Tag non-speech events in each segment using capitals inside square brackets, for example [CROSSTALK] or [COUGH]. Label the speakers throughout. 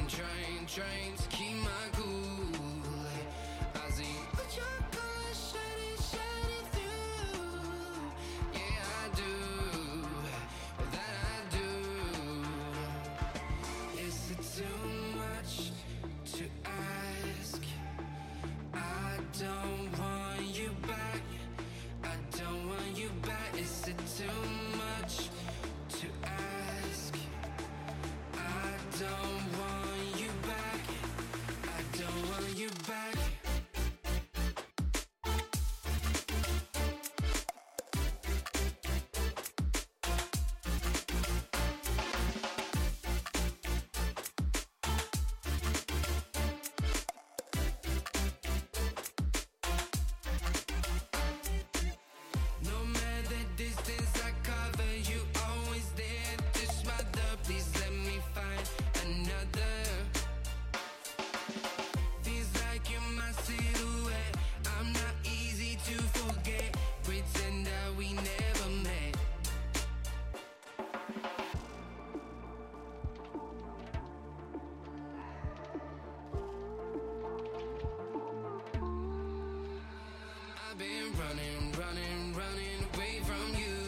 Speaker 1: I'm trying to keep my cool. I see what your colors shining, shining through. Yeah, I do. That I do. Is it too much to ask? I don't want you back. I don't want you back. Is it too much to ask? I don't want you back. I don't want you back. No matter distance I cover, you always there to smother. Please let me find another. Feels like you're my silhouette. I'm not easy to forget. Pretend that we never met. I've been running, running, running away from you.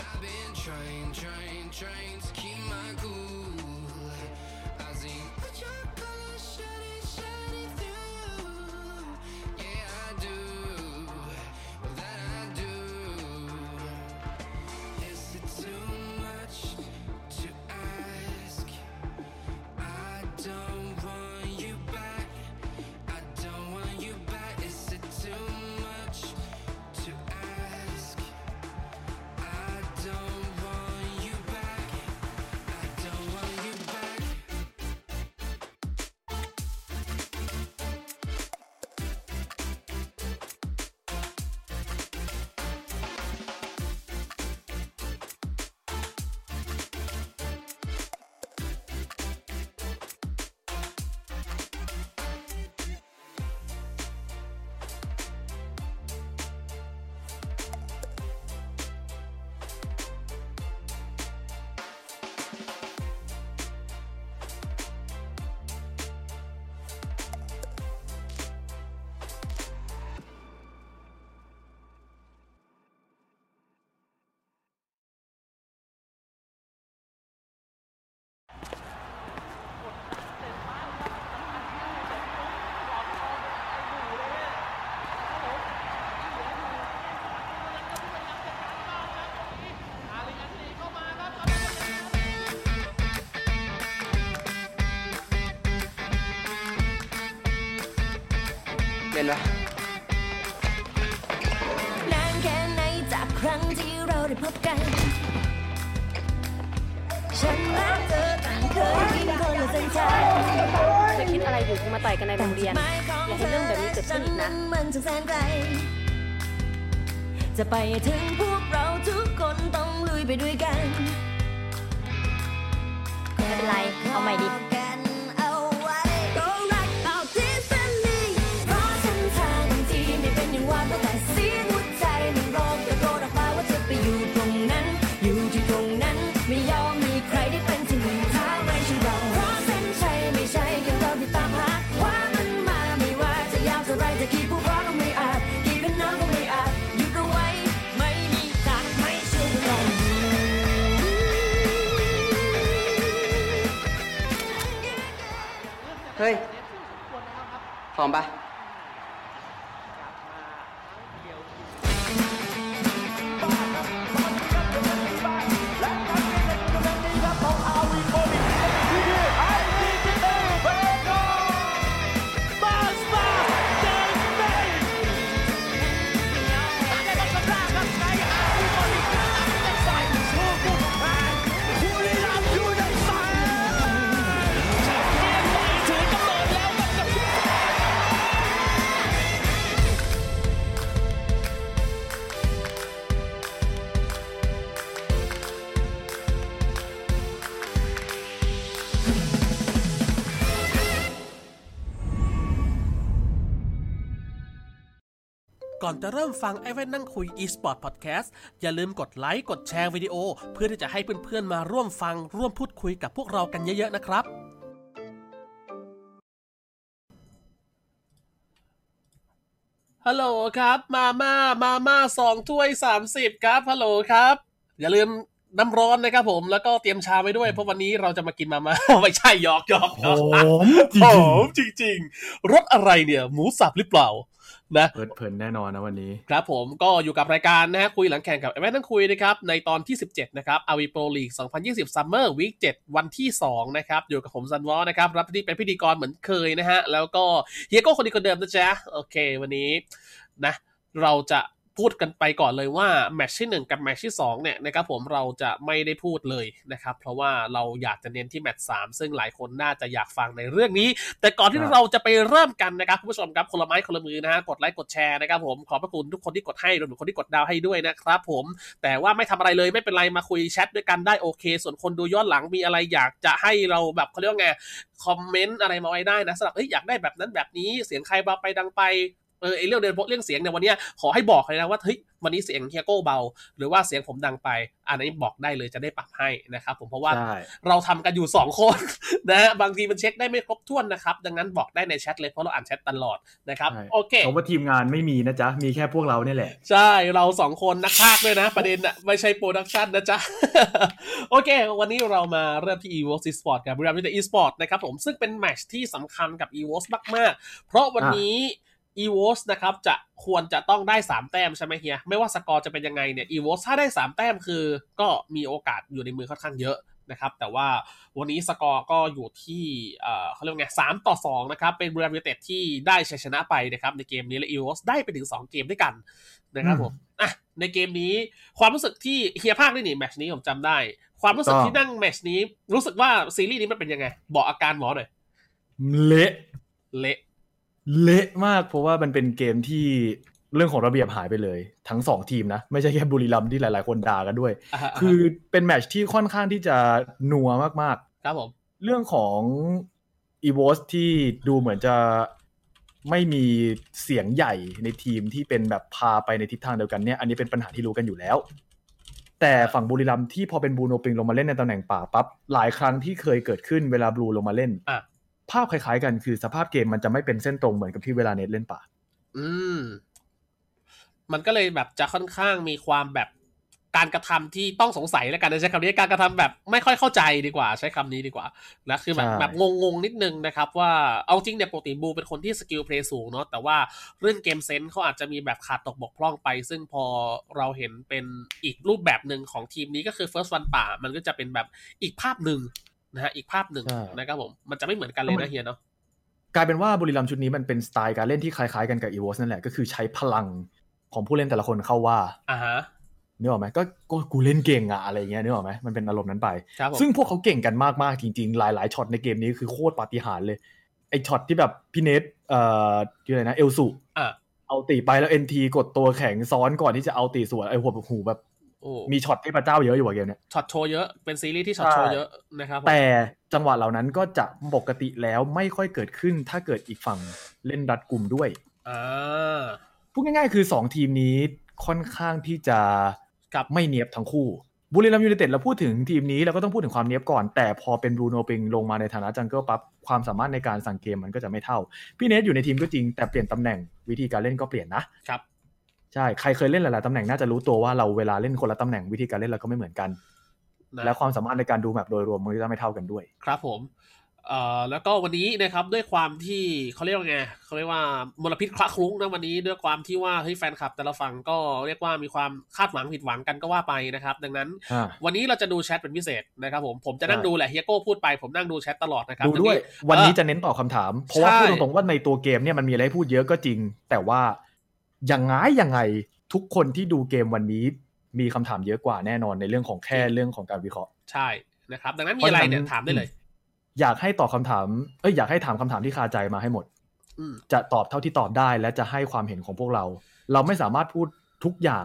Speaker 1: I've been trying, trying, trying to keep my cool. I see what your colors shining, shining through. Yeah, I do. That I do. Is it too much to ask? I don't want you back. I don't want you back. Is it too much to ask? I don't want you back. I don't want you back.
Speaker 2: Bella.
Speaker 3: นานแค่ไหนจากครั้งที่เราได้พบกัน ฉันรักเธอต่างเคยกินคนละเส้นทาง
Speaker 4: เธอคิดอะไรอยู่ถึงมาต่อยกันในโรงเรียน
Speaker 3: หมายของ
Speaker 4: อย่า
Speaker 3: เธอ
Speaker 4: ให้เรื่องแบบนี้เกิด
Speaker 3: ฉั
Speaker 4: ขึ้นอีกนะ
Speaker 3: นมันจงแสนไกล จะไปให้ถึงพวกเราทุกคนต้องลุยไปด้วยกัน
Speaker 4: ไม่เป็นไร เอาใหม่ดิ
Speaker 3: กันเอาไว้ก็รักเอาที่สนิทเพราะฉันทางที่ไม่เป็นอย่างว่าเพราะแต่เสียงหัวใจมันร้องตะโกนออกมาว่าจะไปอยู่ตรงนั้น อยู่ที่ตรงนั้นไม่ยอมมีใครได้เป็นที่หนึ่งทางในชีวิตเราเพราะเส้นชัยไม่ใช่แค่เราที่ตามหาว่ามันมาไม่ว่าจะยาวเท่าไรจะกี่ผู้ร้อนก็ไม่อาจกี่เป็นน้ำก็ไม่อาจหยุดเอาไว้ ไม่มีทางไม่เชื่อเรา
Speaker 2: เฮ้ย หอมปะ
Speaker 5: ก่อนจะเริ่มฟังไอ้แว่นนั่งคุย eSport Podcast อย่าลืมกดไลค์ กดแชร์วิดีโอ เพื่อที่จะให้เพื่อนๆมาร่วมฟังร่วมพูดคุยกับพวกเรากันเยอะๆนะครับ ฮัลโหลครับ มาม่ามาม่าสองถ้วยสามสิบครับฮัลโหลครับ อย่าลืมน้ำร้อนนะครับผมแล้วก็เตรียมชาไว้ด้วยเพราะวันนี้เราจะมากินมา [LAUGHS] ม่า ไม่ใช่หยอกหยอกห
Speaker 6: ห
Speaker 5: ยอ
Speaker 6: อก มจ
Speaker 5: ห
Speaker 6: ริง
Speaker 5: อมจริงๆรสอะไรเนี่ย หมูสับหรือเปล่านะ
Speaker 6: [LAUGHS] ๆเพิดเพลินแน่นอนนะวันนี้
Speaker 5: ครับผมก็อยู่กับรายการนะฮะคุยหลังแข่งกับแม่นั่งคุยนะครับในตอนที่ 17 นะครับอาวีโปรลีก 2020 Summer Week 7 วันที่ 2 นะครับ อยู่กับผมซันวอลนะครับ รับที่เป็นพิธีกรเหมือนเคยนะฮะ แล้วก็เฮียโก้คนดีคนเดิมนะจ๊ะ โอเค วันนี้นะเราจะพูดกันไปก่อนเลยว่าแมตช์ที่ 1 กับแมตช์ที่ 2 เนี่ยนะครับผมเราจะไม่ได้พูดเลยนะครับ เพราะว่าเราอยากจะเน้นที่แมตช์3ซึ่งหลายคนน่าจะอยากฟังในเรื่องนี้ แต่ก่อนที่
Speaker 6: ครับ
Speaker 5: เราจะไปเริ่มกันนะครับคุณผู้ชมครับคนละไม้คนละมือนะฮะกดไลค์กดแชร์นะครับผมขอบพระคุณทุกคนที่กดให้รวมถึงคนที่กดดาวให้ด้วยนะครับผมแต่ว่าไม่ทำอะไรเลยไม่เป็นไรมาคุยแชทด้วยกันได้โอเค ส่วนคนดูย้อนหลังมีอะไรอยากจะให้เราแบบเขาเรียกว่าไงคอมเมนต์อะไรมาไว้ได้นะสำหรับเอ้ยอยากได้แบบนั้นแบบนี้เสียงใครเบาไปดังไปเออไอเรื่องเดินเรื่องเสียงเนี่ยวันเนี้ยขอให้บอกเลยนะว่าเฮ้ยวันนี้เสียงเฮียโก้เบา หรือว่าเสียงผมดังไปอันนี้บอกได้เลยจะได้ปรับให้นะครับผมเพราะว่า
Speaker 6: ใช่
Speaker 5: เราทำกันอยู่ 2 คน นะฮะบางทีมันเช็คได้ไม่ครบถ้วนนะครับ ดังนั้นบอกได้ในแชทเลยเพราะเราอ่านแชทตลอดนะครับ
Speaker 6: ใช่
Speaker 5: โอเค
Speaker 6: เขาว่าทีมงานไม่มีนะจ๊ะ มีแค่พวกเราเนี่ยแหละ
Speaker 5: ใช่เราสองคนนักพากย์ด้วยนะ ประเด็นอะไม่ใช่โปรดักชันนะจ๊ะ [LAUGHS] โอเค วันนี้เรามาเริ่มที่ evox esports กับ b r i a m United esports นะครับผมซึ่งเป็นแมตชที่สำคัญกับ evox มาก ๆ เพราะวันนี้ evox นะครับจะควรจะต้องได้ 3 แต้มใช่ไหมเฮีย ไม่ว่าสกอร์จะเป็นยังไงเนี่ย evox ถ้าได้ 3 แต้มคือก็มีโอกาสอยู่ในมือค่อนข้างเยอะนะครับแต่ว่าวันนี้สกอร์ก็อยู่ที่เอ่อเขาเรียกว่าไงสามต่อสองนะครับเป็นบริ a m United ที่ได้ชัยชนะไปนะครับในเกมนี้และ evox ได้ไปถึงสองเกมด้วยกัน นะครับ
Speaker 6: อืม
Speaker 5: ผม อ่ะ ในเกมนี้ความรู้สึกที่เฮียภาคด้วยนี่แมตชนี้ผมจำได้ ความรู้สึก
Speaker 6: ถูกต้อง
Speaker 5: ที่นั่งแมตชนี้ รู้สึกว่าซีรีส์นี้มันเป็นยังไง บอกอาการหมอหน่อย
Speaker 6: เละ
Speaker 5: เละ
Speaker 6: เละมากเพราะว่ามันเป็นเกมที่เรื่องของระเบียบหายไปเลย ทั้งสองทีมนะ ไม่ใช่แค่บุรีรัมย์ที่หลายๆคนด่ากันด้วย
Speaker 5: อ่ะฮะ
Speaker 6: คือเป็นแมตชที่ค่อนข้างที่จะนัวมาก
Speaker 5: ครับผม
Speaker 6: ๆ เรื่องของอีโวสที่ดูเหมือนจะไม่มีเสียงใหญ่ในทีมที่เป็นแบบพาไปในทิศทางเดียวกันเนี่ย อันนี้เป็นปัญหาที่รู้กันอยู่แล้ว แต่ฝั่งบุรีรัมย์ที่พอเป็นบลูโนปิงลงมาเล่นในตำแหน่งป่าปั๊บหลายครั้งที่เคยเกิดขึ้นเวลาบลูลงมาเล่น
Speaker 5: อ่ะ
Speaker 6: ภาพคล้ายๆกันคือสภาพเกมมันจะไม่เป็นเส้นตรงเหมือนกับที่เวลาเนทเล่นป่า
Speaker 5: อืม มันก็เลยแบบจะค่อนข้างมีความแบบการกระทำที่ต้องสงสัยแล้วกันนะใช้คำนี้การกระทำแบบไม่ค่อยเข้าใจดีกว่า ใช้คำนี้ดีกว่านะคือแบบ
Speaker 6: ใช่
Speaker 5: แบบงงๆนิดนึงนะครับ ว่าเอาจริงเนี่ยปกติบูเป็นคนที่สกิลเพลย์สูงเนาะแต่ว่าเรื่องเกมเซนส์เขาอาจจะมีแบบขาดตกบกพร่องไป ซึ่งพอเราเห็นเป็นอีกรูปแบบหนึ่งของทีมนี้ก็คือ First One ป่า มันก็จะเป็นแบบอีกภาพหนึ่งนะฮะอีกภาพหนึ่ง
Speaker 6: ใช่
Speaker 5: นะครับผมมันจะไม่เหมือนกันเลยนะเฮียเนาะ
Speaker 6: กลายเป็นว่าบุรีรัมย์ชุดนี้มันเป็นสไตล์การเล่นที่คล้ายๆกันกับอีโวสนั่นแหละก็คือใช้พลังของผู้เล่นแต่ละคนเข้าว่า
Speaker 5: อ่าฮะ
Speaker 6: นึกออกไหมก็ก็กูเล่นเก่งอะอะไรอย่างเงี้ยนึกออกไหมมันเป็นอารมณ์นั้นไป
Speaker 5: ครับผม
Speaker 6: ซึ่งพวกเขาเก่งกันมากๆจริงๆ หลายๆช็อตในเกมนี้คือโคตรปาฏิหาริย์เลย ไอช็อตที่แบบพี่เนทเอ่อชื่ออะไรนะเอลสุ
Speaker 5: อ่ะ
Speaker 6: เอาตีไปแล้วเอ็นทีกดตัวแข็งซ้อนก่อนที่จะเอาตีสวนไอหัวแบบหูแบบ
Speaker 5: โอ้
Speaker 6: มีช็อตเทพเจ้าเยอะอยู่ว่ะเกมเนี้ย
Speaker 5: ช็อตโชว์เยอะ เป็นซีรีส์ที่ช็อต
Speaker 6: ใช่
Speaker 5: โชว์เยอะนะครับผม
Speaker 6: แต่จังหวะเหล่านั้นก็จะปกติแล้วไม่ค่อยเกิดขึ้นถ้าเกิดอีกฝั่งเล่นรัดกลุ่มด้วย
Speaker 5: อ่า
Speaker 6: พูดง่ายๆ คือ 2 ทีมนี้ค่อนข้างที่จะ
Speaker 5: ครับ
Speaker 6: ไม่เนียบทั้งคู่บุรีรัมย์ยูไนเต็ดเราพูดถึงทีมนี้เราก็ต้องพูดถึงความเนียบก่อน แต่พอเป็นบรูโนปิงลงมาในฐานะจังเกิลปั๊บความสามารถในการสั่งเกมมันก็จะไม่เท่า พี่เนทอยู่ในทีมก็จริงแต่เปลี่ยนตำแหน่งวิธีการเล่นก็เปลี่ยนนะครับ ใช่ใครเคยเล่นหลายๆตำแหน่งน่าจะรู้ตัวว่าเราเวลาเล่นคนละตำแหน่งวิธีการเล่นเราก็ไม่เหมือนกัน
Speaker 5: นะ
Speaker 6: และความสามารถในการดูแมปโดยรวมมันก็จะไม่เท่ากันด้วย
Speaker 5: ครับผมเอ่อแล้วก็วันนี้นะครับด้วยความที่เขาเรียกว่าไงเขาเรียกว่ามลพิษคละคลุ้งนะวันนี้ด้วยความที่ว่าเฮ้ยแฟนคลับแต่ละฝั่งก็เรียกว่ามีความคาดหวังผิดหวังกันก็ว่าไปนะครับ ดังนั้น วันนี้เราจะดูแชทเป็นพิเศษนะครับผมผมจะนั่ง
Speaker 6: ใช่
Speaker 5: ดูแหละเฮียโก้พูดไปผมนั่งดูแชทตลอดนะครับ
Speaker 6: ดูด้วย
Speaker 5: ดัง
Speaker 6: วันนี้จะเน้นตอบคำถาม เพราะว่า
Speaker 5: ใช่
Speaker 6: พูดตรงๆว่าในตัวเกมเนี่ยมันมีอะไรให้พูดเยอะก็จริง แต่ว่ายังไงยังไงทุกคนที่ดูเกมวันนี้มีคำถามเยอะกว่าแน่นอนในเรื่องของแค่เรื่องของการวิเคราะห์
Speaker 5: ใช่นะครับ ดังนั้นมีอะไรเนี่ย
Speaker 6: พะฉะ
Speaker 5: ถามได้เลย
Speaker 6: อยากให้ตอบคำถามเอ้ยอยากให้ถามคำถามที่คาใจมาให้หมด
Speaker 5: อืม
Speaker 6: จะตอบเท่าที่ตอบได้และจะให้ความเห็นของพวกเรา เราไม่สามารถพูดทุกอย่าง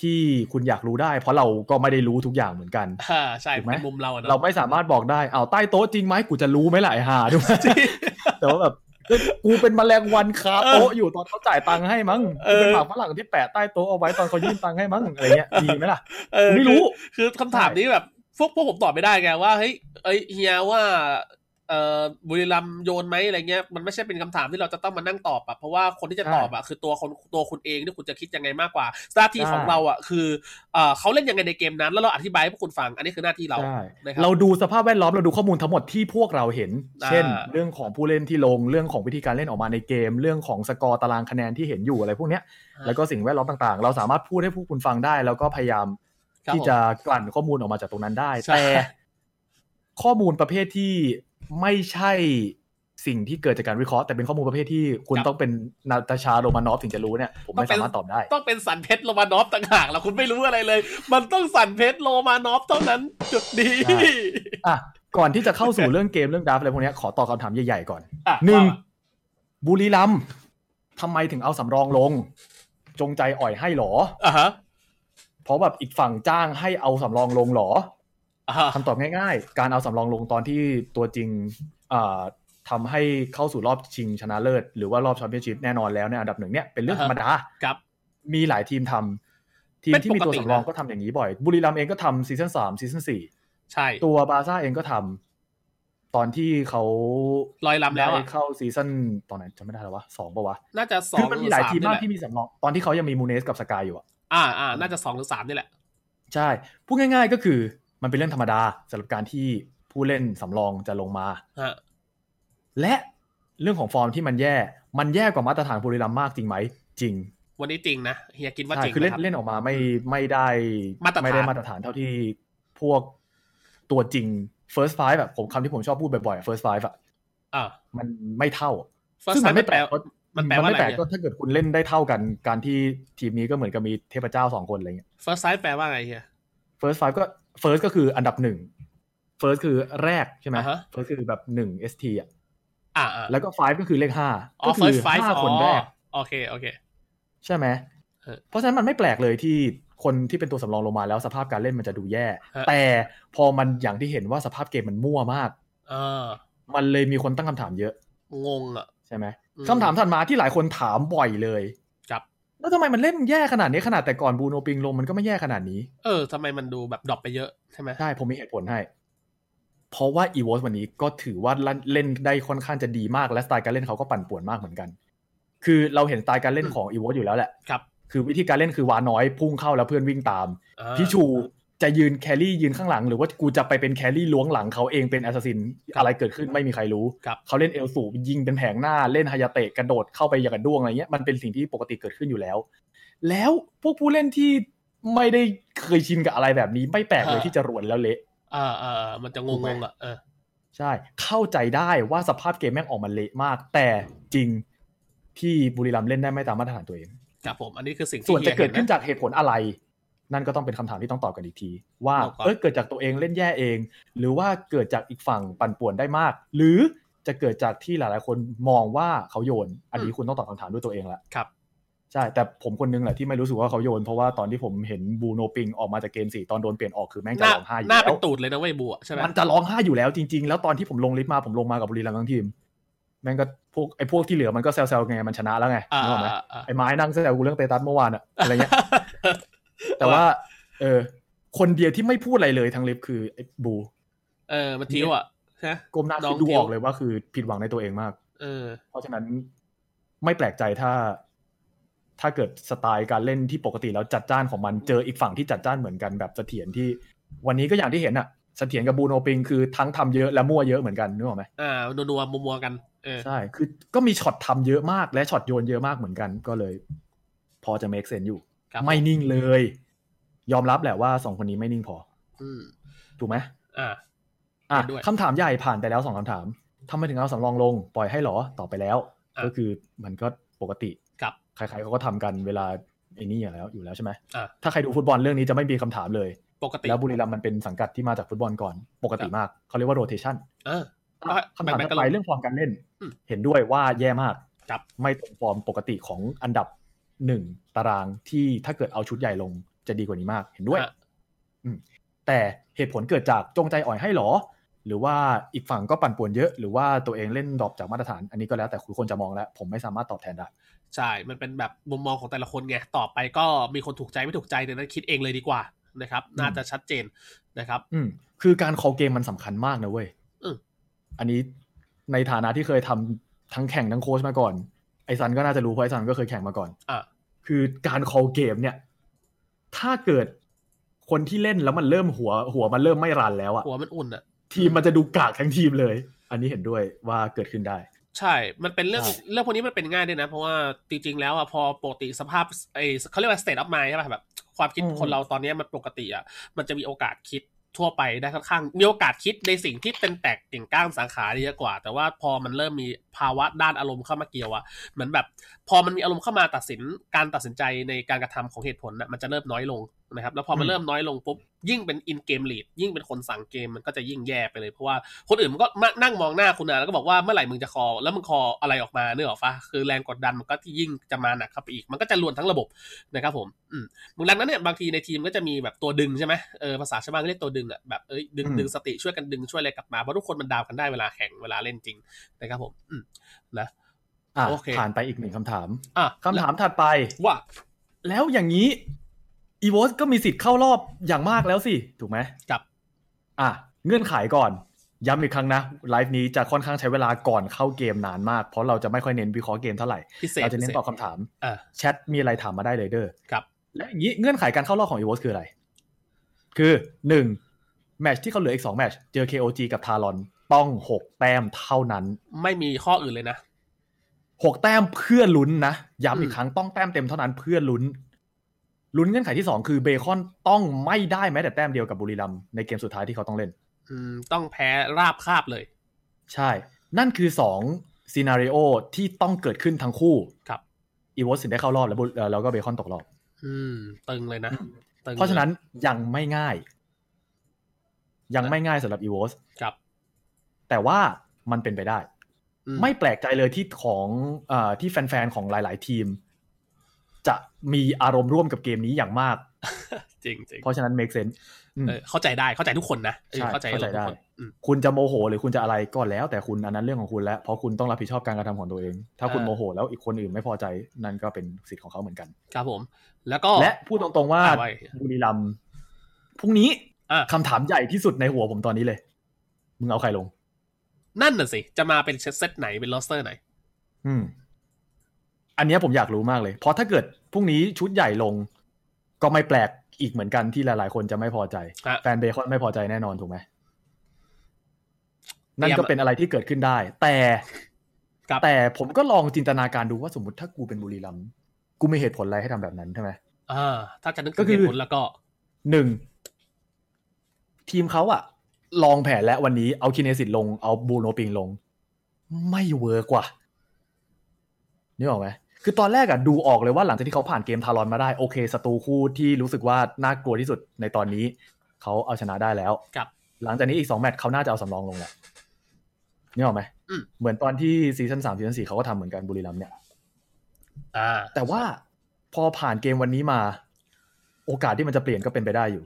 Speaker 6: ที่คุณอยากรู้ได้ เพราะเราก็ไม่ได้รู้ทุกอย่างเหมือนกัน
Speaker 5: อ่าใช่
Speaker 6: ถูกไหม
Speaker 5: เป็นมุมเราอะ
Speaker 6: เรา
Speaker 5: เนาะ
Speaker 6: ไม่สามารถบอกได้เอาใต้โต๊ะจริงไหมกูจะรู้ไหมล่ะไอ้ห่า [LAUGHS] ด้วย แต่ว่าแบบเอ้ยกูเป็นแมลงวันคาโต๊ะอยู่ตอนเขาจ่ายตังค์ให้มั้ง
Speaker 5: เออ
Speaker 6: กูเป็นผักฝรั่งที่แปะใต้โต๊ะเอาไว้ตอนเขายื่นตังค์ให้มั้งอะไรเงี้ยมีไหมล่ะ
Speaker 5: เออ
Speaker 6: กูไม่รู้
Speaker 5: คือคำถามนี้แบบพวกพวกผมตอบไม่ได้ไงว่าเฮ้ยเอ้ยเฮียว่า เอ่อบุรีรัมย์โยนไหมอะไรเงี้ยมันไม่ใช่เป็นคำถามที่เราจะต้องมานั่งตอบอะเพราะว่าคนที่จะตอบอะคือตัวคนตัวคุณเองที่คุณจะคิดยังไงมากกว่าหน้าที่ของ
Speaker 6: ใช่
Speaker 5: เราอะคือเอ่อเขาเล่นยังไงในเกมนั้น แล้วเราอธิบายให้พวกคุณฟัง อันนี้คือหน้าที่เรา
Speaker 6: ใช่
Speaker 5: นะครับ
Speaker 6: เราดูสภาพแวดล้อมเราดูข้อมูลทั้งหมดที่พวกเราเห็น
Speaker 5: อ่า
Speaker 6: เช่น เรื่องของผู้เล่นที่ลงเรื่องของวิธีการเล่นออกมาในเกม เรื่องของสกอร์ตารางคะแนนที่เห็นอยู่อะไรพวกเนี้ยแล้วก็สิ่งแวดล้อมต่างๆ เราสามารถพูดให้พวกคุณฟังได้ แล้วก็พยายาม
Speaker 5: ครับ
Speaker 6: ที่
Speaker 5: ผม
Speaker 6: จะกลั่นข้อมูลออกมาจากตรงนั้นได้
Speaker 5: ใช่
Speaker 6: แต่ข้อมูลประเภทที่ไม่ใช่สิ่งที่เกิดจากการวิเคราะห์แต่เป็นข้อมูลประเภทที่คุณต้องเป็นนาตาชาโรมานอฟถึงจะรู้เนี่ยผมไม่สามารถตอบได้
Speaker 5: ต้องเป็นสันเพชรโรมานอฟต่างหากแล้วคุณไม่รู้อะไรเลย มันต้องสันเพชรโรมานอฟเท่านั้นจุดดี
Speaker 6: ใช่ อ่ะก่อนที่จะเข้า [LAUGHS] สู่เรื่องเกมเรื่องดราฟต์อะไรพวกเนี้ยขอตอบคำถามใหญ่ๆก่อน
Speaker 5: อ่ะ
Speaker 6: หนึ่ง
Speaker 5: ว่า
Speaker 6: บุรีรัมย์ทำไมถึงเอาสำรองลง จงใจอ่อยให้หรอ
Speaker 5: อ่าฮะ
Speaker 6: เพราะแบบอีกฝั่งจ้างให้เอาสำรองลงหรอ
Speaker 5: อ่าฮะ
Speaker 6: คำตอบง่ายๆ การเอาสำรองลงตอนที่ตัวจริงอ่าทำให้เข้าสู่รอบชิงชนะเลิศ หรือว่ารอบแชมเปี้ยนชิพแน่นอนแล้วในอันดับหนึ่งเนี่ยเป็นเรื่องธรรมดา
Speaker 5: ครับ
Speaker 6: มีหลายทีมทำทีมที่มีตัว
Speaker 5: เป็นปกตินะ
Speaker 6: สำรองก็ทำอย่างนี้บ่อย บุรีรัมย์เองก็ทำซีซั่นสามซีซั่นสี่
Speaker 5: ใช่
Speaker 6: ตัวบาร์ซ่าเองก็ทำตอนที่เขา
Speaker 5: ลอยลำแล้ว
Speaker 6: ได้
Speaker 5: อะ
Speaker 6: เข้าซีซั่นตอนไหนจำไม่ได้แล้ววะสองปะวะ
Speaker 5: น่าจะสอง
Speaker 6: คือมันมีหลายทีมมาก
Speaker 5: รือส
Speaker 6: ที่มีสำรองตอนที่เขายังมีมูเนสกับสกายอยู่อะ
Speaker 5: อ่าอ่าน่าจะสองหรือสามนี่แหละ
Speaker 6: ใช่พูดง่าย ๆก็คือมันเป็นเรื่องธรรมดาสำหรับการที่ผู้เล่นสำรองจะลงมา
Speaker 5: ฮะ
Speaker 6: และเรื่องของฟอร์มที่มันแย่มันแย่กว่ามาตรฐานบุรีรัมย์มากจริงไหมจริง
Speaker 5: วันนี้จริงนะเฮียกินว่า
Speaker 6: ใช่
Speaker 5: จริง
Speaker 6: คือเล่น
Speaker 5: นะครับ
Speaker 6: เล่นออกมาไม่ไม่ได้
Speaker 5: มาตรฐาน
Speaker 6: ไม่ได้มาตรฐานเท่าที่พวกตัวจริง first five แบบผมคำที่ผมชอบพูดบ่อยๆอะ first five อะ
Speaker 5: อ่า
Speaker 6: มันไม่เท่า
Speaker 5: First
Speaker 6: ซึ่งมัน
Speaker 5: time
Speaker 6: ไม่แปลก
Speaker 5: มันแปลว่ามันแปลว่า
Speaker 6: ไม่แปล
Speaker 5: อะ
Speaker 6: ก
Speaker 5: ไรเนี่ย
Speaker 6: ก็ถ้าเกิดคุณเล่นได้เท่ากันการที่ทีมนี้ก็เหมือนกับมีเทพเจ้าสองคนอะไรเงี้ย
Speaker 5: first sight แปลว่าไงเฮีย
Speaker 6: first five ก็ first ก็คืออันดับหนึ่ง first คือแรกใช่ไหม
Speaker 5: อ่าฮะ
Speaker 6: first คือแบบหนึ่ง st อ่ะ
Speaker 5: อ่าอ่า
Speaker 6: แล้วก็ five ก็คือเลขห้า
Speaker 5: อ๋อ
Speaker 6: ก็คื
Speaker 5: first five
Speaker 6: ห้า
Speaker 5: อ๋อ
Speaker 6: คนแรก
Speaker 5: โอเคโอเค
Speaker 6: ใช่ไหม
Speaker 5: เออ
Speaker 6: เพราะฉะนั้นมันไม่แปลกเลยที่คนที่เป็นตัวสำรองลงมาแล้วสภาพการเล่นมันจะดูแย่
Speaker 5: ฮะ
Speaker 6: แต่พอมันอย่างที่เห็นว่าสภาพเกมมันมั่วมาก
Speaker 5: เออ
Speaker 6: มันเลยมีคนตั้งคำถามเยอะ
Speaker 5: งงอ่ะ
Speaker 6: ใช่ไหม
Speaker 5: อืม
Speaker 6: คำถามถัดมาที่หลายคนถามบ่อยเลย
Speaker 5: ครับ
Speaker 6: แล้วทำไมมันเล่นแย่ขนาดนี้ขนาดแต่ก่อนบูโนปิงลงมันก็ไม่แย่ขนาดนี้
Speaker 5: เออทำไมมันดูแบบดรอปไปเยอะใช่ไหม
Speaker 6: ใช่ ผมมีเหตุผลให้ เพราะว่าอีวอสวันนี้ก็ถือว่าเล่นได้ค่อนข้างจะดีมากและสไตล์การเล่นเขาก็ปั่นป่วนมากเหมือนกัน คือเราเห็นสไตล์การเล่นของอีวอสอยู่แล้วแหละ
Speaker 5: ครับ
Speaker 6: คือวิธีการเล่นคือวาน้อยพุ่งเข้าแล้วเพื่อนวิ่งตาม
Speaker 5: อ่า
Speaker 6: พี่ชูจะยืนแครี่ยืนข้างหลัง หรือว่ากูจะไปเป็นแครี่ล้วงหลังเขาเองเป็นแอสซัสซินอะไรเกิดขึ้นไม่มีใครรู้
Speaker 5: ครับ
Speaker 6: เขาเล่นเอลสูบยิงเป็นแผงหน้าเล่นฮายาเตะกระโดดเข้าไปอย่างกับด้วงอะไรเงี้ยมันเป็นสิ่งที่ปกติเกิดขึ้นอยู่แล้ว แล้วพวกผู้เล่นที่ไม่ได้เคยชินกับอะไรแบบนี้ ไม่แปลกเลยที่จะรวนแล้วเละ
Speaker 5: เออเออเออมันจะงงงๆอ่ะเออ
Speaker 6: ใช่ เข้าใจได้ว่าสภาพเกมแม่งออกมาเละมาก แต่จริงที่บุรีรัมย์เล่นได้ไม่ตามมาตรฐานตัวเอง
Speaker 5: ครับผมอันนี้คือสิ่งที่
Speaker 6: ส่วนจะเกิดขึ้น
Speaker 5: ฮียห็ะ
Speaker 6: จากเหตุผลอะไร นั่นก็ต้องเป็นคำถามที่ต้องตอบกันอีกที ว่า
Speaker 5: เอาครับ
Speaker 6: เอยเกิดจากตัวเองเล่นแย่เอง หรือว่าเกิดจากอีกฝั่งปั่นป่วนได้มาก หรือจะเกิดจากที่หลาย ๆ คนมองว่าเขาโยน อันนี้คุณต้องตอบคำถามด้วยตัวเองละ
Speaker 5: ครับ
Speaker 6: ใช่แต่ผมคนนึงแหละที่ไม่รู้สึกว่าเขาโยนเพราะว่าตอนที่ผมเห็นบูโนปิงออกมาจากเกมสี่ตอนโดนเปลี่ยนออกคือแม่ง
Speaker 5: ห
Speaker 6: จะ
Speaker 5: น้า
Speaker 6: ร้องไห้อยู่
Speaker 5: หน้า
Speaker 6: แล้
Speaker 5: เป็น
Speaker 6: ว
Speaker 5: ตูดเลยนะเว้ยบัวใช่ไหม
Speaker 6: มันจะร้องไห้อยู่แล้วจริง ๆ แล้วตอนที่ผมลงลิฟต์มาผมลงมากับบุรีรัมย์ทั้งทีม แม่งก็พวกไอ้พวกที่เหลือมันก็แซวๆไงมันชนะแล้วไง
Speaker 5: อ่า
Speaker 6: นึกออกไหม
Speaker 5: อ่าอ่า
Speaker 6: ไอ้ไม้นั่งแซวกูเรื่องเตตัสเมื่อวานอะอะไรเงี้ย แต่ว่า เออ คนเดียวที่ไม่พูดอะไรเลยทั้งลิฟต์คือไอ้บู
Speaker 5: เออมันทิ้วอ่ะนะ
Speaker 6: ก้มหน้า
Speaker 5: น้
Speaker 6: คือ อง ดู
Speaker 5: เกล
Speaker 6: ออกเลยว่าคือผิดหวังในตัวเองมาก
Speaker 5: เออ
Speaker 6: เพราะฉะนั้นไม่แปลกใจถ้า ถ้าเกิดสไตล์การเล่นที่ปกติแล้วจัดจ้านของมันเจออีกฝั่งที่จัดจ้านเหมือนกันแบบเสถียรที่ วันนี้ก็อย่างที่เห็นอะเสถียรกับบูโนปิงคือทั้งทำเยอะและมั่วเยอะเหมือนกันนึกออกไหม
Speaker 5: อ่านัวๆมัวๆกันเออ
Speaker 6: ใช่ คือก็มีช็อตทำเยอะมากและช็อตโยนเยอะมากเหมือนกัน ก็เลย พอจะ make sense อยู่
Speaker 5: ครับ
Speaker 6: ไม่นิ่งเลย ยอมรับแหละว่าสองคนนี้ไม่นิ่งพอ
Speaker 5: อืม
Speaker 6: ถูกไหม
Speaker 5: อ่า
Speaker 6: อ่ะ
Speaker 5: เห็นด้วย
Speaker 6: คำถามใหญ่ผ่านไปแล้วสองคำถามทำไมถึงเอาสำรองลง ปล่อยให้เหรอต่อบไปแล้ว
Speaker 5: อ่ะ
Speaker 6: ก็คือมันก็ปกติ
Speaker 5: ครับ
Speaker 6: ใครๆเขาก็ทำกันเวลาไอ้นี่อยู่แล้วอยู่แล้วใช่ไหม
Speaker 5: อ่ะ
Speaker 6: ถ้าใครดูฟุตบอลเรื่องนี้จะไม่มีคำถามเลย
Speaker 5: ปกติ
Speaker 6: แล้วบุรีรัมย์มันเป็นสังกัดที่มาจากฟุตบอลก่อน ปกติมากเขาเรียกว่า rotation
Speaker 5: เออ
Speaker 6: คำถาม
Speaker 5: ไป
Speaker 6: ต่
Speaker 5: ๆกั
Speaker 6: อน ไป
Speaker 5: เลย
Speaker 6: เรื่องฟอร์มการเล่น
Speaker 5: อืม
Speaker 6: เห็นด้วยว่าแย่มาก
Speaker 5: ครับ
Speaker 6: ไม่ตรงฟอร์มปกติของอันดับหนึ่งตารางที่ถ้าเกิดเอาชุดใหญ่ลงจะดีกว่านี้มาก เห็นด้วย
Speaker 5: อ่ะ
Speaker 6: แต่เหตุผลเกิดจากจงใจอ่อยให้หรอ หรือว่าอีกฝั่งก็ปั่นป่วนเยอะ หรือว่าตัวเองเล่นดรอปจากมาตรฐาน อันนี้ก็แล้วแต่คุณคนจะมองแล้ว ผมไม่สามารถตอบแทนได้
Speaker 5: ใช่ มันเป็นแบบมุมมองของแต่ละคนไง ต่อไปก็มีคนถูกใจไม่ถูกใจเนี่ยนั้นคิดเองเลยดีกว่านะครับ น่าจะชัดเจนนะครับ
Speaker 6: อืมคือการ call เกมมันสำคัญมากนะเว้ย
Speaker 5: อืม
Speaker 6: อันนี้ในฐานะที่เคยทำทั้งแข่งทั้งโค้ชมาก่อน ไอซันก็น่าจะรู้เพราะไอซันก็เคยแข่งมาก่อน
Speaker 5: อ่ะ
Speaker 6: คือการคอลเกมเนี่ย ถ้าเกิดคนที่เล่นแล้วมันเริ่มหัว หัวมันเริ่มไม่รันแล้วอะ
Speaker 5: หัวมันอุ่นอ่ะ
Speaker 6: ทีมมันจะดูกากทั้งทีมเลย อันนี้เห็นด้วยว่าเกิดขึ้นได้
Speaker 5: ใช่ มันเป็นเรื่อง
Speaker 6: ใช่
Speaker 5: เรื่องพวกนี้มันเป็นง่ายด้วยนะ เพราะว่าจริงๆ แล้วอะพอปกติสภาพไอเขาเรียกว่า state of mind ใช่ป่ะแบบ ความคิดคนเราตอนเนี้ยมันปกติอะมันจะมีโอกาสคิดทั่วไปได้ค่อนข้างมีโอกาสคิดในสิ่งที่เป็นแตกติ่งก้างสาขาได้เยอะกว่า แต่ว่าพอมันเริ่มมีภาวะด้านอารมณ์เข้ามาเกี่ยวอะเหมือนแบบ พอมันมีอารมณ์เข้ามาตัดสินการตัดสินใจในการกระทำของเหตุผลนะมันจะเริ่มน้อยลงนะครับแล้วพอมัน
Speaker 6: อืม
Speaker 5: เริ่มน้อยลงปุ๊บยิ่งเป็นอินเกมลีดยิ่งเป็นคนสั่งเกมมันก็จะยิ่งแย่ไปเลยเพราะว่าคนอื่นมันก็มานั่งมองหน้าคุณนะแล้วก็บอกว่าเมื่อไหร่มึงจะคอ แล้วมึงคออะไรออกมาเนื้อออกปะคือแรงกดดันมันก็ที่ยิ่งจะมาหนักเข้าไปอีก มันก็จะลวนทั้งระบบนะครับผมอืมดังนั้นเนี่ยบางทีในทีมก็จะมีแบบตัวดึงใช่ไหมเออภาษาชาวบ้านเรียกตัวดึงอ่ะแบบเอ้ยดึง
Speaker 6: อืม
Speaker 5: ดึงสติช่วยกันดึงช่วยอะไรกลับมาเพราะทุกคนมันดาวกันได้เวลาแข่งเวลาเล่นจริงนะครับผมอืมนะ
Speaker 6: อ่ะ
Speaker 5: โอเค
Speaker 6: ผ่านไปอีกหนึ่งคำถาม
Speaker 5: อ่ะ
Speaker 6: คำถามถัดไป
Speaker 5: ว่า
Speaker 6: แล้วอย่างนี้อีโวสก็มีสิทธิ์เข้ารอบอย่างมากแล้วสิ ถูกไหม
Speaker 5: ครับ
Speaker 6: อ่ะ เงื่อนไขก่อน ย้ำอีกครั้งนะไลฟ์นี้จะค่อนข้างใช้เวลาก่อนเข้าเกมนานมาก เพราะเราจะไม่ค่อยเน้นวิเคราะห์เกมเท่าไหร่
Speaker 5: พิเศษ
Speaker 6: เราจะเน้น
Speaker 5: พิศษ
Speaker 6: ตอบคำถาม
Speaker 5: อ่ะ
Speaker 6: แชทมีอะไรถามมาได้เลยเด้อ
Speaker 5: ครับ
Speaker 6: และอย่างนี้เงื่อนไขการเข้ารอบของอีโวสคืออะไร คือหนึ่งแมตช์ที่เขาเหลืออีกสองแมตช์เจอ KOG กับทารอนต้องหกแต้มเท่านั้น
Speaker 5: ไม่มีข้ออื่นเลยนะ
Speaker 6: หกแต้มเพื่อลุ้นนะย้ำ
Speaker 5: อื
Speaker 6: อีก
Speaker 5: ม
Speaker 6: ครั้งต้องแต้มเต็มเท่านั้นเพื่อลุ้น ลุ้นเงื่อนไขที่สองคือเบคอนต้องไม่ได้แม้แต่แต้มเดียวกับบุรีรัมย์ในเกมสุดท้ายที่เขาต้องเล่น
Speaker 5: อืมต้องแพ้ราบคาบเลย
Speaker 6: ใช่ นั่นคือสองซีนารีโอที่ต้องเกิดขึ้นทั้งคู่
Speaker 5: ครับ
Speaker 6: อีวอสถึงได้เข้ารอบแล้วบุเอ่อแล้วก็เบคอนตกรอบ
Speaker 5: อืม ตึงเลยนะตึง
Speaker 6: เพราะฉะนั้นยังไม่ง่าย ยังไม่ง่ายสำหรับอีวอส
Speaker 5: ครับ
Speaker 6: แต่ว่ามันเป็นไปได้
Speaker 5: อื
Speaker 6: ไม่แปลกใจเลยที่ของเออที่แฟนๆของหลาย ๆ ทีม จะมีอารมณ์ร่วมกับเกมนี้อย่างมาก
Speaker 5: จริงจริง
Speaker 6: เพราะฉะนั้น make sense อืม
Speaker 5: เออเข้าใจได้เข้าใจทุกคนนะเออ
Speaker 6: ใช่
Speaker 5: เข้าใจ
Speaker 6: เข้าใจ
Speaker 5: ทุกคน
Speaker 6: ได้
Speaker 5: อืม
Speaker 6: คุณจะโมโหหรือคุณจะอะไรก็แล้ว แต่คุณอันนั้นเรื่องของคุณแล้ว เพราะคุณต้องรับผิดชอบการกระทำของตัวเอง ถ้าคุณ
Speaker 5: อ่า
Speaker 6: โมโห แล้วอีกคนอื่นไม่พอใจนั่นก็เป็นสิทธิ์ของเขาเหมือนกัน
Speaker 5: ครับผม แล้วก็
Speaker 6: และพูดตรงๆว่า
Speaker 5: อ่ะไว้
Speaker 6: บุรีรัมย์พรุ่งนี้
Speaker 5: อ่ะ
Speaker 6: คำถามใหญ่ที่สุดในหัวผมตอนนี้เลย มึงเอาใครลง
Speaker 5: นั่นน่ะสิ จะมาเป็นเซตไหนเป็นลอสเตอร์ไหน
Speaker 6: อืม อันเนี้ยผมอยากรู้มากเลย เพราะถ้าเกิดพรุ่งนี้ชุดใหญ่ลง ก็ไม่แปลกอีกเหมือนกันที่หลายๆ คนจะไม่พอใจ
Speaker 5: ฮะ
Speaker 6: แฟนเบคอนไม่พอใจแน่นอนถูกไหมนั่นก็เป็นอะไรที่เกิดขึ้นได้ แต่
Speaker 5: ครับ
Speaker 6: แต่ผมก็ลองจินตนาการดูว่าสมมติถ้ากูเป็นบุรีรัมย์กูมีเหตุผลอะไรให้ทำแบบนั้นใช่ไหม
Speaker 5: อ่า ถ้าจะนึก
Speaker 6: ก็
Speaker 5: ถึง
Speaker 6: คื
Speaker 5: เห
Speaker 6: อ
Speaker 5: ตุผลแล้วก็
Speaker 6: หนึ่งทีมเขาอะลองแผนแล้ววันนี้เอาคินเนสิตลงเอาบูโนปิงลง ไม่เวิร์กว่ะนี่ออกไหมคือตอนแรกอะดูออกเลยว่าหลังจากที่เขาผ่านเกมทารอนมาได้โอเคศัตรูคู่ที่รู้สึกว่าน่ากลัวที่สุดในตอนนี้ เขาเอาชนะได้แล้ว
Speaker 5: ครับ
Speaker 6: หลังจากนี้อีกสองแมตช์เขาน่าจะเอาสำรองลงแหละนี่ออกไหม
Speaker 5: อืม
Speaker 6: เหมือนตอนที่ซีซั่นสามซีซั่นสี่เขาก็ทำเหมือนกันบุรีรัมย์เนี่ย
Speaker 5: อ่า
Speaker 6: แต่ว่าพอผ่านเกมวันนี้มา โอกาสที่มันจะเปลี่ยนก็เป็นไปได้อยู่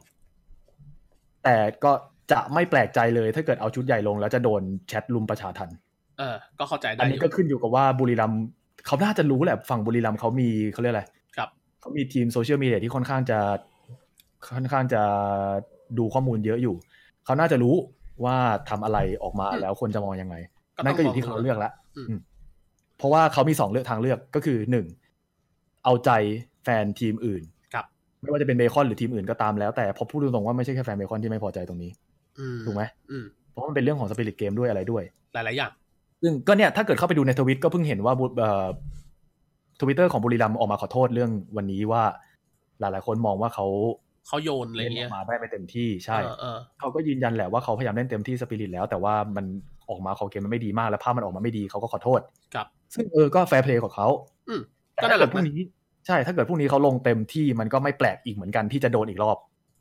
Speaker 6: แต่ก็จะไม่แปลกใจเลย ถ้าเกิดเอาชุดใหญ่ลง แล้วจะโดนแชทลุมประชาทัน
Speaker 5: เออ ก็เข้าใจได้
Speaker 6: อัน
Speaker 5: อ
Speaker 6: นี้
Speaker 5: ยู่
Speaker 6: ก็ขึ้นอยู่กับว่าบุรีรัมย์เขาน่าจะรู้แหละฝั่งบุรีรัมย์เขามีเขาเรียกอะไร
Speaker 5: ครับ
Speaker 6: เขามีทีมโซเชียลมีเดียที่ค่อนข้างจะค่อนข้างจะดูข้อมูลเยอะอยู่ เขาน่าจะรู้ว่าทำอะไรออกมาแล้วคนจะมองยังไง
Speaker 5: ต้ง
Speaker 6: นั่นก็อยู่ที่เขาเลือกละ
Speaker 5: อืม
Speaker 6: อืมเพราะว่าเขามีสองเลือกทางเลือกก็คือหนึ่งเอาใจแฟนทีมอื่น
Speaker 5: ครับ
Speaker 6: ไม่ว่าจะเป็นเบคอนหรือทีมอื่นก็ตามแล้วแต่พอพูดตรงๆว่าไม่ใช่แค่แฟนเบคอนที่ไม่พอใจตรงนี้
Speaker 5: อืม
Speaker 6: ถูกไหม
Speaker 5: อืม
Speaker 6: เพราะมันเป็นเรื่องของสปิริตเกมด้วยอะไรด้วย
Speaker 5: หลาย ๆ อย่าง
Speaker 6: ซึ่งก็เนี่ยถ้าเกิดเข้าไปดูในทวิตก็เพิ่งเห็นว่าบุเอ่อทวิตเตอร์ของบุรีรัมย์ออกมาขอโทษเรื่องวันนี้ว่า หลายๆ คนมองว่าเขา
Speaker 5: เขาโยนอะไร
Speaker 6: เล่นอ
Speaker 5: เงี้
Speaker 6: อย กมาได้ไม่เต็มที่ใช่
Speaker 5: เออเออ
Speaker 6: เขาก็ยืนยันแหละว่าเขาพยายามเล่นเต็มที่สปิริตแล้ว แต่ว่ามันออกมาของเกมมันไม่ดีมาก แล้วภาพมันออกมาไม่ดีเขาก็ขอโทษ
Speaker 5: ครับ
Speaker 6: ซึ่งเออก็แฟร์เพลย์ของเขา
Speaker 5: อืมก็
Speaker 6: แต่
Speaker 5: น่า
Speaker 6: ถ้า
Speaker 5: รัก
Speaker 6: เกิด
Speaker 5: นะ
Speaker 6: พรุ่งนี้ใช่ถ้าเกิดพรุ่งนี้เขาลงเต็มที่มันก็ไม่แปลกอีกเหมือนกันที่จะโดนอีกรอบ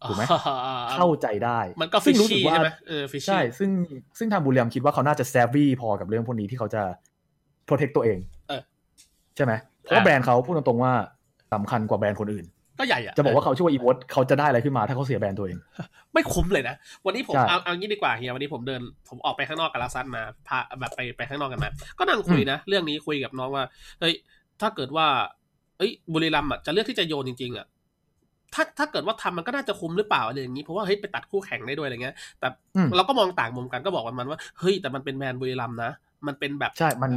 Speaker 6: ถูกไหม
Speaker 5: อ่
Speaker 6: เข้าใจได้
Speaker 5: มันก็
Speaker 6: ซึ่
Speaker 5: ฟิช
Speaker 6: งรู้สึก
Speaker 5: ชี่
Speaker 6: ว่า
Speaker 5: ใช่ไหมเออฟิช
Speaker 6: ใช่
Speaker 5: ชี่
Speaker 6: ซึ่งซึ่งทางบุรีรัมย์คิดว่าเขาน่าจะแซฟวี่พอกับเรื่องพวกนี้ที่เขาจะโปรเทคตัวเองใช่ไหมเพราะว่าแบรนด์เขาพูดตรงๆว่าสำคัญกว่าแบรนด์คนอื่น
Speaker 5: ก็ใหญ่อ่ะ
Speaker 6: จะบอกว่าเขาช่วยอีวอตเขาจะได้อะไรขึ้นมาถ้าเขาเสียแบรนด์ตัวเอง
Speaker 5: ไม่คุ้มเลยนะ วันนี้ผม
Speaker 6: ใช่
Speaker 5: เอาเอางี้ดีกว่าเฮียวันนี้ผมเดินผมออกไปข้างนอกกับลาซันมาพาแบบไปไปข้างนอกกันมา ก็นั่งคุยนะ เรื่องนี้คุยกับน้องว่าเฮ้ยถ้าเกิดว่า เอ้ยบุรีรัมย์อ่ะจะเลือกที่จะโยนจริง ๆ อ่ะ ถ้าถ้าเกิดว่าทำมันก็น่าจะคุ้มหรือเปล่าอะไรอย่างนี้เพราะว่าเฮ้ยไปตัดคู่แข่งได้ด้วยอะไรเงี้ย แต่
Speaker 6: อืม
Speaker 5: เราก็มองต่างมุมกันก็บอกมันว่าเฮ้ยแต่มันเป็นแมนด์บุรีรัมย์นะ มันเป็นแบบ
Speaker 6: ใช่มัน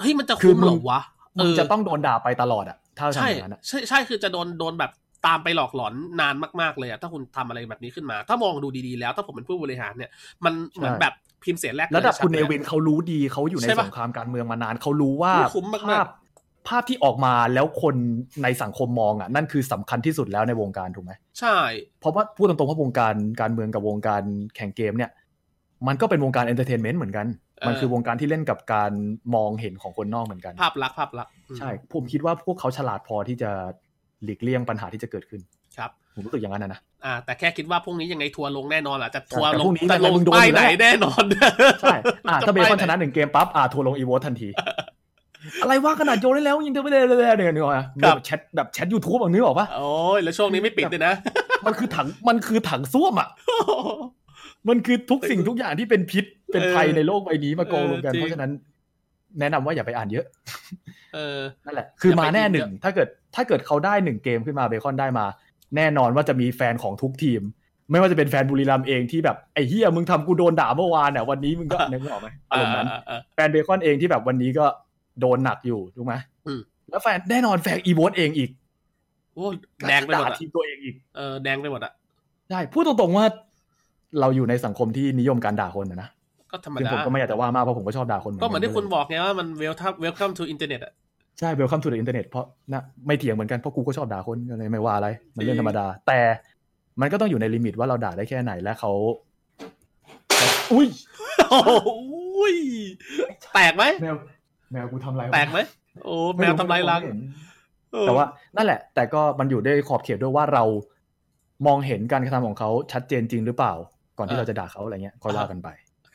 Speaker 5: เฮ้ยมันจะ
Speaker 6: คือ
Speaker 5: คุ้ม
Speaker 6: มึ
Speaker 5: เห
Speaker 6: ง
Speaker 5: รอวะ
Speaker 6: มึง
Speaker 5: เ
Speaker 6: จะต้องโดนด่าไปตลอดอ่ะถ้าทำ
Speaker 5: ใช่
Speaker 6: อย่างนั้นอะ
Speaker 5: ใช่ใช่คือจะโดนโดนแบบตามไปหลอกหลอนนานมากๆเลยอะถ้าคุณทำอะไรแบบนี้ขึ้นมา ถ้ามองดูดีๆแล้ว ถ้าผมเป็นผู้บริหารเนี่ย มันเหมือนแบบพิมพ์เสียแรก
Speaker 6: แล้วแบบคุณเน
Speaker 5: กิดชัๆ
Speaker 6: วินเขารู้ดีเขาอยู่ใน
Speaker 5: ใช่
Speaker 6: ส
Speaker 5: ปะ
Speaker 6: งครามการเมืองมานานเขารู้ว่า
Speaker 5: โอ้คุ้มมากๆ
Speaker 6: ภาพภาพที่ออกมาแล้วคนในสังคมมองอ่ะนั่นคือสำคัญที่สุดแล้วในวงการถูกไหม
Speaker 5: ใช่
Speaker 6: เพราะว่าพูดตรงๆว่าวงการการเมืองกับวงการแข่งเกมเนี่ยมันก็เป็นวงการเอนเตอร์เทนเมนต์เหมือนกัน มันคือวงการที่เล่นกับการมองเห็นของคนนอกเหมือนกัน
Speaker 5: ภาพลักษณ์ภาพลักษณ์อืม
Speaker 6: ใช่ ผมคิดว่าพวกเขาฉลาดพอที่จะหลีกเลี่ยงปัญหาที่จะเกิดขึ้น
Speaker 5: ครับ
Speaker 6: ผมรู้สึกอย่างนั้นนะนะ
Speaker 5: อ่า แต่แค่คิดว่าพรุ่งนี้ยังไงทัวร์ลงแน่นอนแหละจะทัวร์
Speaker 6: แต่
Speaker 5: ลง
Speaker 6: พรุ่งนี้
Speaker 5: จะลง
Speaker 6: ยังไงมึงโดน
Speaker 5: ป้าย
Speaker 6: อยู่
Speaker 5: ไห
Speaker 6: แล้
Speaker 5: น
Speaker 6: ว
Speaker 5: แน่นอน
Speaker 6: ใช่
Speaker 5: [LAUGHS]
Speaker 6: อ่ะ
Speaker 5: จะ
Speaker 6: ถ้าเบค
Speaker 5: ป้
Speaker 6: อย น
Speaker 5: ไห
Speaker 6: ชนะหนึ่งเกมปั๊บอ่ะทัวร์ลงอี o วทัน
Speaker 5: [LAUGHS]
Speaker 6: ที อะไรวะขนาดโยนได้แล้วยิงเธอไม่ได้เลยเนี่ยนึกออกไหมแบบแชทแบบแชทยูทูบแบบนี้ออกปะ
Speaker 5: โอ้ยแล้วช่วงนี้ไม่ปิดเลยนะ [LAUGHS]
Speaker 6: มันคือถังมันคือถังส้วมอ่ะ มันคือทุกสิ่งทุกอย่างที่เป็นพิษเป็นภัย
Speaker 5: เออ
Speaker 6: ในโลกใบนี้มากองรวมกัน
Speaker 5: เออจริง
Speaker 6: เพราะฉะนั้น แนะนำว่าอย่าไปอ่านเยอะ
Speaker 5: เออ
Speaker 6: นั่นแหละ คือมาแน่หนึ่ง
Speaker 5: อย่าไปกินเยอะ
Speaker 6: ถ้าเกิดถ้าเกิดเขาได้หนึ่งเกมขึ้นมาเบคอนได้มา แน่นอนว่าจะมีแฟนของทุกทีม ไม่ว่าจะเป็นแฟนบุรีรัมย์เองที่แบบไอ้เฮียมึงทำกูโดนด่าเมื่อวานอ่ะวันนี้มึงก็
Speaker 5: [LAUGHS]
Speaker 6: นึกออกไหมอารมณ์นั้น
Speaker 5: อ่าอ่า
Speaker 6: แฟนเบคอนเองที่แบบวันนี้ก็โดนหนักอยู่ถูกไหม
Speaker 5: อืม
Speaker 6: แล้วแฟนแน่นอนแฟนอีโวตเองอีก
Speaker 5: โอ้แดงไปหมด
Speaker 6: ด่า
Speaker 5: อะ
Speaker 6: ทีมตัวเองอีก
Speaker 5: เออแดงไปหมดอะ
Speaker 6: ใช่พูดตรงๆว่าเราอยู่ในสังคมที่นิยมการด่าคนนะนะ
Speaker 5: ก็ธรรม
Speaker 6: ซึ่ง
Speaker 5: ดา
Speaker 6: ผมก็ไม่อยากจะว่ามากเพราะผมก็ชอบด่าคน
Speaker 5: ก็เหมือนที่คุณบอกไงว่ามันเวลทับเวลคัมทูอินเทอร์เน็ตอะ
Speaker 6: ใช่เวลคัมทูเดอะอินเทอร์เน็ตเพราะนะไม่เถียงเหมือนกันเพราะกูก็ชอบด่าคนก็เลยไม่ว่าอะไร มันเรื่องธรรมดา แต่มันก็ต้องอยู่ในลิมิตว่าเราด่าได้แค่ไหนและเขาอุ้ย
Speaker 5: โอ้ยแตกไหม
Speaker 6: แมวแมวกูทำไรวะ
Speaker 5: แตกไหมโอ้แม
Speaker 6: ไรู้
Speaker 5: วทำลายรัง
Speaker 6: ไม่เห็น
Speaker 5: เออ
Speaker 6: แต่ว่านั่นแหละ แต่ก็มันอยู่ด้วยขอบเขตด้วยว่าเรามองเห็นการกระทำของเขาชัดเจนจริงหรือเปล่า ก่อนที่เราจะด่าเขาอะไรเงี้ยคอยว่ากันไป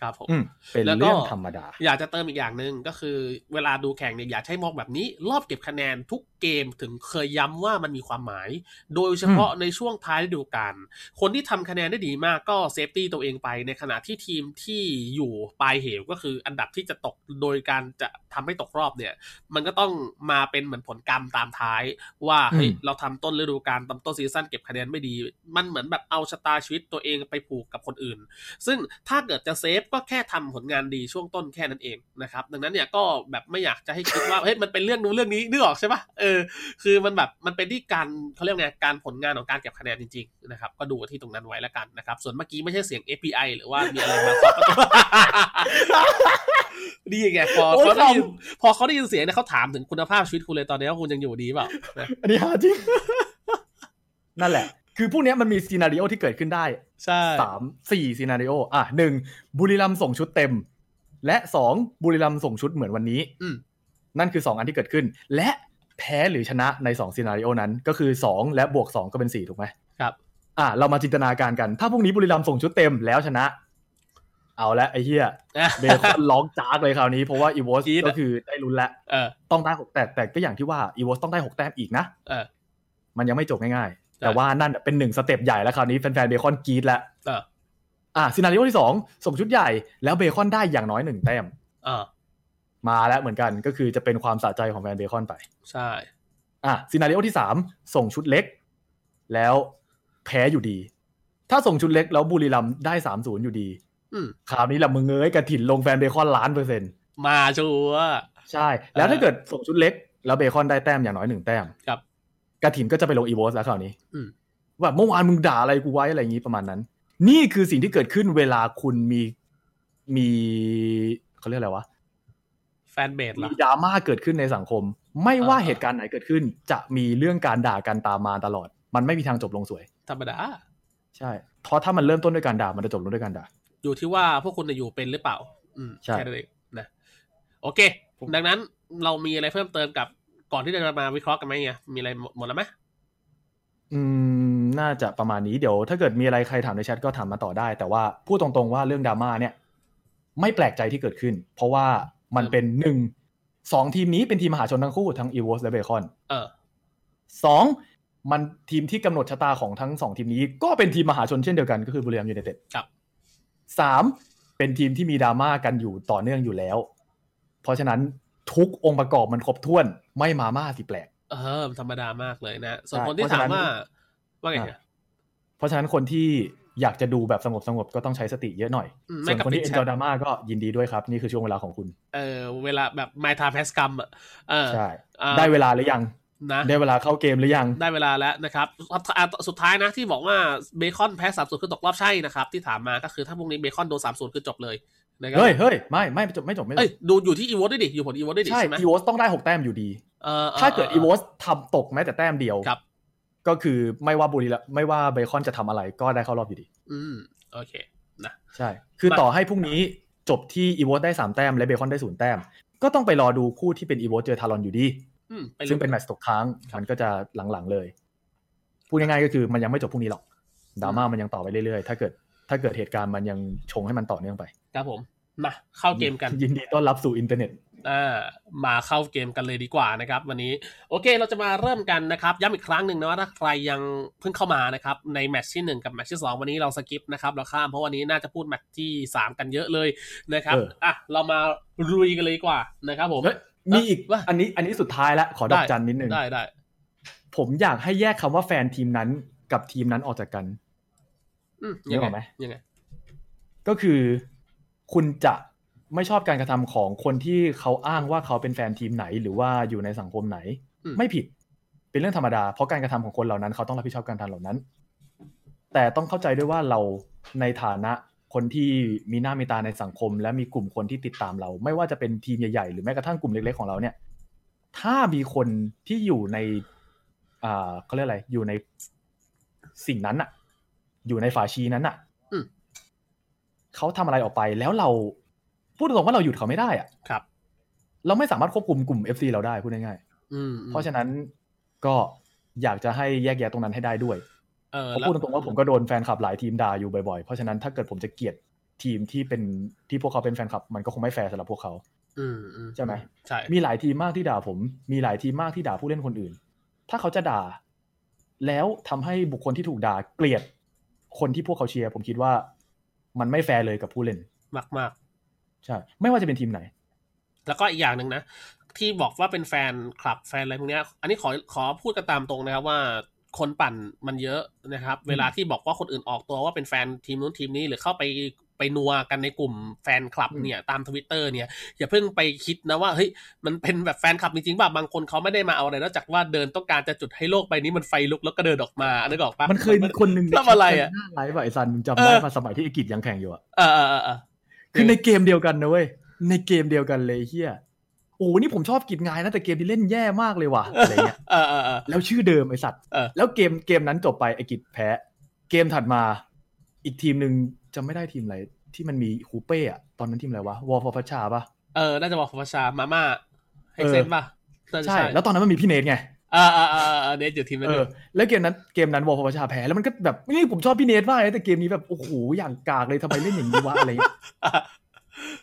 Speaker 5: ครับผม
Speaker 6: อืมเป็น
Speaker 5: แล้วก็
Speaker 6: เรื่องธรรมดา
Speaker 5: อยากจะเติมอีกอย่างหนึ่งก็คือ เวลาดูแข่งเนี่ยอย่าใช้มองแบบนี้ รอบเก็บคะแนนทุกเกมถึงเคยย้ำว่ามันมีความหมาย โดยเฉพาะในช่วงท้ายฤดูกาลคนที่ทำคะแนนได้ดีมากก็เซฟตี้ตัวเองไปในขณะที่ทีมที่อยู่ปลายเหวก็คืออันดับที่จะตกโดยการจะทำให้ตกรอบเนี่ย มันก็ต้องมาเป็นเหมือนผลกรรมตามท้าย ว่าเฮ้ย
Speaker 6: อืม
Speaker 5: เราทำต้นฤดูกาลตอนต้นซีซั่นเก็บคะแนนไม่ดี มันเหมือนแบบเอาชะตาชีวิตตัวเองไปผูกกับคนอื่น ซึ่งถ้าเกิดจะเซฟก็แค่ทำผลงานดีช่วงต้นแค่นั้นเองนะครับ ดังนั้นเนี่ยก็แบบไม่อยากจะให้คิดว่า เฮ้ยมันเป็นเรื่องนู้นเรื่องนี้นึกออกใช่ปะเออคือมันแบบมันเป็นที่การเขาเรียกไงการผลงานของการเก็บคะแนนจริงๆนะครับก็ดูที่ตรงนั้นไว้แล้วกันนะครับ ส่วนเมื่อกี้ไม่ใช่เสียง API หรือว่ามีอะไรมา [LAUGHS] ครอบประตู ดีไงพอ
Speaker 6: โอ้ย
Speaker 5: เขาได้ยิน
Speaker 6: ข
Speaker 5: พอเขาได้ยินเสียงเนี่ยเขาถามถึงคุณภาพชีวิตคุณเลยตอนนี้ว่าคุณยังอยู่ดีเปล่านะ
Speaker 6: อันนี้หาจริง [LAUGHS] นั่นแหละ คือพวกเนี้ยมันมีซีนารีโอที่เกิดขึ้นได้
Speaker 5: ใช่
Speaker 6: สามสี่ซีนารีโออ่ะหนึ่งบุรีรัมย์ส่งชุดเต็ม และสองบุรีรัมย์ส่งชุดเหมือนวันนี้
Speaker 5: อืม
Speaker 6: นั่นคือสองอันที่เกิดขึ้น และแพ้หรือชนะในสองซีนารีโอนั้นก็คือสองและบวกสองก็เป็นสี่ถูกไหม
Speaker 5: ครับ
Speaker 6: อ่ะเรามาจินตนาการกัน ถ้าพรุ่งนี้บุรีรัมย์ส่งชุดเต็มแล้วชนะ เอาละไอ้เหี้ยเบคอนร้องจากเลยคราวนี้เพราะว่าอีวอส
Speaker 5: จี๊ดอะ
Speaker 6: ก็คือได้ลุ้นแล้ว
Speaker 5: เออ
Speaker 6: ต้องได้หกแต้มแต่ก็อย่างที่ว่าอีวอสต้องได้หกแต้มอีกนะ
Speaker 5: เออ
Speaker 6: มันยังไม่จบง่ายๆ
Speaker 5: ใช่
Speaker 6: แต่ว่านั่นเป็นหนึ่งสเต็ปใหญ่แล้วคราวนี้แฟนๆเบคอนกรีดแล้ว
Speaker 5: เออ
Speaker 6: อ่ะซีนารีโอที่สองส่งชุดใหญ่แล้วเบคอนได้อย่างน้อยหนึ่งแต้ม
Speaker 5: เออ
Speaker 6: มาแล้วเหมือนกันก็คือจะเป็นความสะใจของแฟนเบคอนไป
Speaker 5: ใช่
Speaker 6: อ่ะซีนารีโอที่สามส่งชุดเล็ก แล้วแพ้อยู่ดี ถ้าส่งชุดเล็กแล้วบุรีรัมย์ได้สามศูนย์อยู่ดี
Speaker 5: อืม
Speaker 6: คราวนี้ละมึงเงยกระถิ่นลงแฟนเบคอนล้านเปอร์เซ็นต์
Speaker 5: มาชัวร์
Speaker 6: ใช่ แล้ว
Speaker 5: เออ
Speaker 6: ถ้าเกิดส่งชุดเล็ก แล้วเบคอนได้แต้มอย่างน้อยหนึ่งแต้ม
Speaker 5: ครับ
Speaker 6: กระถิ่นก็จะไปลงอีโวสแล้วคราวนี้
Speaker 5: อืม
Speaker 6: ว่าเมื่อวานมึงด่าอะไรกูไว้อะไรอย่างนี้ประมาณนั้น นี่คือสิ่งที่เกิดขึ้นเวลาคุณมีมีเขาเรียกอะไรวะ
Speaker 5: แฟนเบสเหรอ
Speaker 6: มีดราม่าเกิดขึ้นในสังคม ไม่ว่า
Speaker 5: อ่า
Speaker 6: เหตุการณ์ไหนเกิดขึ้น จะมีเรื่องการด่ากันตามมาตลอด มันไม่มีทางจบลงสวย
Speaker 5: ธรรมดา
Speaker 6: ใช่เพราะถ้ามันเริ่มต้นด้วยการด่ามันจะจบลงด้วยการด่า
Speaker 5: อยู่ที่ว่าพวกคุณจะอยู่เป็นหรือเปล่า อืม
Speaker 6: ใช่
Speaker 5: แค่นั้นเองนะ โอเค ดังนั้นเรามีอะไรเพิ่มเติมกับก่อนที่จะมาวิเคราะห์กันไหมเนี่ยมีอะไรหมดแล้วไหม
Speaker 6: อืมน่าจะประมาณนี้เดี๋ยว ถ้าเกิดมีอะไรใครถามในแชทก็ถามมาต่อได้ แต่ว่าพูดตรงๆว่าเรื่องดราม่าเนี่ย ไม่แปลกใจที่เกิดขึ้น เพราะว่ามันเป็นหนึ่งสองทีมนี้เป็นทีมมหาชนทั้งคู่ทั้งอีวอสและเบคอน
Speaker 5: เออ
Speaker 6: สองมันทีมที่กำหนดชะตาของทั้งสองทีมนี้ ก็เป็นทีมมหาชนเช่นเดียวกันก็คือบุรีรัมย์ยูไนเต็ด
Speaker 5: ครับ
Speaker 6: สามเป็นทีมที่มีดราม่ากันอยู่ต่อเนื่องอยู่แล้ว เพราะฉะนั้นทุกองค์ประกอบมันครบถ้วนไม่มาม่าสิแปลก
Speaker 5: เออธรรมดามากเลยนะ ส่วน
Speaker 6: ใช่
Speaker 5: คนที่
Speaker 6: เพราะ
Speaker 5: ถา
Speaker 6: ฉะนั้
Speaker 5: ม
Speaker 6: น
Speaker 5: ว่า ว่าไง
Speaker 6: อ่ะ
Speaker 5: ฮะ
Speaker 6: เพราะฉะนั้นคนที่อยากจะดูแบบสงบสงบๆก็ต้องใช้สติเยอะหน่อย
Speaker 5: อืมไม่
Speaker 6: ส่วน
Speaker 5: กับ
Speaker 6: คนที่
Speaker 5: ปิ
Speaker 6: เอ็
Speaker 5: ดฉาก
Speaker 6: นจอยดราม่าก็ยินดีด้วยครับ นี่คือช่วงเวลาของคุณ
Speaker 5: เออเวลาแบบ my time has come อ่ะเออ
Speaker 6: ใช่
Speaker 5: อ่า
Speaker 6: ได้เวลาหรือยัง
Speaker 5: นะ
Speaker 6: ได้เวลาเข้าเกมหรือยัง
Speaker 5: ได้เวลาแล้วนะครับอ่ะอ่ะสุดท้ายนะที่บอกว่าเบคอนแพ้สามศูนย์คือตกรอบใช่นะครับที่ถามมาก็คือถ้าพรุ่งนี้เบคอนโดนสามศูนย์คือจบเลยนะครับ
Speaker 6: เฮ้ยเฮ้ยไม่ไม่จบไม่จบไม่จ
Speaker 5: เอ้ย
Speaker 6: บ
Speaker 5: ดูอยู่ที่อีวอตด้วยดิอยู่ผลอีวอตด้วยดิ
Speaker 6: ใช่
Speaker 5: ใช่ไหม
Speaker 6: อีวอสต้องได้หกแต้มอยู่ดี
Speaker 5: เออ
Speaker 6: ถ้าเกิดอีว
Speaker 5: อ
Speaker 6: อสทำตกแม้แต่แต้มเดียว
Speaker 5: ครับ
Speaker 6: ก็คือไม่ว่าบุรีรัมย์ไม่ว่าเบคอนจะทำอะไรก็ได้เข้ารอบอยู่ดี
Speaker 5: อืมโอเค
Speaker 6: ใช่ คือ
Speaker 5: มา
Speaker 6: ต่อให้พรุ่งนี้จบที่อีวอสได้สามแต้มและเบคอนได้ศูนย์แต้ม ก็ต้องไปรอดูคู่ที่เป็นอีวอสเจอทารอนอยู่ดี
Speaker 5: อืมไป
Speaker 6: ซึ่ง
Speaker 5: ลุ้
Speaker 6: เป็น
Speaker 5: น
Speaker 6: แมตช์ตกค้างมันก็จะหลังๆเลย พูดง่ายๆก็คือมันยังไม่จบพรุ่งนี้หรอกดราม่ามันยังต่อไปเรื่อยๆ ถ้าเกิดถ้าเกิดเหตุการณ์มันยังชงให้มันต่อเนื่องไป
Speaker 5: ครับผมมาเข้าเกมกัน
Speaker 6: ยินดีต้อนรับสู่อินเทอร์เน็ต
Speaker 5: อ่ามาเข้าเกมกันเลยดีกว่านะครับ วันนี้โอเคเราจะมาเริ่มกันนะครับย้ำอีกครั้งหนึ่งนะว่าถ้าใครยังเพิ่งเข้ามานะครับในแมตช์ทีหนึ่1 กับแมตช์ที่ 2 วันนี้เราสกิปนะครับเราข้ามเพราะวันนี้น่าจะพูดแมตช์ที่ 3 กันเยอะเลยนะครับ
Speaker 6: เอออ่
Speaker 5: อ่ะเรามาลุยกันเลยดีกว่านะครับผม
Speaker 6: เฮ้ยมีอีก
Speaker 5: ว่า
Speaker 6: อันนี้อันนี้สุดท้ายละขอดอกจันนิดนึง
Speaker 5: ได้ได้
Speaker 6: ผมอยากให้แยกคำว่าแฟนทีมนั้นกับทีมนั้นออกจากกัน
Speaker 5: อืม
Speaker 6: นึกออกไหม
Speaker 5: ยังไง
Speaker 6: ก็คือคุณจะไม่ชอบการกระทำของคนที่เขาอ้างว่าเขาเป็นแฟนทีมไหน หรือว่าอยู่ในสังคมไหน ไม่ผิดเป็นเรื่องธรรมดา เพราะการกระทำของคนเหล่านั้นเขาต้องรับผิดชอบการทำเหล่านั้น แต่ต้องเข้าใจด้วยว่าเราในฐานะคนที่มีหน้ามีตาในสังคม และมีกลุ่มคนที่ติดตามเรา ไม่ว่าจะเป็นทีมใหญ่ๆ หรือแม้กระทั่งกลุ่มเล็กๆของเราเนี่ย ถ้ามีคนที่อยู่ในอ่าเขาเรียกอะไรอยู่ในสิ่งนั้นอะอยู่ในฝาชีนั้นอะเขาทำอะไรออกไปแล้วเราพูดตรงๆว่าเราหยุดเขาไม่ได้อะ
Speaker 5: ครับ
Speaker 6: เราไม่สามารถควบคุมกลุ่ม FC เราได้พูดง่ายๆ
Speaker 5: อืมอืม
Speaker 6: เพราะฉะนั้นก็อยากจะให้แยกแยะตรงนั้นให้ได้ด้วย
Speaker 5: เออ
Speaker 6: เพราะ
Speaker 5: แล้ว
Speaker 6: พูดตรงๆว่าผมก็โดนแฟนคลับหลายทีมด่าอยู่บ่อยๆ เพราะฉะนั้นถ้าเกิดผมจะเกลียดทีมที่เป็นที่พวกเขาเป็นแฟนคลับ มันก็คงไม่แฟร์สำหรับพวกเขา
Speaker 5: อืมอื
Speaker 6: ใช่ไหม
Speaker 5: ใช่
Speaker 6: มีหลายทีมมากที่ด่าผม มีหลายทีมมากที่ด่าผู้เล่นคนอื่น ถ้าเขาจะด่า แล้วทำให้บุคคลที่ถูกด่าเกลียด คนที่พวกเขาเชียร์ผมคิดว่า มันไม่แฟร์เลยกับผู้เล่น
Speaker 5: มากมาก
Speaker 6: ใช่ไม่ว่าจะเป็นทีมไหน
Speaker 5: แล้วก็อีกอย่างหนึ่งนะ ที่บอกว่าเป็นแฟนคลับแฟนอะไรพวกเนี้ย อันนี้ขอขอพูดกันตามตรงนะครับว่าคนปั่นมันเยอะนะครับ เวลาที่บอกว่าคนอื่นออกตัวว่าเป็นแฟนทีมนู้นทีมนี้หรือเข้าไปไปนัวกันในกลุ่มแฟนคลับ
Speaker 6: อืม
Speaker 5: เนี่ยตามทวิตเตอร์เนี่ย อย่าเพิ่งไปคิดนะว่าเฮ้ยมันเป็นแบบแฟนคลับจริงๆป่ะบางคนเขาไม่ได้มาเอาอะไรนอกจากว่าเดินต้องการจะจุดให้โลกใบนี้มันไฟลุกแล้วก็เดินออกมานึกออกปะ
Speaker 6: มันเคยมีคนหนึ่ง
Speaker 5: ทำอะไรอะ
Speaker 6: หน้าไลฟ์อะไอซันมึงจำได้
Speaker 5: เออ
Speaker 6: ปะสมัยที่อังกฤษยังแข่งอยู่อะ
Speaker 5: เออเออเออเออ
Speaker 6: คือในเกมเดียวกันนะเว้ย ในเกมเดียวกันเลยเฮียโอ้นี่ผมชอบกิจงายนะ แต่เกมที่เล่นแย่มากเลย
Speaker 5: [LAUGHS]
Speaker 6: ว่ะ อะไรเงี้ย
Speaker 5: เออเออเออ
Speaker 6: แล้วชื่อเดิมไอสัตว์
Speaker 5: เออ
Speaker 6: แล้วเกมเกมนั้นจบไปไอกิจแพ้ เกมถัดมา อีกทีมหนึ่งจำไม่ได้ทีมอะไร ที่มันมีฮูเป้อะตอนนั้นทีมอะไรวะ วอลฟอร์พัชชาปะ
Speaker 5: เออน่าจะบอกประชามาม่าให้เซนป่ะน่าจะ
Speaker 6: ใช่ แล้วตอนนั้นมันมีพี่เนทไง
Speaker 5: เออเออเออเออเนี่ยอยู่ทีมนั้น
Speaker 6: เอ
Speaker 5: ด้วย
Speaker 6: อ แล้วเกมนั้นเกมนั้นวอลฟอร์พัชชาแพ้ แล้วมันก็แบบนี่ผมชอบพี่เนทมากเลยแต่เกมนี้แบบโอ้โหอย่างกากเลยทำไมเล่นอย่างนี้วะอะไรเงี้ย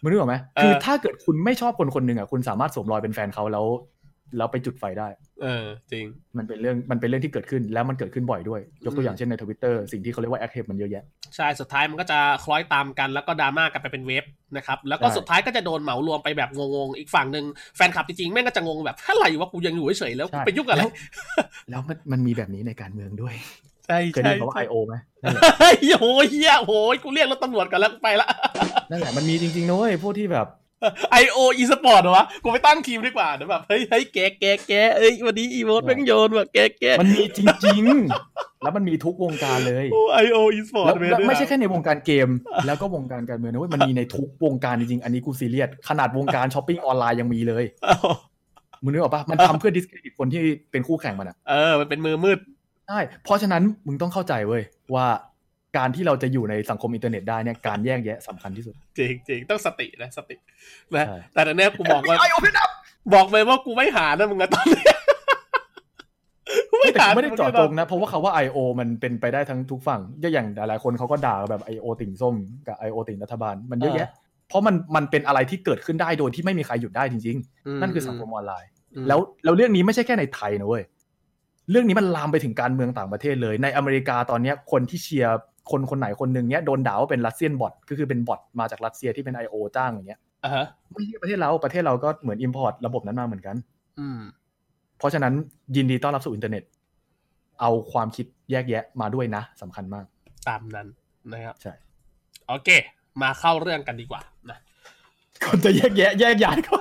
Speaker 6: มึงนึกออกไหม
Speaker 5: เออ
Speaker 6: คือถ้าเกิดคุณไม่ชอบคนคนหนึ่งอ่ะ คุณสามารถสวมรอยเป็นแฟนเขาแล้ว แล้วไปจุดไฟได้
Speaker 5: เออจริง
Speaker 6: มันเป็นเรื่อง มันเป็นเรื่องที่เกิดขึ้น แล้วมันเกิดขึ้นบ่อยด้วย ยกตัวอย่างเช่นในทวิตเตอร์สิ่งที่เขาเรียกว่าแอคเทปมันเยอะแยะ
Speaker 5: ใช่ สุดท้ายมันก็จะคล้อยตามกันแล้วก็ดราม่ากันไปเป็นเวฟนะครับ แล้วก็
Speaker 6: ใช่
Speaker 5: สุดท้ายก็จะโดนเหมารวมไปแบบงงๆ อีกฝั่งหนึ่งแฟนคลับจริงๆ แม่งก็จะงงแบบอะไรวะกูยังอยู่เฉยๆแล้วกู
Speaker 6: ใช่
Speaker 5: ไปยุ่งอะไร
Speaker 6: แล้วแล้วมันมันมีแบบนี้ในการเมืองด้วย
Speaker 5: ใช่
Speaker 6: เคยได้ยินคำว่า IO ไหมนั่นแหละ
Speaker 5: เฮ้ย [LAUGHS] โอ้ยเฮียโอ้ยกูเรียกรถตำรวจกันแล้วกูไปละ
Speaker 6: นั่นแหละ มันมีจริงๆนะเว้ยพวกที่แบบ
Speaker 5: ไอโออีสปอร์ตเหรอวะ กูไปตั้งทีมดีกว่าเดี๋ยวแบบเฮ้ยเฮ้ยแกแกแกเอ้ยวันนี้อีโวตแม่งโยนว่ะแกแก
Speaker 6: มันมีจริง ๆ แล้วมันมีทุกวงการเลย
Speaker 5: โอ้ไอโออีสปอร์ต
Speaker 6: แล้ว
Speaker 5: เว้ย
Speaker 6: แล้ว
Speaker 5: ด้วยนะ
Speaker 6: ไม่ใช่แค่ในวงการเกม แล้วก็วงการการเมืองนะเว้ยมันมีในทุกวงการจริงๆอันนี้กูซีเรียสขนาดวงการช้อปปิ้งออนไลน์ยังมีเลย
Speaker 5: เอา
Speaker 6: มึงนึกออกปะมันทำเพื่อดิสเครดิตคนที่เป็นคู่แข่งมันอ่ะ
Speaker 5: เออมันเป็นมือมืด
Speaker 6: ใช่เพราะฉะนั้นมึงต้องเข้าใจเว้ยว่าการที่เราจะอยู่ในสังคมอินเทอร์เน็ตได้เนี่ยการแยกแยะสำคัญที่สุด
Speaker 5: จริงจริงต้องสตินะสตินะ
Speaker 6: ใช่
Speaker 5: แต่ตอนเนี้ยกูบอกว่าบอกเลยว่ากูไม่หานะมึงนะตอนเนี้ยกูไม่
Speaker 6: แต่
Speaker 5: หา
Speaker 6: กู [LAUGHS] ไม่ได้เจอดตรงนะ เพราะว่าคาว่า I.O. มันเป็นไปได้ทั้งทุกฝั่งก็อย่างหลายๆคนเขาก็ด่าแบบ I.O. ติ่งส้มกับ I.O. ติ่งรัฐบาลมันเยอะแยะ เพราะมันมันเป็นอะไรที่เกิดขึ้นได้โดยที่ไม่มีใครหยุดได้จริง
Speaker 5: ม
Speaker 6: ๆ นั่นคือสังคมออนไลน์
Speaker 5: อืม
Speaker 6: แล้วแล้วเรื่องนี้ไม่ใช่แค่ในไทยนะเว้ย เรื่องนี้มันลามไปถึงการเมืองต่างประเทศเลย ในอเมริกาตอนเนี้ยคนที่เชียร์คนคนไหนคนหนึ่งเนี้ยโดนด่าว่าเป็นรัสเซียนบอทก็คือเป็นบอทมาจากรัสเซียที่เป็น I.O. จ้างอย่างเงี้ย
Speaker 5: อ่าฮะ
Speaker 6: ไม่ใช่ประเทศเราประเทศเราก็เหมือน import ระบบนั้นมาเหมือนกัน
Speaker 5: อืม
Speaker 6: เพราะฉะนั้นยินดีต้อนรับสู่อินเทอร์เน็ต เอาความคิดแยกแยะมาด้วยนะสำคัญมาก
Speaker 5: ตามนั้นนะครับ
Speaker 6: ใช่
Speaker 5: โอเค มาเข้าเรื่องกันดีกว่า
Speaker 6: [LAUGHS]
Speaker 5: นะ
Speaker 6: ก่อนจะแยกแยะแยกย้ายก็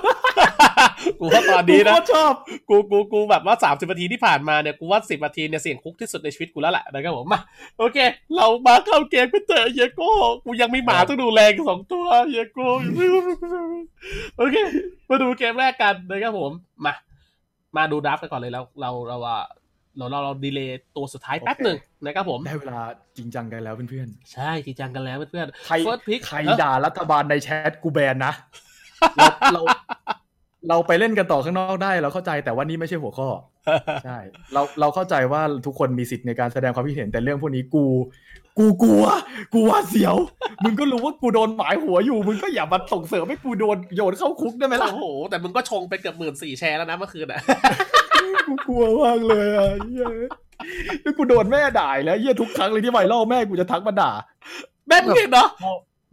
Speaker 5: กูว่าตอนนี้นะ
Speaker 6: กูโคตรชอบ
Speaker 5: กูกูกูแบบว่า 30นาทีที่ผ่านมาเนี่ย กูว่า10นาทีเนี่ยเสี่ยงคุกที่สุดในชีวิตกูแล้วแหละนะครับผมมาโอเค เรามาเข้าเกมกันเถอะเฮียโก้กูยังมีหมาต้องดูแลอีกสองตัวเฮียโก้ [LAUGHS] โอเค มาดูเกมแรกกันนะครับผม มา มาดูดราฟต์กันก่อนเลยแล้ว เราเราว่าเราเราเราดีเลย์ตัวสุดท้ายแป๊บหนึ่งนะครับผม
Speaker 6: ได้เวลาจริงจังกันแล้วเพื่อน
Speaker 5: ใช่จริงจังกันแล้วเพื่อน
Speaker 6: ๆ ใคร
Speaker 5: ๆ first pick
Speaker 6: ใคร
Speaker 5: เอ้า
Speaker 6: ด่ารัฐบาลในแชทกูแบน
Speaker 5: [LAUGHS]
Speaker 6: นะ เราเราเราไปเล่นกันต่อข้างนอกได้เราเข้าใจแต่ว่านี่ไม่ใช่หัว
Speaker 5: [LAUGHS]
Speaker 6: ข้อ ใช่ เราเราเข้าใจว่าทุกคนมีสิทธิ์ในการแสดงความคิดเห็นแต่เรื่องพวกนี้กู กูกลัวกูหว่าดเสียว มึงก็รู้ว่ากูโดนหมายหัวอยู่ มึงก็อย่ามาส่งเสริมให้กูโดนโยนเข้าคุกได้ไหม
Speaker 5: [LAUGHS]
Speaker 6: ล่ะ
Speaker 5: โอ้โห แต่มึงก็ชงไปเกือบหมื่นสี่แชร์แล้วนะเมื่อคืน
Speaker 6: [LAUGHS]
Speaker 5: อ่ะ
Speaker 6: กูกลัวมากเลยอ่ะเหี้ยแล้วกูโดนแม่ด่าอีกแล้วเยี่ยทุกครั้งเลยที่ไวรัลแม่กูจะทักมาด่า
Speaker 5: แม่งเห็นเนาะ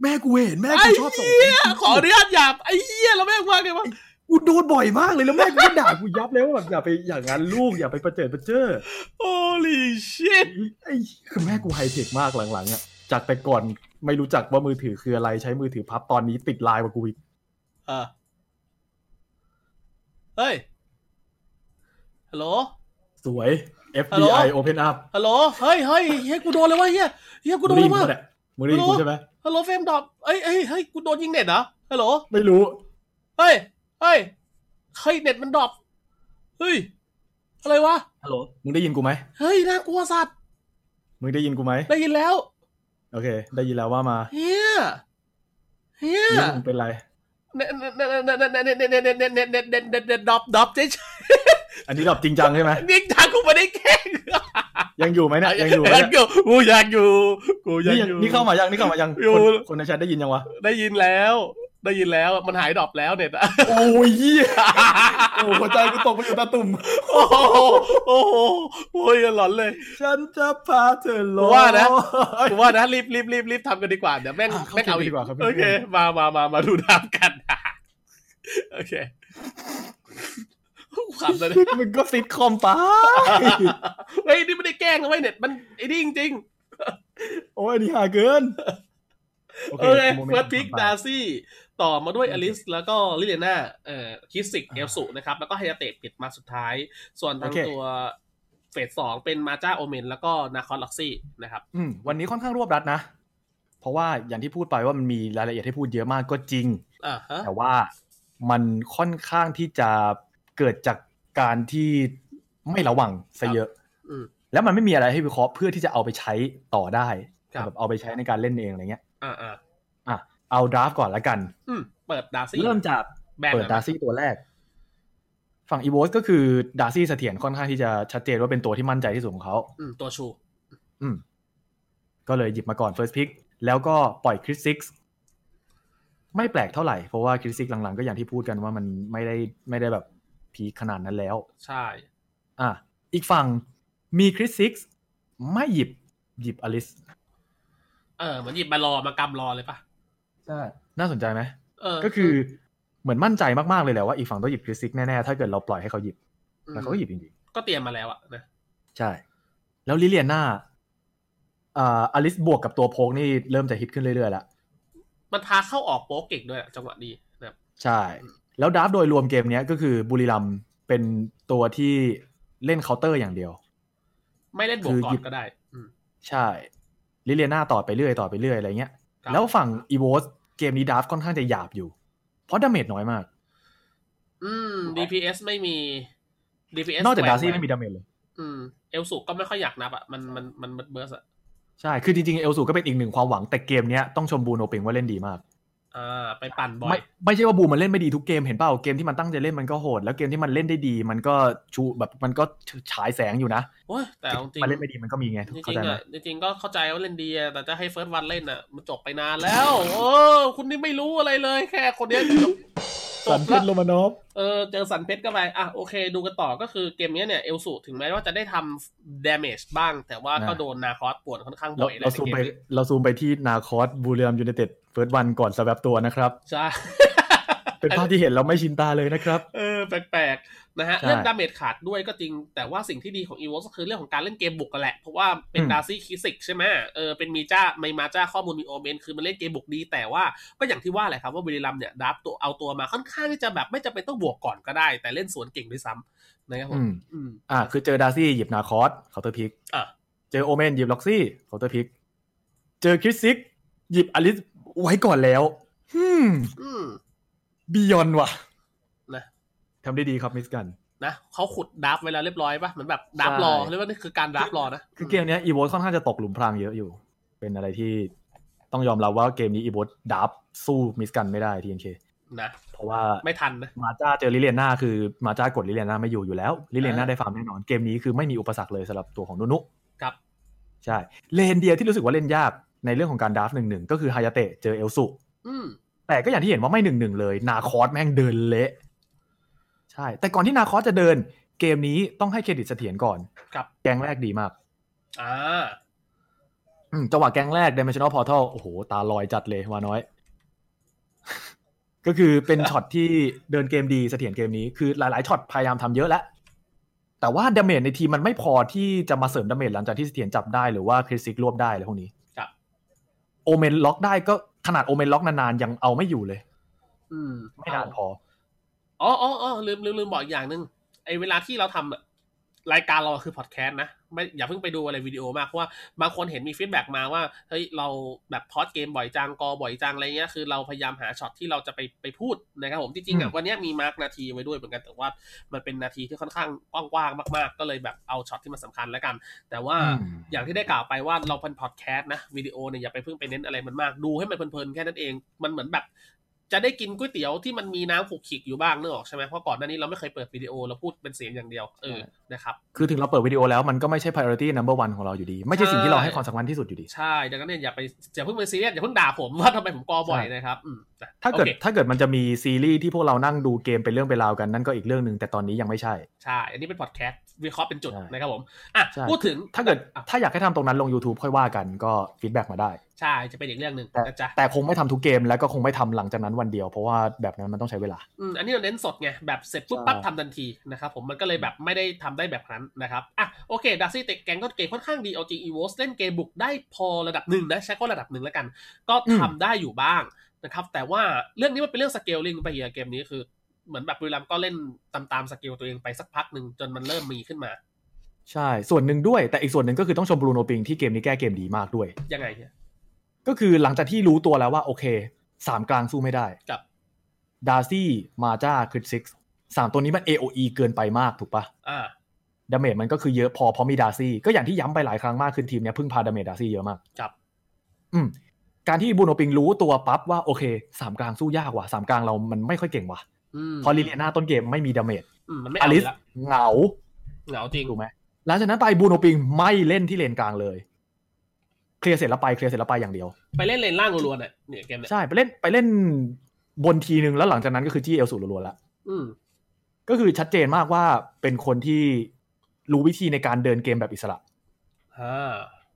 Speaker 6: แม่กูเห็นแม่
Speaker 5: ไอ้
Speaker 6: กูชอบส่ง
Speaker 5: เหี้ยขออนุญาตหยาบไอ้เหี้ยแล้วแม่งว่าไงวะ
Speaker 6: กูโดนบ่อยมากเลยแล้วแม่กูก็ด่ากูยับเลยว่าแบบอย่าไปอย่างนั้นลูกอย่าไปประเจิดประเจ้อ
Speaker 5: โอ้ลีชิต
Speaker 6: ไอ้คือแม่กูไฮเทคมากหลังๆอ่ะจากแต่ก่อนไม่รู้จักว่ามือถือคืออะไรใช้มือถือพับตอนนี้ติดไลน์กว่ากูอีก
Speaker 5: เออเฮ้ย ฮัลโหล
Speaker 6: สวย
Speaker 5: ฮัลโห
Speaker 6: FBI Open Up
Speaker 5: ฮัลโหล เฮ้ยเฮ้ยเฮ้ยกูโดนเลยวะเฮียเฮียกูโดน
Speaker 6: มึง
Speaker 5: เลย
Speaker 6: ได้ยิน
Speaker 5: วะ
Speaker 6: ปะเนี่ยมึงได้ยินกูใช่ไหม
Speaker 5: ฮัลโหลเฟรมดรอปเอ้ยเอ้ยเฮ้ยกูโดนยิงเน็ตเหรอ ฮัลโหล
Speaker 6: ไม่รู้
Speaker 5: เฮ้ย เฮ้ย เฮ้ยเน็ตมันดรอปเฮ้ย อะไรวะ
Speaker 6: ฮัลโหลมึงได้ยินกูไหม
Speaker 5: เฮ้ยน่ากลัวสัตว์
Speaker 6: มึงได้ยินกูไหม
Speaker 5: ได้ยินแล้ว
Speaker 6: โอเค ได้ยินแล้วว่ามา
Speaker 5: เฮียเฮี
Speaker 6: เรื่อย งมึงเป็นไร
Speaker 5: เน็ตเน็ตเน็ตเน็ตเน็ตเน็ตเน็ตเน็ตเน็ตเน็ตเน็ตเน็ตเน็ตดรอปดรอปเฉย
Speaker 6: อันนี้แบบจริงจังใช่ไหม
Speaker 5: ๆนี่ทางกูไม่ได้แกล้ง
Speaker 6: ยังอยู่ไหมเนี่ยยังอยู่ไหม
Speaker 5: ยั
Speaker 6: เนี่
Speaker 5: ง
Speaker 6: ย
Speaker 5: อยู่กูยังอยู่กูยัง
Speaker 6: นี่
Speaker 5: อยู่
Speaker 6: นี่เข้ามายังนี่เข้ามายัง
Speaker 5: อยู่
Speaker 6: คนคนในแชทได้ยินยังวะ
Speaker 5: ได้ยินแล้ว ได้ยินแล้วมันหายดรอปแล้วเน็ตอะ
Speaker 6: โอ้ยเหี้ยโอ้หัวใจกูตกไปอยู่ตาตุ่ม
Speaker 5: โอ้โหโอ้โหโอ้ยหลอนเลย
Speaker 6: ฉันจะพาเธอลง
Speaker 5: ว่านะ กูว่านะรีบรีบรีบรีบทำกันดีกว่าเดี๋ยวแม่ง
Speaker 6: อ่ะเข้า
Speaker 5: แม่งเอาอี
Speaker 6: เกมดี
Speaker 5: ก
Speaker 6: กว่าครับ
Speaker 5: โอเค
Speaker 6: เพื่อน
Speaker 5: มามามามาดูน้ำกันโอเค [LAUGHS] ขำเลยนะ
Speaker 6: มึงก็ซิดคอมไป
Speaker 5: เฮ้ยนี่ไม่ได้แกล้งนะเว้ยเน็ตมันไอ้นี่จริงๆ
Speaker 6: โอ้ยอันนี่หาเกิน
Speaker 5: โอเค
Speaker 6: โมมนต์
Speaker 5: เฟิร์สพิก
Speaker 6: ผ่านไป
Speaker 5: ดาซี่ต่อมาด้วย
Speaker 6: โอเค
Speaker 5: อลิสแล้วก็ลิเลน่าเอ่อคิสิกเอ
Speaker 6: อ่า
Speaker 5: ลสุนะครับ แล้วก็ไฮยาเตะปิดมาสุดท้าย ส่วนทาง
Speaker 6: โอเค
Speaker 5: ตัวเฟสสองเป็นมาจ้าโอเมนแล้วก็นาคอนล็อกซี่นะครับ
Speaker 6: อืมวันนี้ค่อนข้างรวบรัดนะ เพราะว่าอย่างที่พูดไปว่ามันมีรายละเอียดให้พูดเยอะมากก็จริง
Speaker 5: อ่าฮะ
Speaker 6: แต่ว่ามันค่อนข้างที่จะเกิดจากการที่ไม่ระวังซะเยอะ
Speaker 5: อืม
Speaker 6: แล้วมันไม่มีอะไรให้วิเคราะห์เพื่อที่จะเอาไปใช้ต่อได้
Speaker 5: ครับ
Speaker 6: แบบเอาไปใช้ในการเล่นเองอะไรเงี้ย
Speaker 5: อ่าอ่า
Speaker 6: อ่ะ เอาดราฟก่อนละกัน
Speaker 5: อืมเปิดดาซี่
Speaker 6: เริ่มจาก
Speaker 5: แบน
Speaker 6: เปิดดาร์ซี่ตัวแรก ฝั่งอีโวสก็คือดาร์ซี่เสถียรค่อนข้างที่จะชัดเจนว่าเป็นตัวที่มั่นใจที่สุดของเขา
Speaker 5: อืมตัวชู
Speaker 6: ก็เลยหยิบมาก่อน First Pick แล้วก็ปล่อยคริสซิกไม่แปลกเท่าไหร่ เพราะว่าคริสซิกหลังๆ ก็อย่างที่พูดกันว่ามันไม่ได้ไม่ได้แบบพีคขนาดนั้นแล้ว
Speaker 5: ใช่
Speaker 6: อ่ะ อีกฝั่งมีคริสซิกไม่หยิบหยิบอลิส
Speaker 5: เออเหมือนหยิบมารอมากำรอเลยปะ
Speaker 6: ใช่น่าสนใจไหม
Speaker 5: เออ
Speaker 6: ก็คือเหมือนมั่นใจมากๆเลยแหละว่าอีกฝั่งต้องหยิบคริสซิกแน่ๆ ถ้าเกิดเราปล่อยให้เขาหยิบ
Speaker 5: อืม
Speaker 6: แล้วเขาก็หยิบจริง
Speaker 5: ก็เตรียมมาแล้วอะนะ
Speaker 6: ๆ ใช่ แล้วลิเลียนาอ่าอลิสบวกกับตัวโพกนี่เริ่มจะฮิตขึ้นเรื่อยๆละ
Speaker 5: มันพาเข้าออกโป๊กเก่งด้วยอะจังหวะดีนะครับ
Speaker 6: ใช่ แล้วดราฟต์โดยรวมเกมเนี้ยก็คือบุรีรัมย์เป็นตัวที่เล่นเคาน์เตอร์อย่างเดียว
Speaker 5: ไม่เล่นบวกก่อนก็ได้ อืม
Speaker 6: ใช่ลิเลียนาต่อไปเรื่อยต่อไปเรื่อยอะไรเงี้ย
Speaker 5: ครับ
Speaker 6: แล้วฝั่งอีโวสเกมนี้ดราฟต์ค่อนข้างจะหยาบอยู่ เพราะดาเมจน้อยมาก
Speaker 5: อืม DPS ไม่มี DPS
Speaker 6: นอกจากดาร์ซี่
Speaker 5: แหว
Speaker 6: ไม่
Speaker 5: ง
Speaker 6: มีดาเมจเลย
Speaker 5: อืมเอลสุก็ไม่ค่อยอยากนับอ่ะ มันมันมันเบิร์สอ่ะ
Speaker 6: ใช่ คือจริงๆ เอลสูก็เป็นอีกหนึ่งความหวังแต่เกมเนี้ยต้องชมบูโนเปงว่าเล่นดีมาก
Speaker 5: อ่า ไปปั่นบ่อ
Speaker 6: ไม่
Speaker 5: ย
Speaker 6: ไม่ใช่ว่าบูมมันเล่นไม่ดีทุกเกมเห็นเปล่าเกมที่มันตั้งใจเล่นมันก็โหด แล้วเกมที่มันเล่นได้ดี มันก็ชูแบบมันก็ฉายแสงอยู่นะ
Speaker 5: โอ้ย แต่เอาจริง
Speaker 6: มันเล่นไม่ดีมันก็มีไง
Speaker 5: จ
Speaker 6: เข้า
Speaker 5: ริง
Speaker 6: ใจ
Speaker 5: ๆ
Speaker 6: ไหม
Speaker 5: อ่ะจริงๆก็เข้าใจว่าเล่นดีอะแต่จะให้เฟิร์สวันเล่นอ่ะ มันจบไปนานแล้ว เออ คุณนี่ไม่รู้อะไรเลย แค่คนเนี้ยจบจ
Speaker 6: สั
Speaker 5: บ
Speaker 6: นเพ
Speaker 5: แล้ว
Speaker 6: ชรโรมานอฟ
Speaker 5: เออ เจอสันเพชรก็ไป อ่ะ โอเค ดูกันต่อก็คือเกมเนี้ยเนี่ย เอลสุถึงแม้ว่าจะได้ทำ damage บ้าง แต่ว่าก็
Speaker 6: นะ
Speaker 5: โดนนาคอสปวดค่อนข้าง
Speaker 6: เรา
Speaker 5: บ่อยแล้
Speaker 6: เรา
Speaker 5: วใน
Speaker 6: ซูม
Speaker 5: เกม
Speaker 6: ไป
Speaker 5: นี้
Speaker 6: เราซูมไปที่นาคอสบูเรียมยูไนเต็ดเฟิร์สวันก่อนสแวบตัวนะครับ
Speaker 5: ใช่
Speaker 6: เป็นภาพที่เห็นเราไม่ชินตาเลยนะครับ
Speaker 5: เออแปลกๆนะฮะ
Speaker 6: ใช่
Speaker 5: เรื่องดาเมจขาดด้วยก็จริง แต่ว่าสิ่งที่ดีของอีวอก็คือเรื่องของการเล่นเกมบุกกันแหละ เพราะว่าเป็น
Speaker 6: อืม
Speaker 5: ดาร์ซี่คิสิกใช่ไหมเออเป็นมีจ้าไมมาจ้าข้อมูลมีโอเมนคือมันเล่นเกมบุกดี แต่ว่าก็อย่างที่ว่าแหละครับว่าบุรีรัมย์เนี่ยดับตัวเอาตัวมาค่อนข้างที่จะแบบไม่จำเป็นต้องบวกก่อนก็ได้ แต่เล่นสวนเก่งด้วยซ้ำนะครับผ
Speaker 6: อื
Speaker 5: ม
Speaker 6: ม
Speaker 5: อืม
Speaker 6: อ่าคือเจอดาร์ซี่หยิบนาคอสเคาน์เตอร์พิก
Speaker 5: อ่ะ
Speaker 6: เจอโอเมนหยิบล็อกซี่เคาน์เตอร์พิกเจอคริสซิกหยิบอลิสไว้ก่อนแล้วฮึม
Speaker 5: อืม
Speaker 6: บียอนว่ะ
Speaker 5: นะ
Speaker 6: ทำได้ดีครับมิสกัน
Speaker 5: นะเขาขุดดับไว้แล้วเรียบร้อยปะเหมือนแบบดับรอ
Speaker 6: ใช่
Speaker 5: เรียกว่านี่คือการดับรอนะ
Speaker 6: คือเกมเนี้อีโวค่อนข้างจะตกหลุมพรางเยอะอยู่ เป็นอะไรที่ต้องยอมรับว่าเกมนี้อีโวดับสู้มิสกันไม่ได้ทีนเค
Speaker 5: นะ
Speaker 6: เพราะว่า
Speaker 5: ไม่ทันนะ
Speaker 6: มาจ้าเจอลิเลียนาคือมาจ้ากดลิเลียนาไม่อยู่อยู่แล้วลิเลียนาได้ฟาร์มแน่นอนเกมนี้คือไม่มีอุปสรรคเลยสำหรับตัวของนุนุ
Speaker 5: ครับ
Speaker 6: ใช่ เลนเดียวที่รู้สึกว่าเล่นยากในเรื่องของการดราฟหนึ่งหนึ่งก็คือฮายาเตะเจอเอลสุ
Speaker 5: อืม
Speaker 6: แต่ก็อย่างที่เห็นว่าไม่หนึ่งหนึ่งเลย นาคอสแม่งเดินเละใช่ แต่ก่อนที่นาคอสจะเดิน เกมนี้ต้องให้เครดิตเสถียรก่อน
Speaker 5: ครับ
Speaker 6: แกงแรกดีมาก
Speaker 5: อ่า
Speaker 6: อืมจังหวะแกงแรก Dimensional Portal โอ้โห ตาลอยจัดเลยว่าน้อย [LAUGHS] ก็คือ
Speaker 5: [LAUGHS]
Speaker 6: เป็นช็อตที่เดินเกมดีเสถียรเกมนี้คือหลายๆช็อตพยายามทำเยอะแล้ว แต่ว่าดาเมจในทีมมันไม่พอที่จะมาเสริมดาเมจหลังจากที่เสถียรจับได้หรือว่าคริสซิกรวบได้อะไรพวกนี้
Speaker 5: ครับ
Speaker 6: โอเมนล็อกได้ก็ขนาดโอเมนล็อกนานๆ ยังเอาไม่อยู่เลย
Speaker 5: อืม
Speaker 6: ไม่นานพอ
Speaker 5: อ๋ออ๋ออ๋อลืมลืมลืมบอกอีกอย่างหนึ่งไอเวลาที่เราทำอะรายการเราอะคือพอดแคสต์นะไม่อย่าเพิ่งไปดูอะไรวิดีโอมากเพราะว่าบางคนเห็นมีฟีดแบ็กมาว่าเฮ้ยเราแบบพอดเกมบ่อยจังกอบ่อยจังอะไรเงี้ยคือเราพยายามหาช็อตที่เราจะไปไปพูดนะครับผมจริงๆ
Speaker 6: อื
Speaker 5: อ่ะ
Speaker 6: ม
Speaker 5: วันเนี้ยมีมาร์กนาทีไว้ด้วยเหมือนกันแต่ว่ามันเป็นนาทีที่ค่อนข้างกว้างๆมาก ๆ ก็เลยแบบเอาช็อตที่มันสำคัญแล้วกัน แต่ว่า
Speaker 6: อืม
Speaker 5: อย่างที่ได้กล่าวไปว่าเราเป็นพอดแคสต์นะวิดีโอเนี่ยอย่าไปเพิ่งไปเน้นอะไรมันมากดูให้มันเพลินๆแค่นั้นเอง มันเหมือนแบบ จะได้กินก๋วยเตี๋ยวที่มันมีน้ำขูกขิกอยู่บ้างเนกอะใช่ไหมเพราะก่อนหน้านี้เราไม่เคยเปิดวิดีโอเราพูดเป็นเสียงอย่างเดียวเออ
Speaker 6: ใช่
Speaker 5: นะครับ
Speaker 6: คือถึงเราเปิดวิดีโอแล้วมันก็ไม่ใช่ priority number one ของเราอยู่ดี ไม่ใช่สิ่งที่เราให้ความสำคัญที่สุดอยู่ดี
Speaker 5: ใช่ดังนั้นเนี่ยอย่าไปอย่าเพิ่งไปซีเรียสอย่าเพิ่งด่าผมว่าทำไมผมกอบ่อย
Speaker 6: ใช่
Speaker 5: นะครับอืมนะ
Speaker 6: ถ้าเกิด
Speaker 5: โอค
Speaker 6: ถ้าเกิดมันจะมีซีรีส์ที่พวกเรานั่งดูเกมเป็นเรื่องเป็นราวกันนั่นก็อีกเรื่องหนึ่งแต่ตอนนี้ยังไม่ใช่
Speaker 5: ใช่ อันนี้เป็นพอดแคสต์วิเคราะห์เป็นจุด
Speaker 6: ใช่
Speaker 5: นะครับผมอ่ะ
Speaker 6: ใช่
Speaker 5: พูดถึง
Speaker 6: ถ้าเกิด
Speaker 5: อ่ะ
Speaker 6: ถ้าอยากให้ทำตรงนั้นลง YouTube ค่อยว่ากันก็ฟีดแบ็กมาได้
Speaker 5: ใช่จะเป็นอีกเรื่องหนึ่งนะจ๊ะ
Speaker 6: แต่คงไม่ทำทุกเกมแล้วก็คงไม่ทำหลังจากนั้นวันเดียวเพราะว่าแบบนั้นมันต้องใช้เวลา
Speaker 5: อืมอันนี้เราเน้นสดไง แบบเสร็จปุ๊บ
Speaker 6: ใช่
Speaker 5: ปั๊บทำทันทีนะครับผมมันก็เลยแบบไม่ได้ทำได้แบบนั้นนะครับอ่ะโอเคดาร์ซี่เต็กแกงก็เกมค่อนข้างดีเอาจริงอีเวสเล่นเกมบุกได้พอระดับหนึ่งนะใช้ก็ระดับหนึ่งแล้วกัน ก็ทำได้อยู่บ้างนะครับ แต่ว่าเรื่องนี้มันเป็นเรื่องสเกลลิงไปเฮียเกมนี้คือ เหมือนแบบบุรีรัมย์ก็เล่นตามตามๆสเกลตัวเองไปสักพักหนึ่งจนมันเริ่มมีขึ้นมา
Speaker 6: ใช่ส่วนหนึ่งด้วย แต่อีกส่วนหนึ่งก็คือต้องชมบรูโนปิงที่เกมนี้แก้เกมดีมากด้วย
Speaker 5: ยังไงเฮีย
Speaker 6: ก็คือหลังจากที่รู้ตัวแล้วว่าโอเคสามกลางสู้ไม่ได้
Speaker 5: ครับ
Speaker 6: ดาร์ซี่มาจ้าคริสซิกสามตัวนี้มัน AOE เกินไปมากถูกปะ
Speaker 5: อ่า
Speaker 6: ดาเมจมันก็คือเยอะพอเพราะมีดาร์ซี่ก็อย่างที่ย้ำไปหลายครั้งมากคือทีมเนี้ยพึ่งพาดาเมจดาร์ซี่เยอะมาก
Speaker 5: กับ
Speaker 6: อืมการที่บูโนปิงรู้ตัวปั๊บว่าโอเคสามกลางสู้ยากว่ะสามกลางเรามันไม่ค่อยเก่งว่ะ
Speaker 5: อืม
Speaker 6: เพอลิเลียนาต้นเกมไม่มีดาเมจ
Speaker 5: อืมมันไม่
Speaker 6: อ
Speaker 5: เอา
Speaker 6: ลิส
Speaker 5: ละ
Speaker 6: เหงา
Speaker 5: เหงาจริง
Speaker 6: ถูกไหมหลังจากนั้นไปบูโนปิงไม่เล่นที่เลนกลางเลยเคลียร์เสร็จแล้วไปเคลียร์เสร็จแล้วไปอย่างเดียว
Speaker 5: ไปเล่นเลนล่างล้วนๆอ่ะเนี่ยเกมเนี่ย
Speaker 6: ใช่ไปเล่นไปเล่นบนทีนึงแล้วหลังจากนั้นก็คือจี้เอลสูรัวๆแล้ว
Speaker 5: อืม
Speaker 6: ก็คือชัดเจนมากว่าเป็นคนที่รู้วิธีในการเดินเกมแบบอิสระ
Speaker 5: อ่า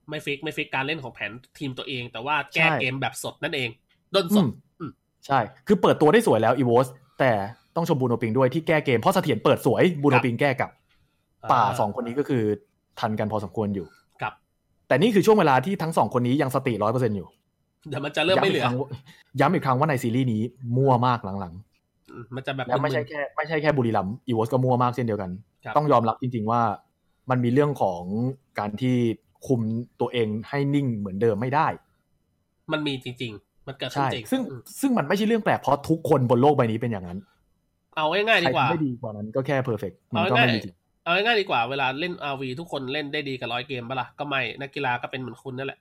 Speaker 5: ไม่ฟิกไม่ฟิกการเล่นของแผนทีมตัวเอง แต่ว่าแก้
Speaker 6: ใช่
Speaker 5: เกมแบบสดนั่นเองดนส
Speaker 6: อื
Speaker 5: ด
Speaker 6: ม
Speaker 5: อืม
Speaker 6: ใช่ คือเปิดตัวได้สวยแล้วอีวอสแต่ต้องชมบูโนปิงด้วยที่แก้เกมเพราะเสถียรเปิดสวยบูโนปิงแก้กลับ ป่าสองคนนี้ก็คือทันกันพอสมควรอยู่
Speaker 5: ครับ
Speaker 6: แต่นี่คือช่วงเวลาที่ทั้งสองคนนี้ยังสติร้อยเปอร์เซ็นต์อยู่
Speaker 5: เดี๋ยวมันจะเริ่มไม่เหลือ
Speaker 6: ย้ำกครั้งว่าย้ำอีกครั้งว่าในซีรีส์นี้มั่วมากหลัง
Speaker 5: มันจะแบบ
Speaker 6: ๆและไม่ใช่
Speaker 5: มึน
Speaker 6: แค่ไม่ใช่แค่บุรีรัมย์อีวอสก็มั่วมากเช่นเดียวกัน
Speaker 5: ครับ
Speaker 6: ต้องยอมรับจริง ๆว่า มันมีเรื่องของการที่คุมตัวเองให้นิ่งเหมือนเดิมไม่ได้
Speaker 5: ๆมันมีจริง ๆ มันเกิดขึ้น
Speaker 6: ใช่
Speaker 5: จริง
Speaker 6: ซึ่ง
Speaker 5: อืม
Speaker 6: ซึ่งมันไม่ใช่เรื่องแปลกเพราะทุกคนบนโลกใบนี้เป็นอย่างนั้น
Speaker 5: เอาง่ายๆ
Speaker 6: ใค
Speaker 5: ดี
Speaker 6: ร
Speaker 5: กว่า
Speaker 6: ทำไม่ดีกว่านั้นก็แค่เพอร์เฟกมัน
Speaker 5: เอา
Speaker 6: ก็ไม่
Speaker 5: ง่าย
Speaker 6: มีจริง
Speaker 5: เอาง่ายๆดีกว่าเวลาเล่น RV ทุกคนเล่นได้ดีกับร้อยเกมปะล่ะก็ไม่นักกีฬาก็เป็นเหมือนคุณนั่นแหละ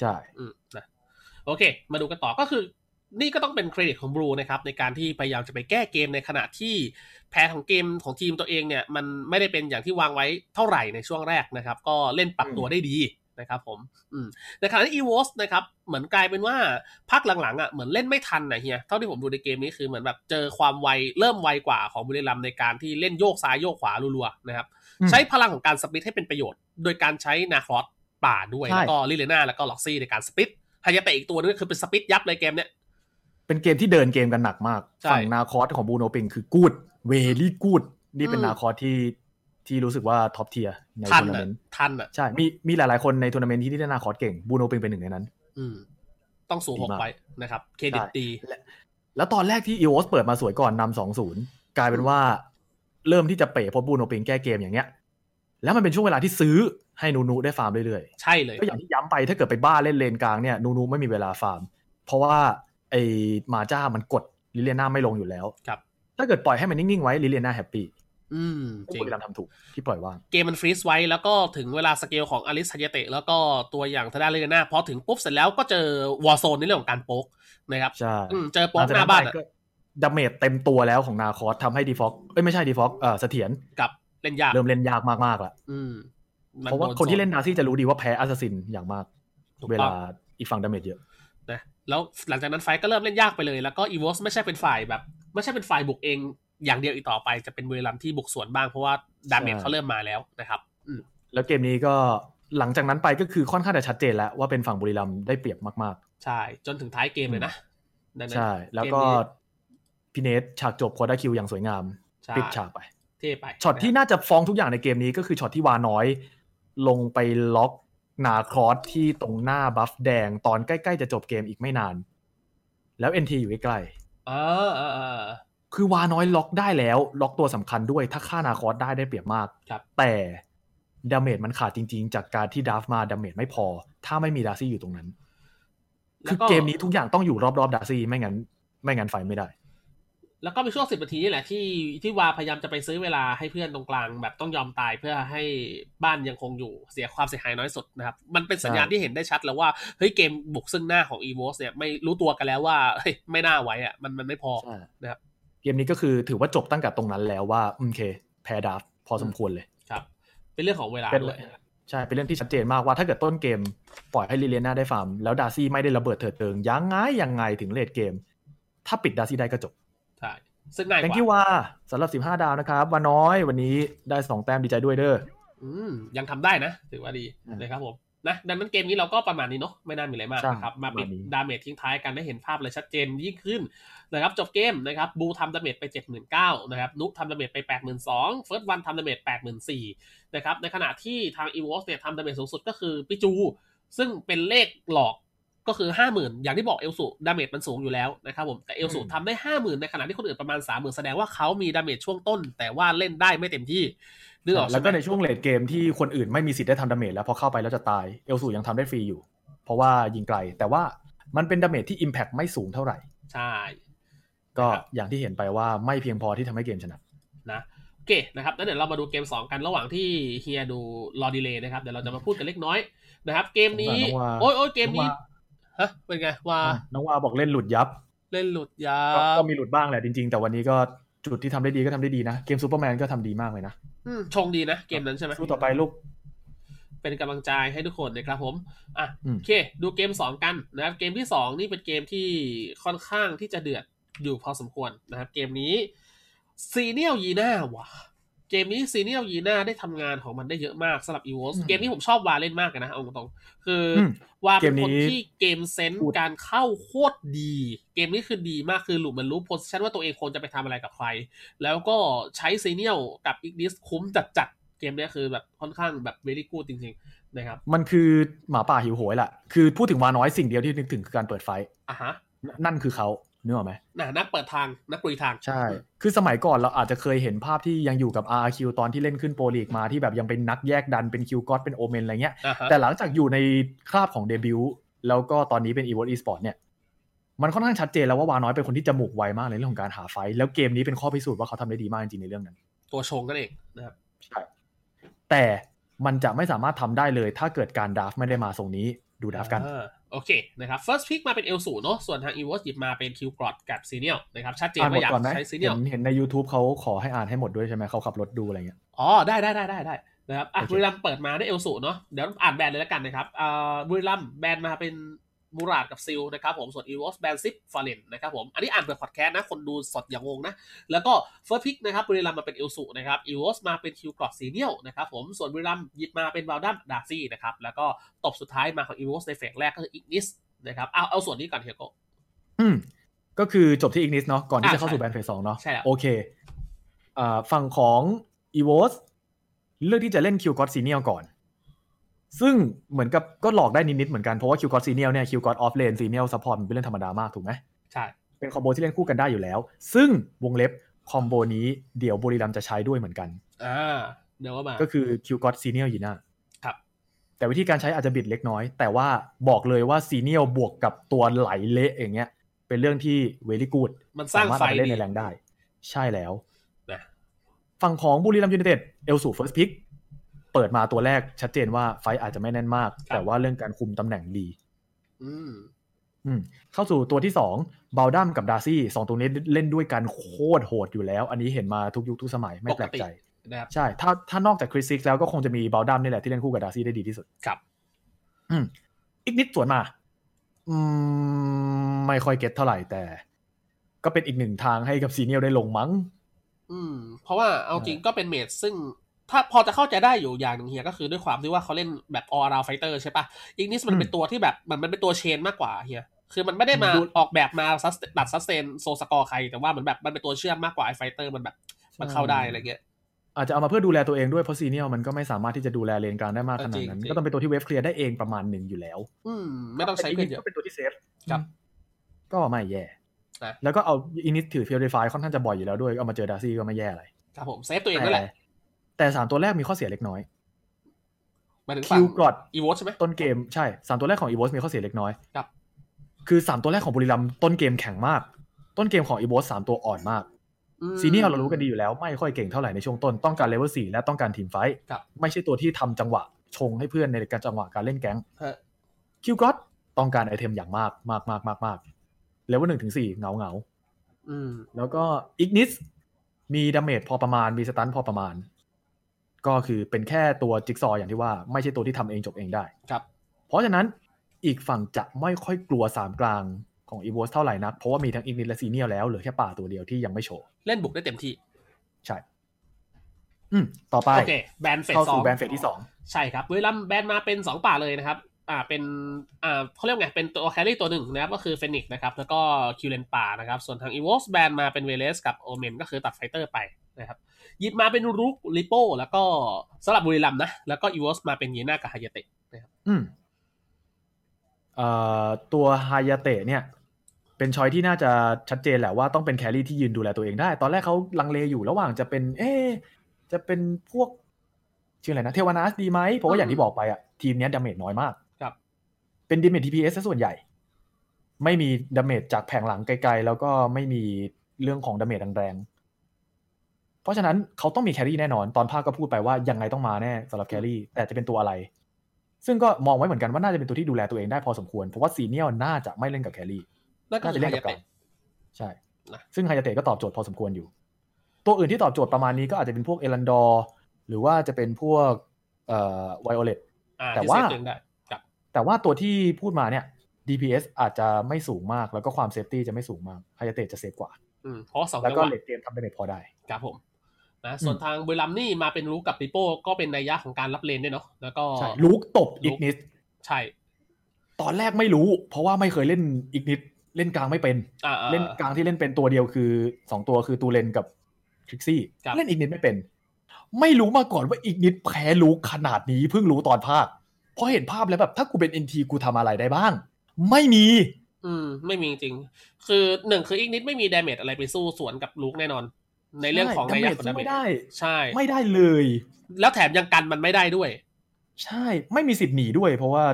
Speaker 6: ใช่
Speaker 5: อืมนะโอเค มาดูกันต่อก็คือ นี่ก็ต้องเป็นเครดิตของบรูนะครับในการที่พยายามจะไปแก้เกมในขณะที่แผนของเกมของทีมตัวเองเนี่ยมันไม่ได้เป็นอย่างที่วางไว้เท่าไหร่ในช่วงแรกนะครับ ก็เล่นปรับตัวได้ดีนะครับผมอืมในขณะที่อีวอสนะครับเหมือนกลายเป็นว่าพักหลังๆอ่ะเหมือนเล่นไม่ทันนะเฮียเท่าที่ผมดูในเกมนี้คือเหมือนแบบเจอความไวเริ่มไวกว่าของบุรีรัมย์ในการที่เล่นโยกซ้ายโยกขวารัวๆนะครับ
Speaker 6: อืม
Speaker 5: ใช้พลังของการสปริตให้เป็นประโยชน์ โดยการใช้นาครอสป่าด้วย
Speaker 6: ใช่
Speaker 5: แล้วก็ลิเลน่าแล้วก็ล็อกซี่ในการสปริต ฮายาเตะอีกตัวนึงก็คือเป็นสปิดยับเลยเกมเนี้ย
Speaker 6: เป็นเกมที่เดินเกมกันหนักมาก
Speaker 5: ใช่
Speaker 6: ฝั่งนาคอสของบูโนปิงคือกูดเวลี่กูดนี่เป็น
Speaker 4: อืม
Speaker 6: นาคอสที่ที่รู้สึกว่าท็อปเทียร์ใน
Speaker 5: ทัน
Speaker 6: ทัวร์นา
Speaker 5: อ่ะ
Speaker 6: เมนต์
Speaker 5: ทันอ่ะ
Speaker 6: ใช่มีมีหลายๆคนในทัวร์นาเมนต์ที่ได้นาคอสเก่งบูโนปิงเป็นหนึ่งในนั้น
Speaker 5: อืม ต้องสูงหก
Speaker 6: ดีมาก
Speaker 5: ไปนะครับ เครดิตดี
Speaker 6: แล้วตอนแรกที่อีโอสเปิดมาสวยก่อนนำสองศูนย์กลายเป็นว่าเริ่มที่จะเป๋เพราะบูโนปิงแก้เกมอย่างเงี้ย แล้วมันเป็นช่วงเวลาที่ซื้อให้นูนูได้ฟาร์มเรื่อยๆ
Speaker 5: ใช่เลย
Speaker 6: ก็อย่างที่ย้ำไปถ้าเกิดไปบ้าเล่นเลนกลางเนี่ยนูนูไม่มีเวลาฟาร์ม เพราะว่าไอ้มาจ้ามันกดลิเลียนาไม่ลงอยู่แล้ว
Speaker 5: ครับ
Speaker 6: ถ้าเกิดปล่อยให้มันนิ่ง ๆ ไว้ลิเลียนาแฮปปี้
Speaker 5: อืมจ
Speaker 6: ที่
Speaker 5: ริง
Speaker 6: บุรีรัมย์ทำถูกที่ปล่อยว่าง
Speaker 5: เกมมันฟรีซไว้แล้วก็ถึงเวลาสเกลของอลิสทายเตะแล้วก็ตัวอย่างทางด้านเลนาพอถึงปุ๊บเสร็จแล้วก็เจอวอร์โซนในเรื่องของการโป๊กนะครับ
Speaker 6: ใช่
Speaker 5: อืมเจอโป๊กหน้าบ้านอะ
Speaker 6: ดาเมจเต็มตัวแล้วของนาคอสทำให้ดีฟอกเอ้ยไม่ใช่ดีฟอกเออเสถียร
Speaker 5: กับเล่นยาก
Speaker 6: เริ่มเล่นยากมากๆละ
Speaker 5: อืมมั
Speaker 6: เพราะว่า
Speaker 5: โด
Speaker 6: คนที่เล่นนาซี่จะรู้ดีว่าแพ้อัสซินอย่างมาก
Speaker 5: ถูก
Speaker 6: เว
Speaker 5: ต้
Speaker 6: ลา
Speaker 5: อง
Speaker 6: อีกฝั่งดาเมจเยอะ
Speaker 5: นะแล้วหลังจากนั้นไฟท์ก็เริ่มเล่นยากไปเลย แล้วก็อีวอสไม่ใช่เป็นฝ่ายแบบ ไม่ใช่เป็นฝ่ายบุกเองอย่างเดียวอีกต่อไปจะเป็นบุรีรัมย์ที่บุกสวนบ้างเพราะว่าดาเมจ
Speaker 6: ใช่
Speaker 5: เขาเริ่มมาแล้วนะครับอืม
Speaker 6: แล้วเกมนี้ก็หลังจากนั้นไปก็คือค่อนข้างจะชัดเจนแล้วว่าเป็นฝั่งบุรีรัมย์ได้เปรียบมากๆ
Speaker 5: ใช่จนถึงท้ายเกมเลยนะดังนั้น
Speaker 6: ใช่ แล้วก็
Speaker 5: เมนี้
Speaker 6: พี่เนทฉากจบควอดาคิวอย่างสวยงาม
Speaker 5: ใช่
Speaker 6: ปิดฉากไป
Speaker 5: เท่ไป
Speaker 6: ช็อตที่
Speaker 5: นะ
Speaker 6: น่าจะฟ้องทุกอย่างในเกมนี้ก็คือช็อตที่วาน้อย ลงไปล็อกนาครอสที่ตรงหน้าบัฟแดงตอนใกล้ๆจะจบเกมอีกไม่นาน แล้ว NT อยู่ใกล้
Speaker 5: เออเออเออ
Speaker 6: ๆคือวาน้อยล็อกได้แล้ว ล็อกตัวสำคัญด้วยถ้าฆ่านาครอสได้ได้เปรียบมาก
Speaker 5: ครับ
Speaker 6: แต่ดาเมจมันขาดจริง ๆ จากการที่ดราฟมาดาเมจไม่พอ ถ้าไม่มีดาซี่อยู่ตรงนั้น คื
Speaker 5: แล้ว
Speaker 6: อ
Speaker 5: ก็
Speaker 6: เกมนี้ทุกอย่างต้องอยู่รอบๆดาซี่ไม่งั้น ไม่งั้นไฟไม่ได้
Speaker 5: แล้วก็เป็นช่วงสิบนาทีนี่แหละที่ที่วาพยายามจะไปซื้อเวลาให้เพื่อนตรงกลาง แบบต้องยอมตายเพื่อให้บ้านยังคงอยู่เสียความเสียหายน้อยสุดนะครับมันเป็นสัญญาณ
Speaker 6: ใช่
Speaker 5: ที่เห็นได้ชัดแล้วว่าเฮ้ยเกมบุกซึ่งหน้าของอีวอสเนี่ยไม่รู้ตัวกันแล้วว่าเฮ้ยไม่น่าไว้อะมันมันไม่พอ
Speaker 6: ใช่
Speaker 5: นะครับ
Speaker 6: เกมนี้ก็คือถือว่าจบตั้งแต่ตรงนั้นแล้วว่าอืมโอเค แพ้ดราฟต์พอสมควรเลย
Speaker 5: ครับ เป็นเรื่องของเวลา
Speaker 6: เป็น
Speaker 5: ด้วย
Speaker 6: ใช่ เป็นเรื่องที่ชัดเจนมากว่าถ้าเกิดต้นเกม ปล่อยให้ลิเลียนาได้ฟาร์ม แล้วดาร์ซี่ไม่ได้ระเบิดเถิดเทิงยังไงยังไงถึงเลดเกม ถ้าปิดดาร์ซี่ได้ก็จบ
Speaker 5: ใช่ซึ่งง่ายก
Speaker 6: thank
Speaker 5: ว่า
Speaker 6: you ว่าสำหรับ 15 ดาวนะครับว่าน้อยวันนี้ได้ 2 แต้มดีใจด้วยเด้อ
Speaker 5: อืมยังทำได้นะ ถือว่าดี
Speaker 6: อืม
Speaker 5: นะครับผมนะดังนั้นเกมนี้เราก็ประมาณนี้เนาะไม่น่ามีอะไรมาก
Speaker 6: ใช่
Speaker 5: นะครับมาปิด
Speaker 6: ประมาณนี้
Speaker 5: ดาเมจทิ้งท้ายกันได้เห็นภาพเลยชัดเจนยิ่งขึ้นนะครับจบเกมนะครับบูทำดาเมจไป 79,000นะครับนุทำดาเมจไป 82,000เฟิร์สวันทำดาเมจ84,000นะครับในขณะที่ทางอีวอสเนี่ยทำดาเมจสูงสุดก็คือปิจู ซึ่งเป็นเลขหลอกก็คือ 50,000 อย่างที่บอกเอลสุดาเมจมันสูงอยู่แล้วนะครับผมแต่เอลสุ
Speaker 6: อืม
Speaker 5: ทำได้ 50,000 ในขณะที่คนอื่นประมาณ 30,000 แสดงว่าเขามีดาเมจช่วงต้น แต่ว่าเล่นได้ไม่เต็มที่นึกออกช่ไหม
Speaker 6: แล้วก็ในช่วงเลดเกมที่คนอื่นไม่มีสิทธิ์ได้ทำดาเมจแล้วพอเข้าไปแล้วจะตายเอลสูยังทำได้ฟรีอยู่ เพราะว่ายิงไกล แต่ว่ามันเป็นดาเมจที่ Impact ไม่สูงเท่าไหร่
Speaker 5: ใช่
Speaker 6: ก็อย่างที่เห็นไปว่าไม่เพียงพอที่ทำให้เกมชนะ
Speaker 5: นะโอเคนะครับแล้วเดี๋ยวเรามาดูเกม 2 กันระหว่างที่เฮียดูรอดีเลย์นะครับ เดี๋ยวเราจะมาพูดกันเล็กน้อยนะครับ เกมนี้
Speaker 6: สงสารน้องวา
Speaker 5: โอ้ยโอ้ยเกมนี้ฮะเป็นไงว่า
Speaker 6: น้องว่าบอกเล่นหลุดยับ
Speaker 5: เล่นหลุดยา
Speaker 6: ก็ก็มีหลุดบ้างแหละจริงๆ แต่วันนี้ก็จุดที่ทำได้ดีก็ทำได้ดีนะ เกมซูเปอร์แมนก็ทำดีมากเลยนะ
Speaker 5: อืมชงดีนะ เกมนั้นใช่ไหม
Speaker 6: สู้ต่อไปลูก
Speaker 5: เป็นกำลังใจให้ทุกคนนะครับผมอ่ะ
Speaker 6: อืม
Speaker 5: โอเคดูเกม 2 กันนะครับ เกมที่ 2 นี่เป็นเกมที่ค่อนข้างที่จะเดือดอยู่พอสมควรนะครับ เกมนี้ซีเนียลยีน่าว่ะ เกมนี้ซีเนียลยีน่าได้ทำงานของมันได้เยอะมากสำหรับอีวอสเกมนี้ผมชอบวาเล่นมากเลยนะเอาตรงๆคืออ
Speaker 6: อืม
Speaker 5: ว่าเป็นคน
Speaker 6: เกมนี้
Speaker 5: ที่เกมเซนส์
Speaker 6: พูด
Speaker 5: การเข้าโคตรดี เกมนี้คือดีมากคือหลุมมันรู้โพสชันว่าตัวเองควรจะไปทำอะไรกับใคร แล้วก็ใช้ซีเนียลกับอีกดิสคุ้มจัดๆ เกมเนี้ยคือแบบค่อนข้างแบบเวลี่กูจริงๆ นะครับ
Speaker 6: มันคือหมาป่าหิวโหยแหละคือพูดถึงวาน้อยสิ่งเดียวที่นึกถึงคือการเปิดไฟ
Speaker 5: อ่ะฮะ
Speaker 6: นั่นนั่นคือเขาเนื้ออกไหม
Speaker 5: น่ะนักเปิดทางนักกลุยทาง
Speaker 6: ใช่ คือสมัยก่อนเราอาจจะเคยเห็นภาพที่ยังอยู่กับ RRQ ตอนที่เล่นขึ้นโปรลีกมาที่แบบยังเป็นนักแยกดันเป็นคิวก็อดเป็นโอเมนอะไรเงี้ย
Speaker 5: อ่ะฮะ
Speaker 6: แต่หลังจากอยู่ในคราบของเดบิวต์แล้วก็ตอนนี้เป็น e v o l e Esports เนี่ย มันค่อนข้างชัดเจนแล้วว่าวาน้อยเป็นคนที่จมูกไวมากในเรื่องของการหาไฟท์แล้วเกมนี้เป็นข้อพิสูจน์ว่าเขาทำได้ดีมากจริงๆในเรื่องนั้น
Speaker 5: ตัวชงนั่นเองนะครับ
Speaker 6: แต่มันจะไม่สามารถทำได้เลย ถ้าเกิดการดราฟต์ไม่ได้มาทรงนี้ดูดราฟต์กัน
Speaker 5: อ่าโอเคนะครับ first pick มาเป็นเอลสูเนาะส่วนทางอีวอสหยิบมาเป็นคิวกรอดกับซีเนียลนะครับชัดเจน
Speaker 6: อ่านหม
Speaker 5: ว่า
Speaker 6: ด
Speaker 5: อยาก
Speaker 6: ก่อนไหม
Speaker 5: ใช้ซีเนี
Speaker 6: เห็
Speaker 5: ยล
Speaker 6: นเห็นใน YouTube เขาขอให้อ่านให้หมดด้วยใช่ไหมเขาขับรถดูอะไรเงี้ย
Speaker 5: อ๋อ ได้ได้ได้ได้ได้นะครับอ่ะ
Speaker 6: โอเค
Speaker 5: บุรีรัมย์เปิดมาได้วยเอลสูเนาะเดี๋ยวอ่านแบรนด์เลยแล้วกันนะครับอ่าบุรีรัมย์แบรนด์มาเป็นมูราดกับซิลนะครับผมส่วนอีวอสแบรนด์ซิปฟาเลนนะครับผมอันนี้อ่านเปิดพอดแคสต์นะคนดูสดอย่างงงนะ แล้วก็เฟิร์สพิกนะครับบุรีรัมย์มาเป็นเอลสูนะครับอีวอสมาเป็นคิวกรอดซีเนียลนะครับผมส่วนบุรีรัมย์หยิบมาเป็นวาลดัมดาซี่นะครับแล้วก็ตบสุดท้ายมาของอีวอสในเฟสแรกก็คืออิกนิสนะครับเอาเอาส่วนนี้ก่อนเฮียโก
Speaker 6: อืม ก็คือจบที่อีกนิสเนาะก่อนที่
Speaker 5: อ่า
Speaker 6: จะเข้าสู่
Speaker 5: ใช่
Speaker 6: แบนเฟสสองเนาะ
Speaker 5: ใช่แล้ว
Speaker 6: โอเคอ่าฝั่งของอีวอสเลือกที่จะเล่นคิวกอตซีเนียก่อน ซึ่งเหมือนกับก็หลอกได้นิดๆเหมือนกัน เพราะว่าคิวกอตซีเนียเนี่ยคิวกอตออฟเลนซีเนียซัพพอร์ตเป็นเรื่องธรรมดามากถูกไหม
Speaker 5: ใช่
Speaker 6: เป็นคอมโบที่เล่นคู่กันได้อยู่แล้ว ซึ่งวงเล็บคอมโบนี้เดี๋ยวบุรีรัมย์จะใช้ด้วยเหมือนกัน
Speaker 5: อ่าเดี๋ยวก็มา
Speaker 6: ก็คือคิวกอตซีเนียลยีน่า
Speaker 5: ครับ
Speaker 6: แต่วิธีการใช้อาจจะบิดเล็กน้อย แต่ว่าบอกเลยว่าซีเนียลบวกกับตัวไหลเละอย่างเงี้ย เป็นเรื่องที่เวลี่กูด
Speaker 5: มันสร้าง
Speaker 6: มารถ
Speaker 5: ไฟ
Speaker 6: เอาไปเล่น
Speaker 5: ดี
Speaker 6: ในแรงได้ ใช่แล้ว
Speaker 5: นะ
Speaker 6: ฝั่งของบุรีรัมย์ยูไนเต็ดเอลสูเฟิร์สพิกเปิดมาตัวแรกชัดเจนว่าไฟท์อาจจะไม่แน่นมาก แต่ว่าเรื่องการคุมตำแหน่งดี
Speaker 5: อืม
Speaker 6: อืมเข้าสู่ตัวที่สองบาลดัมกับดาร์ซี่สองตัวนี้เล่นด้วยกันโคตรโหดอยู่แล้ว อันนี้เห็นมาทุกยุคทุกสมัยไม่แปลกใจ
Speaker 5: นะครับ
Speaker 6: ใช่ ถ้าถ้านอกจากคริสซิกแล้วก็คงจะมีบาลดัมนี่แหละที่เล่นคู่กับดาร์ซี่ได้ดีที่สุด
Speaker 5: ครับ
Speaker 6: อืมอีกนิดสวนมา อืม ไม่ค่อยเก็ตเท่าไหร่แต่ ก็เป็นอีกหนึ่งทางให้กับซีเนียลได้ลงมั้ง
Speaker 5: อืม เพราะว่าเอาจริงก็เป็นเมดซึ่ง ถ้าพอจะเข้าใจได้อยู่อย่างหนึ่งเฮียก็คือด้วยความที่ว่าเขาเล่นแบบออราไฟเตอร์ใช่ปะอีกนิสมันเป็นตัวที่แบบมันมันเป็นตัวเชนมากกว่าเฮียคือมันไม่ได้มา
Speaker 6: ดู
Speaker 5: ออกแบบมา sustain- ตัดซัสเซนโซสกอร์ใคร แต่ว่ามันแบบมันเป็นตัวเชื่อมมากกว่าไอไฟเตอร์มันแบบมันเข้าได้อะไรเงี้ย
Speaker 6: อาจจะเอามาเพื่อดูแลตัวเองด้วยเพราะซีเนียลมันก็ไม่สามารถที่จะดูแลเลนกลางได้มากขนาดนั้น
Speaker 5: จริงๆ
Speaker 6: ก็ต้องเป็นตัวที่เวฟเคลียร์ได้เองประมาณหนึ่งอยู่แล้ว
Speaker 5: อืม ไม่ต้องใช้เงินเยอะ
Speaker 6: ก็เป็นตัวที่เซฟ
Speaker 5: ครับ
Speaker 6: ก็ไม่แย่
Speaker 5: นะ
Speaker 6: แล้วก็เอาอินิสถือเฟร i ฟายค่อนข้างจะบ่อยอยู่แล้วด้วย เอามาเจอดาร์ซี่ก็ไม่แย่อะไร
Speaker 5: ครับผมเซฟตัวเองนั่นแหละ
Speaker 6: แต่แต่สามตัวแรกมีข้อเสียเล็กน้อย
Speaker 5: หมายถึง
Speaker 6: คิวกรอด
Speaker 5: อีวอใช่ไหม
Speaker 6: ต้นเกมใช่สามตัวแรกของอีวอสมีข้อเสียเล็กน้อย
Speaker 5: ครับ
Speaker 6: คือสามตัวแรกของบุรีรัมย์ต้นเกมแข็งมาก ต้นเกมของอีวอสสามตัวอ่อนมาก
Speaker 5: อืม
Speaker 6: ซีเนียร์เรารู้กันดีอยู่แล้วไม่ค่อยเก่งเท่าไหร่ในช่วงต้นต้องการเลเวลสี่และต้องการทีมไฟท์
Speaker 5: ครับ
Speaker 6: ไม่ใช่ตัวที่ทำจังหวะชงให้เพื่อนในการจังหวะการเล่นแก๊ง
Speaker 5: ฮะ
Speaker 6: คิวก็อตต้องการไอเทมอย่างมากมากมากมากมากเลเวลหนึ่งถึงสี่เงาเงา
Speaker 5: อืม
Speaker 6: ๆแล้วก็อีกนิสมีดาเมจพอประมาณมีสตันพอประมาณ ก็คือเป็นแค่ตัวจิ๊กซอว์อย่างที่ว่าไม่ใช่ตัวที่ทำเองจบเองได้
Speaker 5: ครับ
Speaker 6: เพราะฉะนั้นอีกฝั่งจะไม่ค่อยกลัวสามกลางของอีโวสเท่าไหร่นักเพราะว่ามีทั้งอีกนิสและซีเนียร์แล้วเหลือแค่ป่าตัวเดียวที่ยังไม่โชว์
Speaker 5: เล่นบุกได้เต็มที่
Speaker 6: ใช่ อืม ต่อไป
Speaker 5: โอเคแบนเฟส
Speaker 6: เข้า
Speaker 5: สอ
Speaker 6: สู่
Speaker 5: ง
Speaker 6: แบรนด์เฟสที่สอง
Speaker 5: ใช่ครับบุรีรัมย์แบนมาเป็น 2 ป่าเลยนะครับ อ่า เป็นอ่าเขาเรียกไง เป็นตัวแครี่ตัวหนึ่งนะครับ ก็คือเฟนิกซ์นะครับ แล้วก็คิวเลนป่านะครับ ส่วนทางอีวอสแบนมาเป็นเวเลสกับโอเมนก็คือตัดไฟเตอร์ไปนะครับ หยิบมาเป็นรุกลิโป้แล้วก็สำหรับบุรีรัมย์นะ แล้วก็อีวอสมาเป็นยีน่ากับฮายาเตะนะครับ
Speaker 6: อืม เอ่อ ตัวฮายาเตะเนี่ย เป็นชอยที่น่าจะชัดเจนแหละว่าต้องเป็นแครี่ที่ยืนดูแลตัวเองได้ ตอนแรกเขาลังเลอยู่ระหว่างจะเป็น เอ๊ะจะเป็นพวก ชื่ออะไรนะ เทวานาสดีไหม เพราะว่าอย่างที่บอกไปอะทีมเนี้ยดาเมจน้อยมาก
Speaker 5: ครับ
Speaker 6: เป็นดาเมจ DPS ซะส่วนใหญ่ ไม่มีดาเมจจากแผงหลังไกลๆ แล้วก็ไม่มีเรื่องของดาเมจแรงๆ เพราะฉะนั้นเขาต้องมีแครี่แน่นอน ตอนภาคก็พูดไปว่ายังไงต้องมาแน่สำหรับแครี่ แต่จะเป็นตัวอะไร ซึ่งก็มองไว้เหมือนกันว่าน่าจะเป็นตัวที่ดูแลตัวเองได้พอสมควร เพราะว่าซีเนียลน่าจะไม่เล่นกับแครี่
Speaker 5: น่า
Speaker 6: น่า
Speaker 5: จะ
Speaker 6: จะ
Speaker 5: เล่
Speaker 6: เล่
Speaker 5: น
Speaker 6: น
Speaker 5: กั
Speaker 6: กั
Speaker 5: บบ ฮายา
Speaker 6: กั
Speaker 5: เตะ
Speaker 6: นใช่
Speaker 5: นะ
Speaker 6: ซึ่งฮายาเตะก็ตอบโจทย์พอสมควรอยู่ ตัวอื่นที่ตอบโจทย์ประมาณนี้ก็อาจจะเป็นพวกเอลันดอร์หรือว่าจะเป็นพวกเอ่อไวโอเลต
Speaker 5: อ่า
Speaker 6: แต่
Speaker 5: ที่
Speaker 6: ว่า
Speaker 5: เซฟตัวเองได้
Speaker 6: แต่ว่าตัวที่พูดมาเนี่ย DPS อาจจะไม่สูงมากแล้วก็ความเซฟตี้จะไม่สูงมากฮายาเตะจะเซฟกว่า
Speaker 5: อืมเพราะสอง
Speaker 6: แล้ว
Speaker 5: จัง
Speaker 6: ก็
Speaker 5: หวะ
Speaker 6: เลดเกมทำได้ไม่พอได้
Speaker 5: ครับผมนะส่วนทางบุรีรัมย์นี่มาเป็นรุกกับลิโป้ก็เป็นนัยยะของการรับเลนด้วยเนาะ แล้วก็
Speaker 6: ใช่ลูกตบ
Speaker 5: ลู
Speaker 6: อี
Speaker 5: ก
Speaker 6: กนิด
Speaker 5: ใช่
Speaker 6: ตอนแรกไม่รู้ เพราะว่าไม่เคยเล่นอีกนิดเล่นกลางไม่เป็น
Speaker 5: อ่าอ่า
Speaker 6: เล่นกลางที่เล่นเป็นตัวเดียวคือสองตัวคือตูเลนกับทริกซี่
Speaker 5: ครับ
Speaker 6: เล่นอีกนิดไม่เป็น ไม่รู้มาก่อนว่าอีกนิดแพ้ลูกขนาดนี้เพิ่งรู้ตอนภาคเพราะเห็นภาพแล้วแบบถ้ากูเป็น NT กูทำอะไรได้บ้าง ไม่มี
Speaker 5: อืม ไม่มีจริง คือหนึ่งคืออีกนิดไม่มีดาเมจอะไรไปสู้สวนกับลูกแน่นอน ในเรื่องของ
Speaker 6: ใช่
Speaker 5: ระยะของ
Speaker 6: damage สู้
Speaker 5: damage
Speaker 6: ไม่ได้
Speaker 5: ใช่
Speaker 6: ไม่ได้เลย
Speaker 5: แล้วแถมยังกันมันไม่ได้ด้วย
Speaker 6: ใช่ไม่มีสิทธิ์หนีด้วย เพราะว่า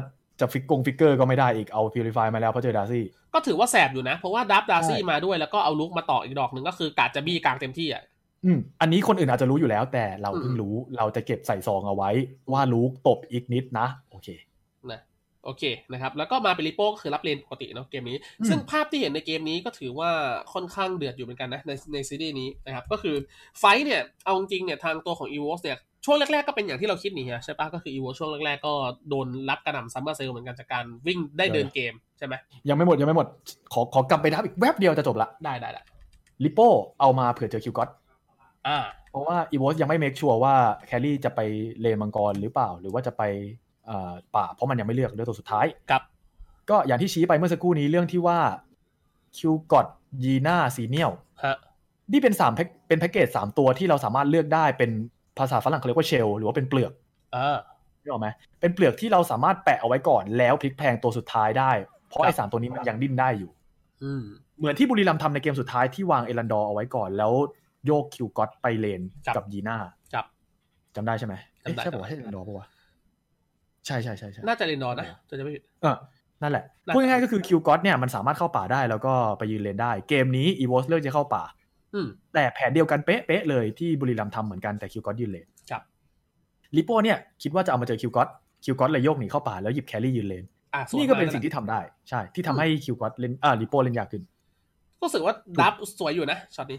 Speaker 6: จะฟิกกงฟิกเกอร์ก็ไม่ได้อีกเอาพิวริฟายมาแล้วเพราะเจอดาร์ซี่
Speaker 5: ก็ถือว่าแสบอยู่นะ เพราะว่าดับดาซี่
Speaker 6: ใช่
Speaker 5: มาด้วยแล้วก็เอาลูกมาต่ออีกดอกหนึ่งก็คือกาจะบี้กลางเต็มที่อ่ะ
Speaker 6: อืมอันนี้คนอื่นอาจจะรู้อยู่แล้ว แต่เราเพิ่ง
Speaker 5: อืม
Speaker 6: รู้เราจะเก็บใส่ซองเอาไว้ ว่าลูกตบอีกนิดนะ โอเค
Speaker 5: โอเคนะครับ แล้วก็มาเป็นลิโป้ก็คือรับเลนปกติเนาะเกมนี้
Speaker 6: อืม
Speaker 5: ซึ่งภาพที่เห็นในเกมนี้ก็ถือว่าค่อนข้างเดือดอยู่เหมือนกันนะในในซีรีส์นี้นะครับ ก็คือไฟท์เนี่ย เอาจริงๆเนี่ยทางตัวของ e v o s เนี่ยช่วงแรกๆก็เป็นอย่างที่เราคิดนี่ฮะใช่ปะก็คือ e v o s ช่วงแรกๆก็โดนรับกระหน่ำซัมเมอร์เซลเหมือนกันจากการวิ่งได้เดินเกมใช่ไหม
Speaker 6: ยังไม่หมดยังไม่หมด ขอขอกลับไปดับอีกแวบเดียวจะจบละ
Speaker 5: ได้ได้ได้
Speaker 6: ลิโป้เอามาเผื่อเจอคิวก็อต
Speaker 5: อ่า
Speaker 6: เพราะว่าอีวอสยังไม่เมคชัวร์ว่าแครี่จะไปเลนมังกรหรือเปล่า หรือว่าจะไปเอ่อป่าเพราะมันยังไม่เลือกเลือกตัวสุดท้าย
Speaker 5: ครับ
Speaker 6: ก็อย่างที่ชี้ไปเมื่อสักครู่นี้เรื่องที่ว่า คิวกอดยีน่าซีเนียล
Speaker 5: ฮะ
Speaker 6: นี่เป็นสามแพ็คเป็นแพ็กเกจสามตัวที่เราสามารถเลือกได้เป็นภาษาฝรั่งเขาเรียกว่าเชลหรือว่าเป็นเปลือก
Speaker 5: อ่า
Speaker 6: นึกออกไหมเป็นเปลือกที่เราสามารถแปะเอาไว้ก่อนแล้วพลิกแพลงตัวสุดท้ายได้ เพราะ
Speaker 5: ครับ
Speaker 6: ไอ้สามตัวนี้มันยังดิ้นได้อยู่
Speaker 5: อืม
Speaker 6: เหมือนที่บุรีรัมย์ทำในเกมสุดท้ายที่วางเอรันดอร์เอาไว้ก่อนแล้วโยกคิวก็อตไปเลน
Speaker 5: ครับ
Speaker 6: กับยีน่า
Speaker 5: ครับ
Speaker 6: จำได้ใช่ไหมเอ๊ะ
Speaker 5: จำได้
Speaker 6: ใช่ปะ
Speaker 5: จำได้
Speaker 6: วะใช่เอรันดอร์ปะวะใช่ใช่ใช่ใช่
Speaker 5: น่าจะเรนดอนนะจะจะไม่ผิด
Speaker 6: เออนั่นแหละ
Speaker 5: น่า
Speaker 6: พูดง่ายๆก็คือคิวก็อตเนี่ยมันสามารถเข้าป่าได้แล้วก็ไปยืนเลนได้ เกมนี้อีวอสเลือกจะเข้าป่า
Speaker 5: อืม
Speaker 6: แต่แผนเดียวกันเป๊ะๆเลยที่บุรีรัมย์ทำเหมือนกันแต่คิวก็อตยืนเลน
Speaker 5: ครับ
Speaker 6: ลิโป้เนี่ยคิดว่าจะเอามาเจอคิวก็อตคิวก็อตเลยโยกหนีเข้าป่าแล้วหยิบแครี่ยืนเลน
Speaker 5: อ่ะสว
Speaker 6: นี่ก็เป็น
Speaker 5: มา
Speaker 6: สิ่งที่ทำได้ใช่ที่ทำให้คิวก็อตเล่นอ่าลิโป้เล่นยากขึ้น
Speaker 5: ก็รู้สึกว่าดับสวยอยู่นะช็อตนี้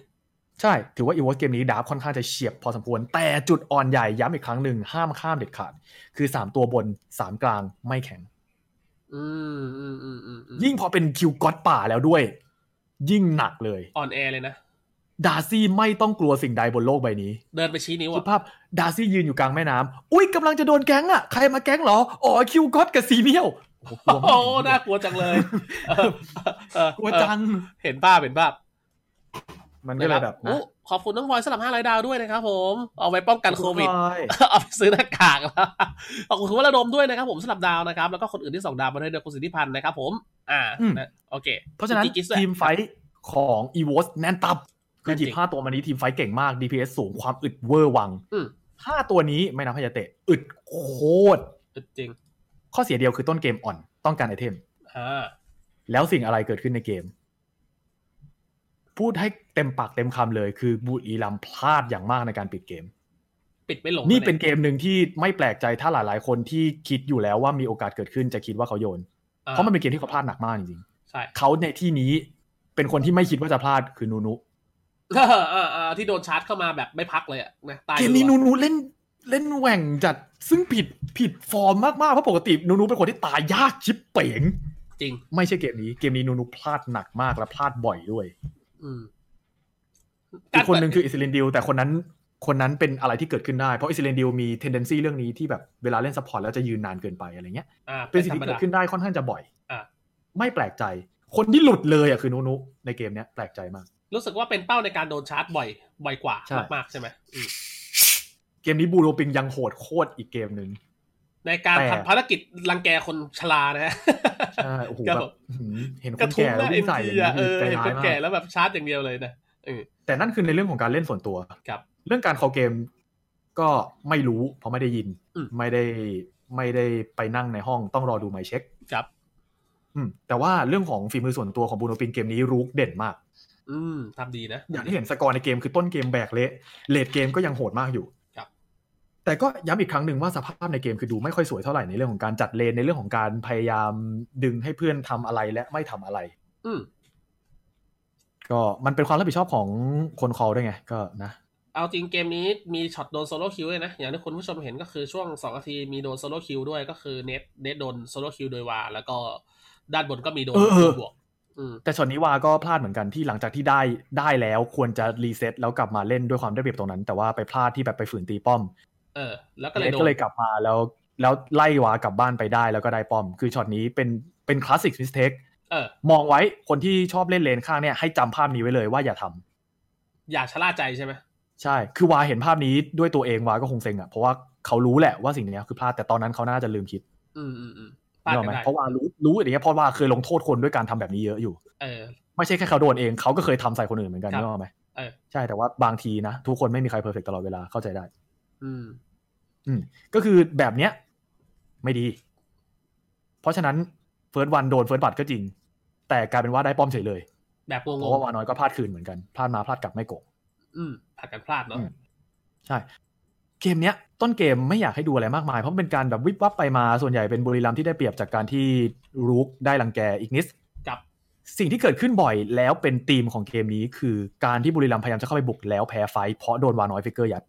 Speaker 6: ใช่ ถือว่าอีวอสเกมนี้ดาร์ฟค่อนข้างจะเฉียบพอสมควร แต่จุดอ่อนใหญ่ย้ำอีกครั้งหนึ่งห้ามข้ามเด็ดขาด คือ 3 ตัวบน 3 กลางไม่แข็ง
Speaker 5: อืมอืมอืมอืมอืม
Speaker 6: ยิ่งพอเป็นคิวก็อตป่าแล้วด้วย ยิ่งหนักเลย
Speaker 5: ออนแอร์เลยนะ
Speaker 6: ดาร์ซี่ไม่ต้องกลัวสิ่งใดบนโลกใบนี้
Speaker 5: เดินไปชี้นิ้ว
Speaker 6: คิด
Speaker 5: อ่ะ
Speaker 6: ภาพดาร์ซี่ยืนอยู่กลางแม่น้ำอุ้ยกำลังจะโดนแก๊งอ่ะ ใครมาแก๊งเหรอ อ๋อคิวก็อตกับซีเนียลโอ้โหกลัว
Speaker 5: โอ้โห
Speaker 6: มาก
Speaker 5: น่ากลัวจังเลยเออเออก
Speaker 6: ลัวจัง
Speaker 5: เห็นภาพเห็นภาพ
Speaker 6: มันก็เลยแบบ
Speaker 5: โอ้
Speaker 6: นะ
Speaker 5: ขอบคุณน้องพลอยสำหรับห้าร้อยดาวด้วยนะครับผม เอาไว้ป้องกันโควิด
Speaker 6: ใช่
Speaker 5: เอาไปซื้อหน้ากากแล้วขอบคุณคุณวรดมด้วยนะครับผมสำหรับดาวนะครับ แล้วก็คนอื่นที่ส่งดาวมาด้วยเดือนคุณสิทธิพันธ์นะครับผม อ่านะโอเค
Speaker 6: เพราะฉะนั้น
Speaker 5: จิ๊กจิ๊กด้วย
Speaker 6: ทีมไฟท์ของอีวอสแน่นตับ คือหยิ
Speaker 5: จ
Speaker 6: บ
Speaker 5: ริง
Speaker 6: ห้าตัวมานี้ทีมไฟท์เก่งมาก DPS สูงความอึดเวอร์วัง
Speaker 5: อืม
Speaker 6: ห้าตัวนี้ไม่นับพยาเตะ อึดโคตร
Speaker 5: จริง
Speaker 6: ข้อเสียเดียวคือต้นเกมอ่อน ต้องการไอเทม
Speaker 5: อ่า
Speaker 6: แล้วสิ่งอะไรเกิดขึ้นในเกม พูดให้เต็มปากเต็มคำเลยคือบุรีรัมย์พลาดอย่างมากในการปิดเกม
Speaker 5: ปิดไม่ลง
Speaker 6: นี่เป็นเกมหนึ่งที่ไม่แปลกใจถ้าหลายๆ คนที่คิดอยู่แล้วว่ามีโอกาสเกิดขึ้นจะคิดว่าเขาโยน
Speaker 5: อ่
Speaker 6: เพราะมันเป็นเกมที่เขาพลาดหนักมากจริง
Speaker 5: ใช่
Speaker 6: ๆเขาในที่นี้เป็นคนที่ไม่คิดว่าจะพลาดคือนูนุ
Speaker 5: เออเออเออที่โดนชาร์จเข้ามาแบบไม่พักเลยอะนะตาย
Speaker 6: เกมนี้
Speaker 5: รัว
Speaker 6: นูนูเล่นเล่นแหว่งจัดซึ่งผิดผิดฟอร์มมากๆ เพราะปกตินูนูเป็นคนที่ตายยากชิบเป๋ง
Speaker 5: จริง
Speaker 6: ไม่ใช่เกมนี้เกมนี้นูนูพลาดหนักมากและพลาดบ่อยด้วย
Speaker 5: อืม
Speaker 6: อีกคนหนึ่งคืออิสเลนดิวแต่คนนั้นคนนั้นเป็นอะไรที่เกิดขึ้นได้ เพราะอิสเลนดิวมีเทนเดนซีเรื่องนี้ที่แบบเวลาเล่นซัพพอร์ตแล้วจะยืนนานเกินไปอะไรเงี้ย
Speaker 5: อ่า
Speaker 6: เป็นสิ่งที่
Speaker 5: ธร
Speaker 6: เกิ
Speaker 5: ร
Speaker 6: ด
Speaker 5: มา
Speaker 6: ขึ้นได้ค่อนข้างจะบ่อย
Speaker 5: อ่ะ
Speaker 6: ไม่แปลกใจ คนที่หลุดเลยอ่ะคือนูนูในเกมเนี้ยแปลกใจมาก
Speaker 5: รู้สึกว่าเป็นเป้าในการโดนชาร์จบ่อยบ่อยกว่า
Speaker 6: ใช่
Speaker 5: มากๆใช่ไหมอืม
Speaker 6: เกมนี้บูโรปิงยังโหดโคตรอีกเกมหนึ่ง
Speaker 5: ในการ
Speaker 6: แต่
Speaker 5: ทำภารกิจรังแกคนชรานะฮะ
Speaker 6: ใช่โอ้โห
Speaker 5: [LAUGHS] ครับ
Speaker 6: แบบอื้อหือเห็นค
Speaker 5: กระ
Speaker 6: น
Speaker 5: ทุ้ง
Speaker 6: แก่แล้
Speaker 5: นะ
Speaker 6: ว
Speaker 5: เอ็
Speaker 6: วิ่
Speaker 5: ม
Speaker 6: งใส่
Speaker 5: จี
Speaker 6: อย่างนี้
Speaker 5: อะเอ
Speaker 6: คือ
Speaker 5: อ
Speaker 6: ใจ
Speaker 5: เห็นค
Speaker 6: ร้าย
Speaker 5: น
Speaker 6: มา
Speaker 5: แก่
Speaker 6: ก
Speaker 5: แล้วแบบชาร์จอย่างเดียวเลยนะเออ
Speaker 6: แต่นั่นคือในเรื่องของการเล่นส่วนตัว
Speaker 5: ครับ
Speaker 6: เรื่องการคอเกมก็ไม่รู้เพราะไม่ได้ยิน
Speaker 5: อืม
Speaker 6: ไม่ได้ไม่ได้ไปนั่งในห้องต้องรอดูไมค์เช็ค
Speaker 5: ครับ
Speaker 6: อืมแต่ว่าเรื่องของฝีมือส่วนตัวของบูโนปินเกมนี้รู้เด่นมาก
Speaker 5: อืมทำดีนะ
Speaker 6: อย่างที่เห็นสกอร์ในเกมคือต้นเกมแบกเละเลดเกมก็ยังโหดมากอยู่
Speaker 5: ครับ
Speaker 6: แต่ก็ย้ำอีกครั้งหนึ่งว่าสภาพในเกมคือดูไม่ค่อยสวยเท่าไหร่ในเรื่องของการจัดเลนในเรื่องของการพยายามดึงให้เพื่อนทำอะไรและไม่ทำอะไร
Speaker 5: อืม
Speaker 6: ก็มันเป็นความรับผิดชอบของคนคอลด้วยไงก็นะ
Speaker 5: เอาจริงเกมนี้มีช็อตโดนโซโล่คิวด้วยนะ อย่างที่คุณผู้ชมเห็นก็คือช่วง 2 นาทีมีโดนโซโล่คิวด้วยก็คือเน็ตเน็ตโดนโซโล่คิวโดยวา แล้วก็ด้านบนก็มีโดนบวก อืม
Speaker 6: แต่ช็อตนี้วาก็พลาดเหมือนกันที่หลังจากที่ได้ได้แล้วควรจะรีเซ็ตแล้วกลับมาเล่นด้วยความได้เปรียบตรงนั้น แต่ว่าไปพลาดที่แบบไปฝืนตีป้อม
Speaker 5: เออ แล้วก็
Speaker 6: เอ
Speaker 5: เลย
Speaker 6: ส
Speaker 5: โด
Speaker 6: ก็
Speaker 5: น
Speaker 6: เลยกลับมาแล้วแล้วไล่วากลับบ้านไปได้แล้วก็ได้ป้อม คือช็อตนี้เป็นเป็นคลาสสิกมิสเทค
Speaker 5: เออ
Speaker 6: มองไว้คนที่ชอบเล่นเลนข้างเนี่ยให้จำภาพนี้ไว้เลยว่าอย่าทำ
Speaker 5: อย่าชะล่าใจใช่ไหม
Speaker 6: ใช่ คือวาเห็นภาพนี้ด้วยตัวเองวาก็คงเซ็งอะเพราะว่าเขารู้แหละว่าสิ่งเนี้ยคือพลาดแต่ตอนนั้นเขาน่าจะลืมคิด
Speaker 5: อืมอืมอืมพลาด
Speaker 6: เนกออก
Speaker 5: กัน
Speaker 6: ไหม
Speaker 5: ได้
Speaker 6: เพราะวารู้รู้อย่างเงี้ยเพราะวาเคยลงโทษคนด้วยการทำแบบนี้เยอะอยู่
Speaker 5: เออ
Speaker 6: ไม่ใช่แค่เขาโดนเองเขาก็เคยทำใส่คนอื่นเหมือนกัน
Speaker 5: ครับ
Speaker 6: นึกออกไหม
Speaker 5: เออ
Speaker 6: ใช่แต่ว่าบางทีนะ ทุกคนไม่มีใครเพอร์เฟกตลอดเวลาเข้าใจได้
Speaker 5: อืม
Speaker 6: ก็คือแบบเนี้ย ไม่ดี เพราะฉะนั้นเฟิร์สวันโดนเฟิร์สบัตก็จริง แต่กลายเป็นว่าได้ป้อมเฉยเลย
Speaker 5: แบบงง
Speaker 6: เพราะว่าวาน้อยก็พลาดคืนเหมือนกันพลาดมาพลาดกลับไม่โกง
Speaker 5: ๆอืมผลัดกันพลาดเนาะ
Speaker 6: อืม ใช่ เกมเนี้ย ต้นเกมไม่อยากให้ดูอะไรมากมายเพราะมันเป็นการแบบวิบวับไปมาส่วนใหญ่เป็นบุรีรัมย์ที่ได้เปรียบจากการที่รูกได้รังแกอีกนิด
Speaker 5: กับ
Speaker 6: สิ่งที่เกิดขึ้นบ่อยแล้วเป็นธีมของเกมนี้คือการที่บุรีรัมย์พยายามจะเข้าไปบุกแล้วแพ้ไฟท์เพราะโดนวาน้อยฟิกเกอร์ยัด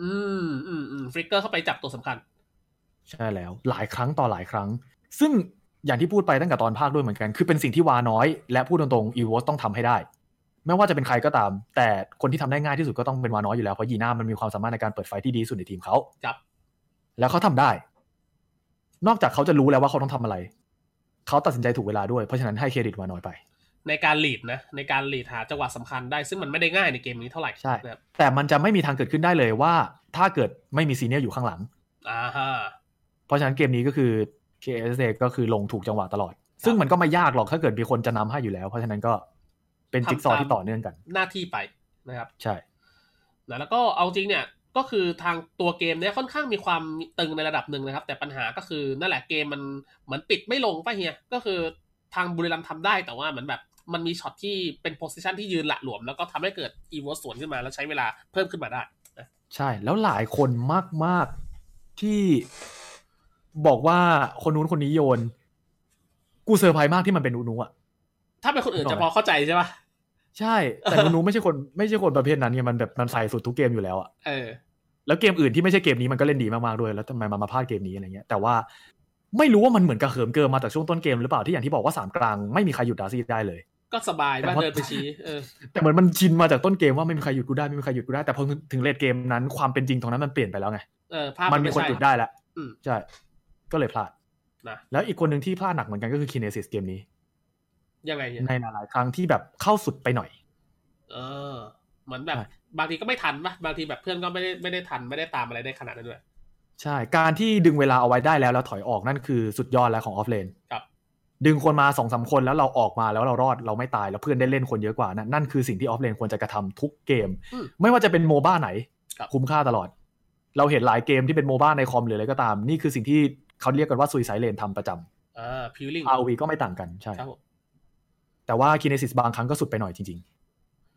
Speaker 5: อืมอืมอืมฟริกเกอร์เข้าไปจับตัวสำคัญ
Speaker 6: ใช่แล้วหลายครั้งต่อหลายครั้ง ซึ่งอย่างที่พูดไปตั้งแต่ตอนภาคด้วยเหมือนกัน คือเป็นสิ่งที่วาน้อย และพูดตรงๆอีวอสต้องทำให้ได้ ไม่ว่าจะเป็นใครก็ตาม แต่คนที่ทำได้ง่ายที่สุดก็ต้องเป็นวาน้อยอยู่แล้วเพราะยีน่ามันมีความสามารถในการเปิดไฟที่ดีที่สุดในทีมเขา
Speaker 5: ครับ
Speaker 6: แล้วเขาทำได้ นอกจากเขาจะรู้แล้วว่าเขาต้องทำอะไร เขาตัดสินใจถูกเวลาด้วยเพราะฉะนั้นให้เครดิตวาน้อยไป
Speaker 5: ในการลีดนะ ในการลีดหาจังหวะสำคัญได้ ซึ่งมันไม่ได้ง่ายในเกมนี้เท่าไหร่
Speaker 6: ใช่
Speaker 5: นะครับ
Speaker 6: แต่มันจะไม่มีทางเกิดขึ้นได้เลยว่า ถ้าเกิดไม่มีซีเนียร์อยู่ข้างหลัง
Speaker 5: อ่าฮะ
Speaker 6: เพราะฉะนั้นเกมนี้ก็คือ KSA ก็คือลงถูกจังหวะตลอด ซึ่งมันก็ไม่ยากหรอกถ้าเกิดมีคนจะนำให้อยู่แล้ว เพราะฉะนั้นก็เป็น
Speaker 5: ทำ
Speaker 6: จิ๊กซอว์
Speaker 5: ตาม
Speaker 6: ที่ต่อเนื่องกัน
Speaker 5: หน้าที่ไปนะครับ
Speaker 6: ใช่
Speaker 5: นะแล้วก็เอาจริงเนี่ยก็คือทางตัวเกมเนี่ยค่อนข้างมีความตึงในระดับหนึ่งนะครับ แต่ปัญหาก็คือนั่นแหละเกมมันเหมือนปิดไม่ลงป่ะเฮียก็คือทางบุรีรัมย์ทำได้แต่ว่าเหมือนแบบมันมีช็อตที่เป็นโพสิชันที่ยืนหละหลวม แล้วก็ทำให้เกิดอีโวสวนขึ้นมาแล้วใช้เวลาเพิ่มขึ้นมาได้นะ
Speaker 6: ใช่ แล้วหลายคนมาก ๆ ที่บอกว่าคนนู้นคนนี้โยน กูเซอร์ไพรส์มากที่มันเป็นอุนุอะ
Speaker 5: ถ้าเป็นคนอื่นจะพอเข้าใจใช่ป่ะ
Speaker 6: ใช่ แต่นูนูไม่ใช่คนไม่ใช่คนประเภทนั้นไงมันแบบมันใส่สุดทุกเกมอยู่แล้วอะ
Speaker 5: เออ
Speaker 6: แล้วเกมอื่นที่ไม่ใช่เกมนี้มันก็เล่นดีมากๆด้วยแล้วทำไมมันมาพลาดเกมนี้อะไรเงี้ยแต่ว่าไม่รู้ว่ามันเหมือนกระเหิมเกินมาจากช่วงต้นเกมหรือเปล่าที่อย่างที่บอกว่าสามกลางไม่มีใครหยุดดาร์ซี่ได้เลย
Speaker 5: ก็สบาย
Speaker 6: แต่
Speaker 5: บ้าน
Speaker 6: พอ
Speaker 5: เดินไปชี้เออ
Speaker 6: แต่เหมือนมันชินมาจากต้นเกมว่าไม่มีใครหยุดกูได้ไม่มีใครหยุดกูได้แต่พอถึงเลทเกมนั้นความเป็นจริงตรงนั้นมันเปลี่ยนไปแล้วไง
Speaker 5: เออภาพ
Speaker 6: มันมีคน
Speaker 5: ไใช่
Speaker 6: หยุดได้แล้ว
Speaker 5: อืม
Speaker 6: ใช่ ก็เลยพลาด
Speaker 5: นะ
Speaker 6: แล้วอีกคนหนึ่งที่พลาดหนักเหมือนกันก็คือคินเนซิสเกมนี้
Speaker 5: ยังไงเฮีย
Speaker 6: ในหลายๆครั้งที่แบบเข้าสุดไปหน่อย
Speaker 5: เออเหมือนแบบ
Speaker 6: ใช่
Speaker 5: บางทีก็ไม่ทันป่ะบางทีแบบเพื่อนก็ไม่ได้ไม่ได้ทันไม่ได้ตามอะไรได้ขนาดนั้นด้วย
Speaker 6: ใช่ การที่ดึงเวลาเอาไว้ได้แล้วแล้วถอยออกนั่นคือสุดยอดแล้วของออฟเลน
Speaker 5: ครับ
Speaker 6: ดึงคนมาสองสามคนแล้วเราออกมาแล้วเรารอดเราไม่ตายแล้วเพื่อนได้เล่นคนเยอะกว่านั่นนั่นคือสิ่งที่ออฟเลนควรจะกระทำทุกเกม
Speaker 5: อืม
Speaker 6: ไม่ว่าจะเป็นโมบ้าไหน
Speaker 5: ครับ
Speaker 6: คุ้มค่าตลอด เราเห็นหลายเกมที่เป็นโมบ้าในคอมหรืออะไรก็ตาม นี่คือสิ่งที่เขาเรียกกันว่าซุยไซเลนทำประจำ
Speaker 5: อ่าพิวลิง
Speaker 6: ROV ก็ไม่ต่างกันใช่
Speaker 5: ครับผม
Speaker 6: แต่ว่าคิน e ซิสบางครั้งก็สุดไปหน่อยจริง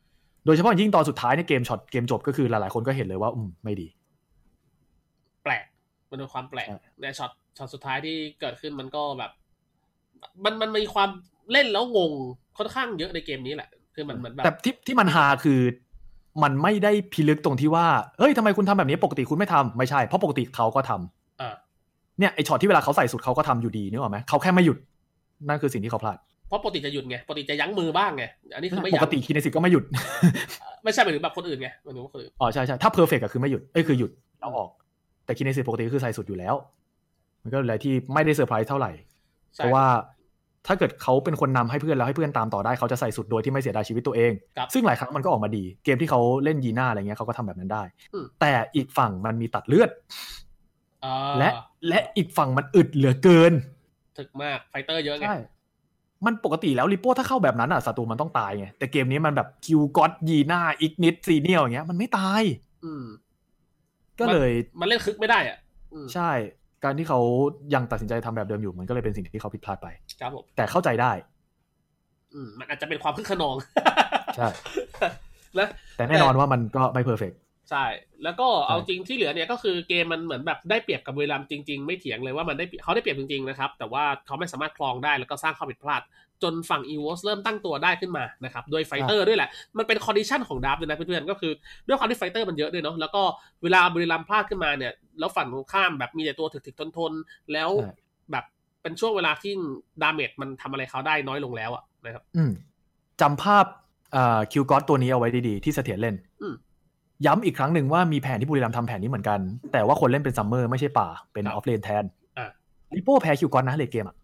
Speaker 6: ๆ โดยเฉพาะอย่างยิ่งตอนสุดท้ายในเกมช็อตเกมจบก็คือหลายๆคนก็เห็นเลยว่าอืมไม่ดี
Speaker 5: แปลกมันเป็นความแปลก
Speaker 6: ใช่
Speaker 5: ในช็อตช็อตสุดท้ายที่เกิดขึ้นมันก็แบบ มันมันมีความเล่นแล้วงงค่อนข้างเยอะในเกมนี้แหละ คือมันเหมือนแบ
Speaker 6: แต่
Speaker 5: บ
Speaker 6: ที่ที่มันฮาคือมันไม่ได้พิลึกตรงที่ว่าเฮ้ยทำไมคุณทำแบบนี้ปกติคุณไม่ทำไม่ใช่เพราะปกติเขาก็ทำ
Speaker 5: อ่า
Speaker 6: เนี่ยไอช็อตที่เวลาเขาใส่สุดเขาก็ทำอยู่ดีนึกออกไหมเขาแค่ไม่หยุด นั่นคือสิ่งที่เขาพลาด
Speaker 5: เพราะปกติจะหยุดไงปกติจะยั้งมือบ้างไงอันนี้คือไม่
Speaker 6: ป
Speaker 5: ยั้ง
Speaker 6: กติคินเนสิกก็ไม่หยุด
Speaker 5: ไม่ใช่หมายถึงแบบคนอื่นไงหมายถึงว่าคนอื่น
Speaker 6: อ๋อใช่ใช่ถ้าเพอร์เฟกก็คือไม่หยุดเอ้ยคือหยุดเอาออก แต่คินเนสิกปกติก็คือใส่สุดอยู่แล้ว มันก็เลยอะไรที่ไม่ได้เซอร์ไพรส์เท่าไหร่ เพ
Speaker 5: ใช่
Speaker 6: ราะว่าถ้าเกิดเขาเป็นคนนำให้เพื่อนแล้วให้เพื่อนตามต่อได้เขาจะใส่สุดโดยที่ไม่เสียดายชีวิตตัวเอง
Speaker 5: ครับ
Speaker 6: ซึ่งหลายครั้งมันก็ออกมาดี เกมที่เขาเล่นยีน่าอะไรเงี้ยเขาก็ทำแบบนั้นได้ แต่อีกฝั่งมันมีตัดเลือด
Speaker 5: อ่า
Speaker 6: และและอีกฝั่งมันอึดเหลือเกิน
Speaker 5: ถึกมากไฟเตอร์เยอะไง
Speaker 6: มันปกติแล้วริโป้ถ้าเข้าแบบนั้นอ่ะศัตรูมันต้องตายไง แต่เกมนี้มันแบบคิวก็อตยีน่าอิกนิดซีเนียลอย่างเงี้ยมันไม่ตาย
Speaker 5: อืม
Speaker 6: ก็เลย
Speaker 5: มันเล่นคึกไม่ได้อ่ะอืม
Speaker 6: ใช่ การที่เขายังตัดสินใจทำแบบเดิมอยู่มันก็เลยเป็นสิ่งที่เขาผิดพลาดไป
Speaker 5: ครับผม
Speaker 6: แต่เข้าใจได้
Speaker 5: อืมมันอาจจะเป็นความคึกขนอง
Speaker 6: ใช่
Speaker 5: และ
Speaker 6: แต่แน่นอนว่ามันก็ไม่เพอร์เฟก
Speaker 5: ใช่ แล้วก็เอา
Speaker 6: ใช่
Speaker 5: จริงที่เหลือเนี่ยก็คือเกมมันเหมือนแบบได้เปรียบกับบุรีรัมย์จริง ๆ ไม่เถียงเลยว่ามันได้เปรียบเขาได้เปรียบจริงๆนะครับ แต่ว่าเขาไม่สามารถคลองได้แล้วก็สร้างข้อผิดพลาด จนฝั่งอีวอสเริ่มตั้งตัวได้ขึ้นมานะครับโดยไฟเตอร์ด้วยแหละ มันเป็นคอนดิชันของดับเลยนะเพื่อนๆก็คือด้วยความที่ไฟเตอร์มันเยอะด้วยเนาะแล้วก็เวลาบุรีรัมย์พลาดขึ้นมาเนี่ยแล้วฝั่งตรงข้ามแบบมีแต่ตัวถึกๆทนๆแล้ว
Speaker 6: ใช่
Speaker 5: แบบเป็นช่วงเวลาที่ดาเมจมันทำอะไรเขาได้น้อยลงแล้วอะนะครับ
Speaker 6: อืมจำภาพคิวกอตตัวนี้เอาไว้ดีๆ ที่เสถียรเล่น
Speaker 5: อืม
Speaker 6: ย้ำอีกครั้งหนึ่งว่ามีแผนที่บุรีรัมย์ทำแผนนี้เหมือนกัน แต่ว่าคนเล่นเป็นซัมเมอร์ไม่ใช่ป่า เป็น
Speaker 5: ค
Speaker 6: อ
Speaker 5: รับ
Speaker 6: อฟเลนแทน
Speaker 5: อ่ะ
Speaker 6: ลิโป้แพ้คิวกอตนะเลทเกมอ่ะ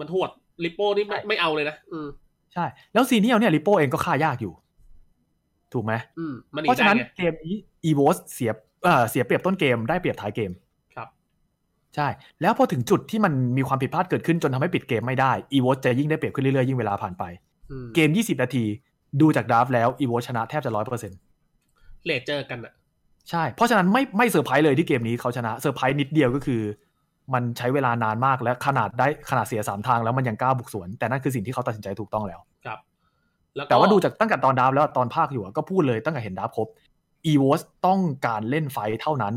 Speaker 5: มันโหดลิโป้นี่ไม่
Speaker 6: ใช่
Speaker 5: ไม่เอาเลยนะอืม
Speaker 6: ใช่ แล้วซีเนียลเนี่ยลิโป้เองก็ฆ่ายากอยู่ ถูกไหม
Speaker 5: อืมมันหนี
Speaker 6: เพราะฉะ
Speaker 5: ได้
Speaker 6: นั้น
Speaker 5: ไง
Speaker 6: เกมนี้อีโวสเสียเอ่อเสียเปรียบต้นเกมได้เปรียบท้ายเกม
Speaker 5: ครับ
Speaker 6: ใช่ แล้วพอถึงจุดที่มันมีความผิดพลาดเกิดขึ้นจนทำให้ปิดเกมไม่ได้อีโวสจะยิ่งได้เปรียบขึ้นเรื่อยๆยิ่งเวลาผ่านไป
Speaker 5: อืม
Speaker 6: เกม 20 นาที ดูจากดราฟต์แล้วอีโวชนะแทบจะร้อยเปอร์เซ็นต์
Speaker 5: เลทเจอกันอะ
Speaker 6: ใช่ เพราะฉะนั้นไม่ไม่เซอร์ไพรส์เลยที่เกมนี้เขาชนะเซอร์ไพรส์นิดเดียวก็คือ มันใช้เวลานานมากและขนาดได้ขนาดเสียสามทางแล้วมันยังกล้าบุกสวน แต่นั่นคือสิ่งที่เขาตัดสินใจถูกต้องแล้ว
Speaker 5: ครับล้วก็
Speaker 6: แต่ว่าดูจากตั้งแต่ตอนดราฟต์แล้วตอนภาคอยู่อะก็พูดเลยตั้งแต่เห็นดราฟต์ครบอีโวสต้องการเล่นไฟท์เท่านั้น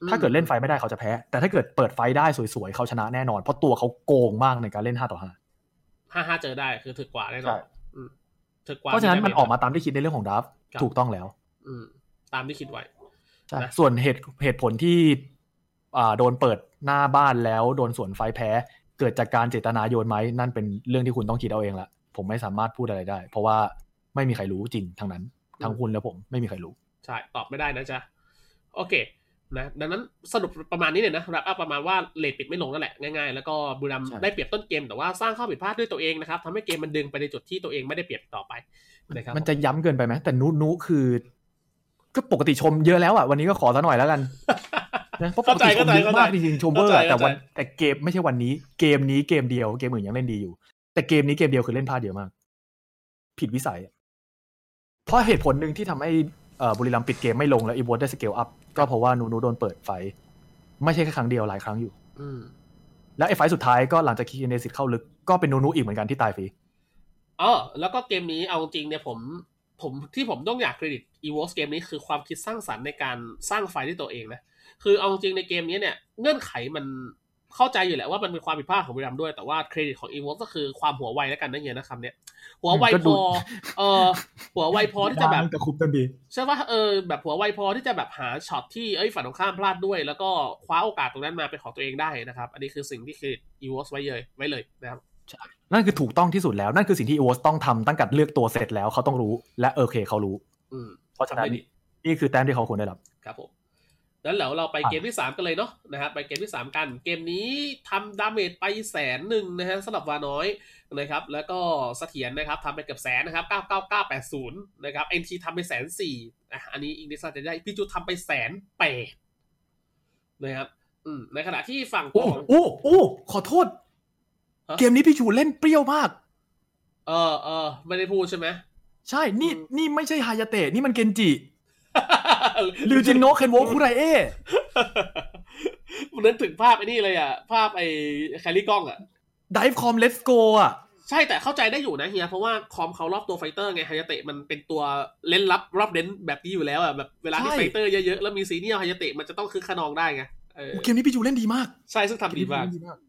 Speaker 5: อืม
Speaker 6: ถ้าเกิดเล่นไฟท์ไม่ได้เขาจะแพ้ แต่ถ้าเกิดเปิดไฟท์ได้สวยๆเขาชนะแน่นอนเพราะตัวเขาโกงมากในการเล่น5ต่อ5
Speaker 5: ห้าห้าเจอได้คือถึกกว่าแน่น
Speaker 6: ใช่
Speaker 5: อนอืมถึกกว่า
Speaker 6: เพราะฉะนั้นมัน
Speaker 5: ที่ได้
Speaker 6: ออกมาตามที่คิดในเรื่องของดราฟต์
Speaker 5: ครับ
Speaker 6: ถูกต้องแล้ว
Speaker 5: อืมตามที่คิดไว้
Speaker 6: ใช่
Speaker 5: นะ
Speaker 6: ส่วนเหตุเหตุผลที่อ่าโดนเปิดหน้าบ้านแล้วโดนสวนไฟแพ้ เกิดจากการเจตนาโยนไหมนั่นเป็นเรื่องที่คุณต้องคิดเอาเองละผมไม่สามารถพูดอะไรได้ เพราะว่าไม่มีใครรู้จริงทั้งนั้น ทั้งคุณและผมไม่มีใครรู้
Speaker 5: ใช่ ตอบไม่ได้นะจ๊ะ โอเค นะดังนั้นสรุปประมาณนี้เลยนะรับอัพประมาณว่าเลทปิดไม่ลงนั่นแหละง่ายๆ แล้วก็บุรีรัมย์
Speaker 6: ใช่
Speaker 5: ได้เปรียบต้นเกมแต่ว่าสร้างข้อผิดพลาดด้วยตัวเองนะครับทำให้เกมมันดึงไปในจุดที่ตัวเองไม่ได้เปรียบต่อไปนะครับ
Speaker 6: มันจะย้ำเกินไปไหมแต่นุนุคือ ก็ปกติชมเยอะแล้วอ่ะวันนี้ก็ขอซะหน่อยแล้
Speaker 5: [LAUGHS]
Speaker 6: วกันนะเพราะปก
Speaker 5: เข้าใจ
Speaker 6: ติช
Speaker 5: เข้าม ใจ
Speaker 6: เย
Speaker 5: เข้า
Speaker 6: อะ
Speaker 5: ใจ
Speaker 6: มากจริงๆชมเวอร์อะ
Speaker 5: เข้าใจ
Speaker 6: แต่วัน
Speaker 5: เข้าใจ
Speaker 6: แต่เกมไม่ใช่วันนี้ เกมนี้เกมเดียวเกมอื่นยังเล่นดีอยู่ แต่เกมนี้เกมเดียวคือเล่นพลาดเยอะมาก ผิดวิสัยอะเพราะเหตุผลหนึ่งที่ทำให้เอ่อบุรีรัมย์ปิดเกมไม่ลงแล้วอีโบสได้สเกลอัพก็เพราะว่านูนูโดนเปิดไฟ ไม่ใช่แค่ครั้งเดียวหลายครั้งอยู่
Speaker 5: อืม
Speaker 6: แล้วไอ้ไฟล์สุดท้ายก็หลังจากคิกเนสิตเข้าลึกก็เป็นนูนูอีกเหมือนกันที่ตายฟรี
Speaker 5: อ๋อแล้วก็เกมนี้เอาจริงเนี่ยผมผมที่ผมต้องอยากเครดิต e v o s เกมนี้คือความคิดสร้างสรรค์ในการสร้างไฟล์ด้วยตัวเองนะคือเอาจริงในเกมนี้เนี่ยเงื่อนไขมันเข้าใจอยู่แหละว่ามันเป็นความผิดพลาดของบุรีรัมย์ด้วยแต่ว่าเครดิตของ e v o s ก็คือความหัวไวแล้วกันนะเฮียนะคำเนี้ยหัวไว
Speaker 6: ก็
Speaker 5: พ
Speaker 6: ดู
Speaker 5: อเออหัวไวพอที่จะแบบ
Speaker 6: กับคุปตันบี
Speaker 5: ใช่ว่าเออแบบหัวไวพอที่จะแบบหาช็อตที่เอ้ยฝันของข้ามพลาดด้วย แล้วก็คว้าโอกาสตรงนั้นมาเป็นของตัวเองได้นะครับ อันนี้คือสิ่งที่เครดิตอีวอสไว้เลยไว้เลยนะครับ
Speaker 6: นั่นคือถูกต้องที่สุดแล้ว นั่นคือสิ่งที่อีวอสต้องทำตั้งแต่เลือกตัวเสร็จแล้วเขาต้องรู้และเออโอเคเขารู้
Speaker 5: อืม
Speaker 6: เพราะฉะ
Speaker 5: ทำ
Speaker 6: นั้น
Speaker 5: ได้ดี
Speaker 6: นี่คือแต้มที่เขาควรได้รับ
Speaker 5: ครับผมแล้วเราเราไป
Speaker 6: อ่ะ
Speaker 5: เกมที่ 3 กันเลยเนาะนะครับไปเกมที่ 3 กัน เกมนี้ทำดาเมจไปแสนหนึ่งนะฮะสำหรับวาน้อยนะครับแล้วก็เสถียรนะครับทำไปเกือบแสนนะครับ 99980 นะครับ NT ทำไปแสนสี่อ่ะอันนี้อิงลิสจะได้พี่จูทำไปแสนแปดนะครับอืมในขณะที่ฝั่งข
Speaker 6: โอ้
Speaker 5: อง
Speaker 6: โอ้โอ้ขอโทษ
Speaker 5: ฮะ
Speaker 6: เกมนี้พี่ชูเล่นเปรี้ยวมาก
Speaker 5: เออเออไม่ได้พูดใช่
Speaker 6: [LAUGHS]
Speaker 5: ไหม
Speaker 6: ใช่นี่
Speaker 5: อืม
Speaker 6: นี่ไม่ใช่ฮายาเตะนี่มันเกนจิริวจินโนะเคนโวคุไรเอะ
Speaker 5: [LAUGHS] มันนึกถึงภาพไอ้นี่เลยอ่ะ ภาพไอ้แคลรี่กล้องอ่ะ
Speaker 6: ไดฟ์คอมเลสโกอ่ะ
Speaker 5: ใช่แต่เข้าใจได้อยู่นะเฮีย เพราะว่าคอมเขารอบตัวไฟเตอร์ไงฮายาเตะมันเป็นตัวเล่นรับรอบเด่นแบบนี้อยู่แล้วอ่ะแบบเวลาที่
Speaker 6: ใช่
Speaker 5: ไฟเตอร์เยอะๆ แล้วมีซีเนียร์ฮายาเตะมันจะต้องคึกขนองได้ไงเออ
Speaker 6: โอ้เกมนี้พี่ชูเล่นดีมาก
Speaker 5: ใช่ซึ่งทำดีมาก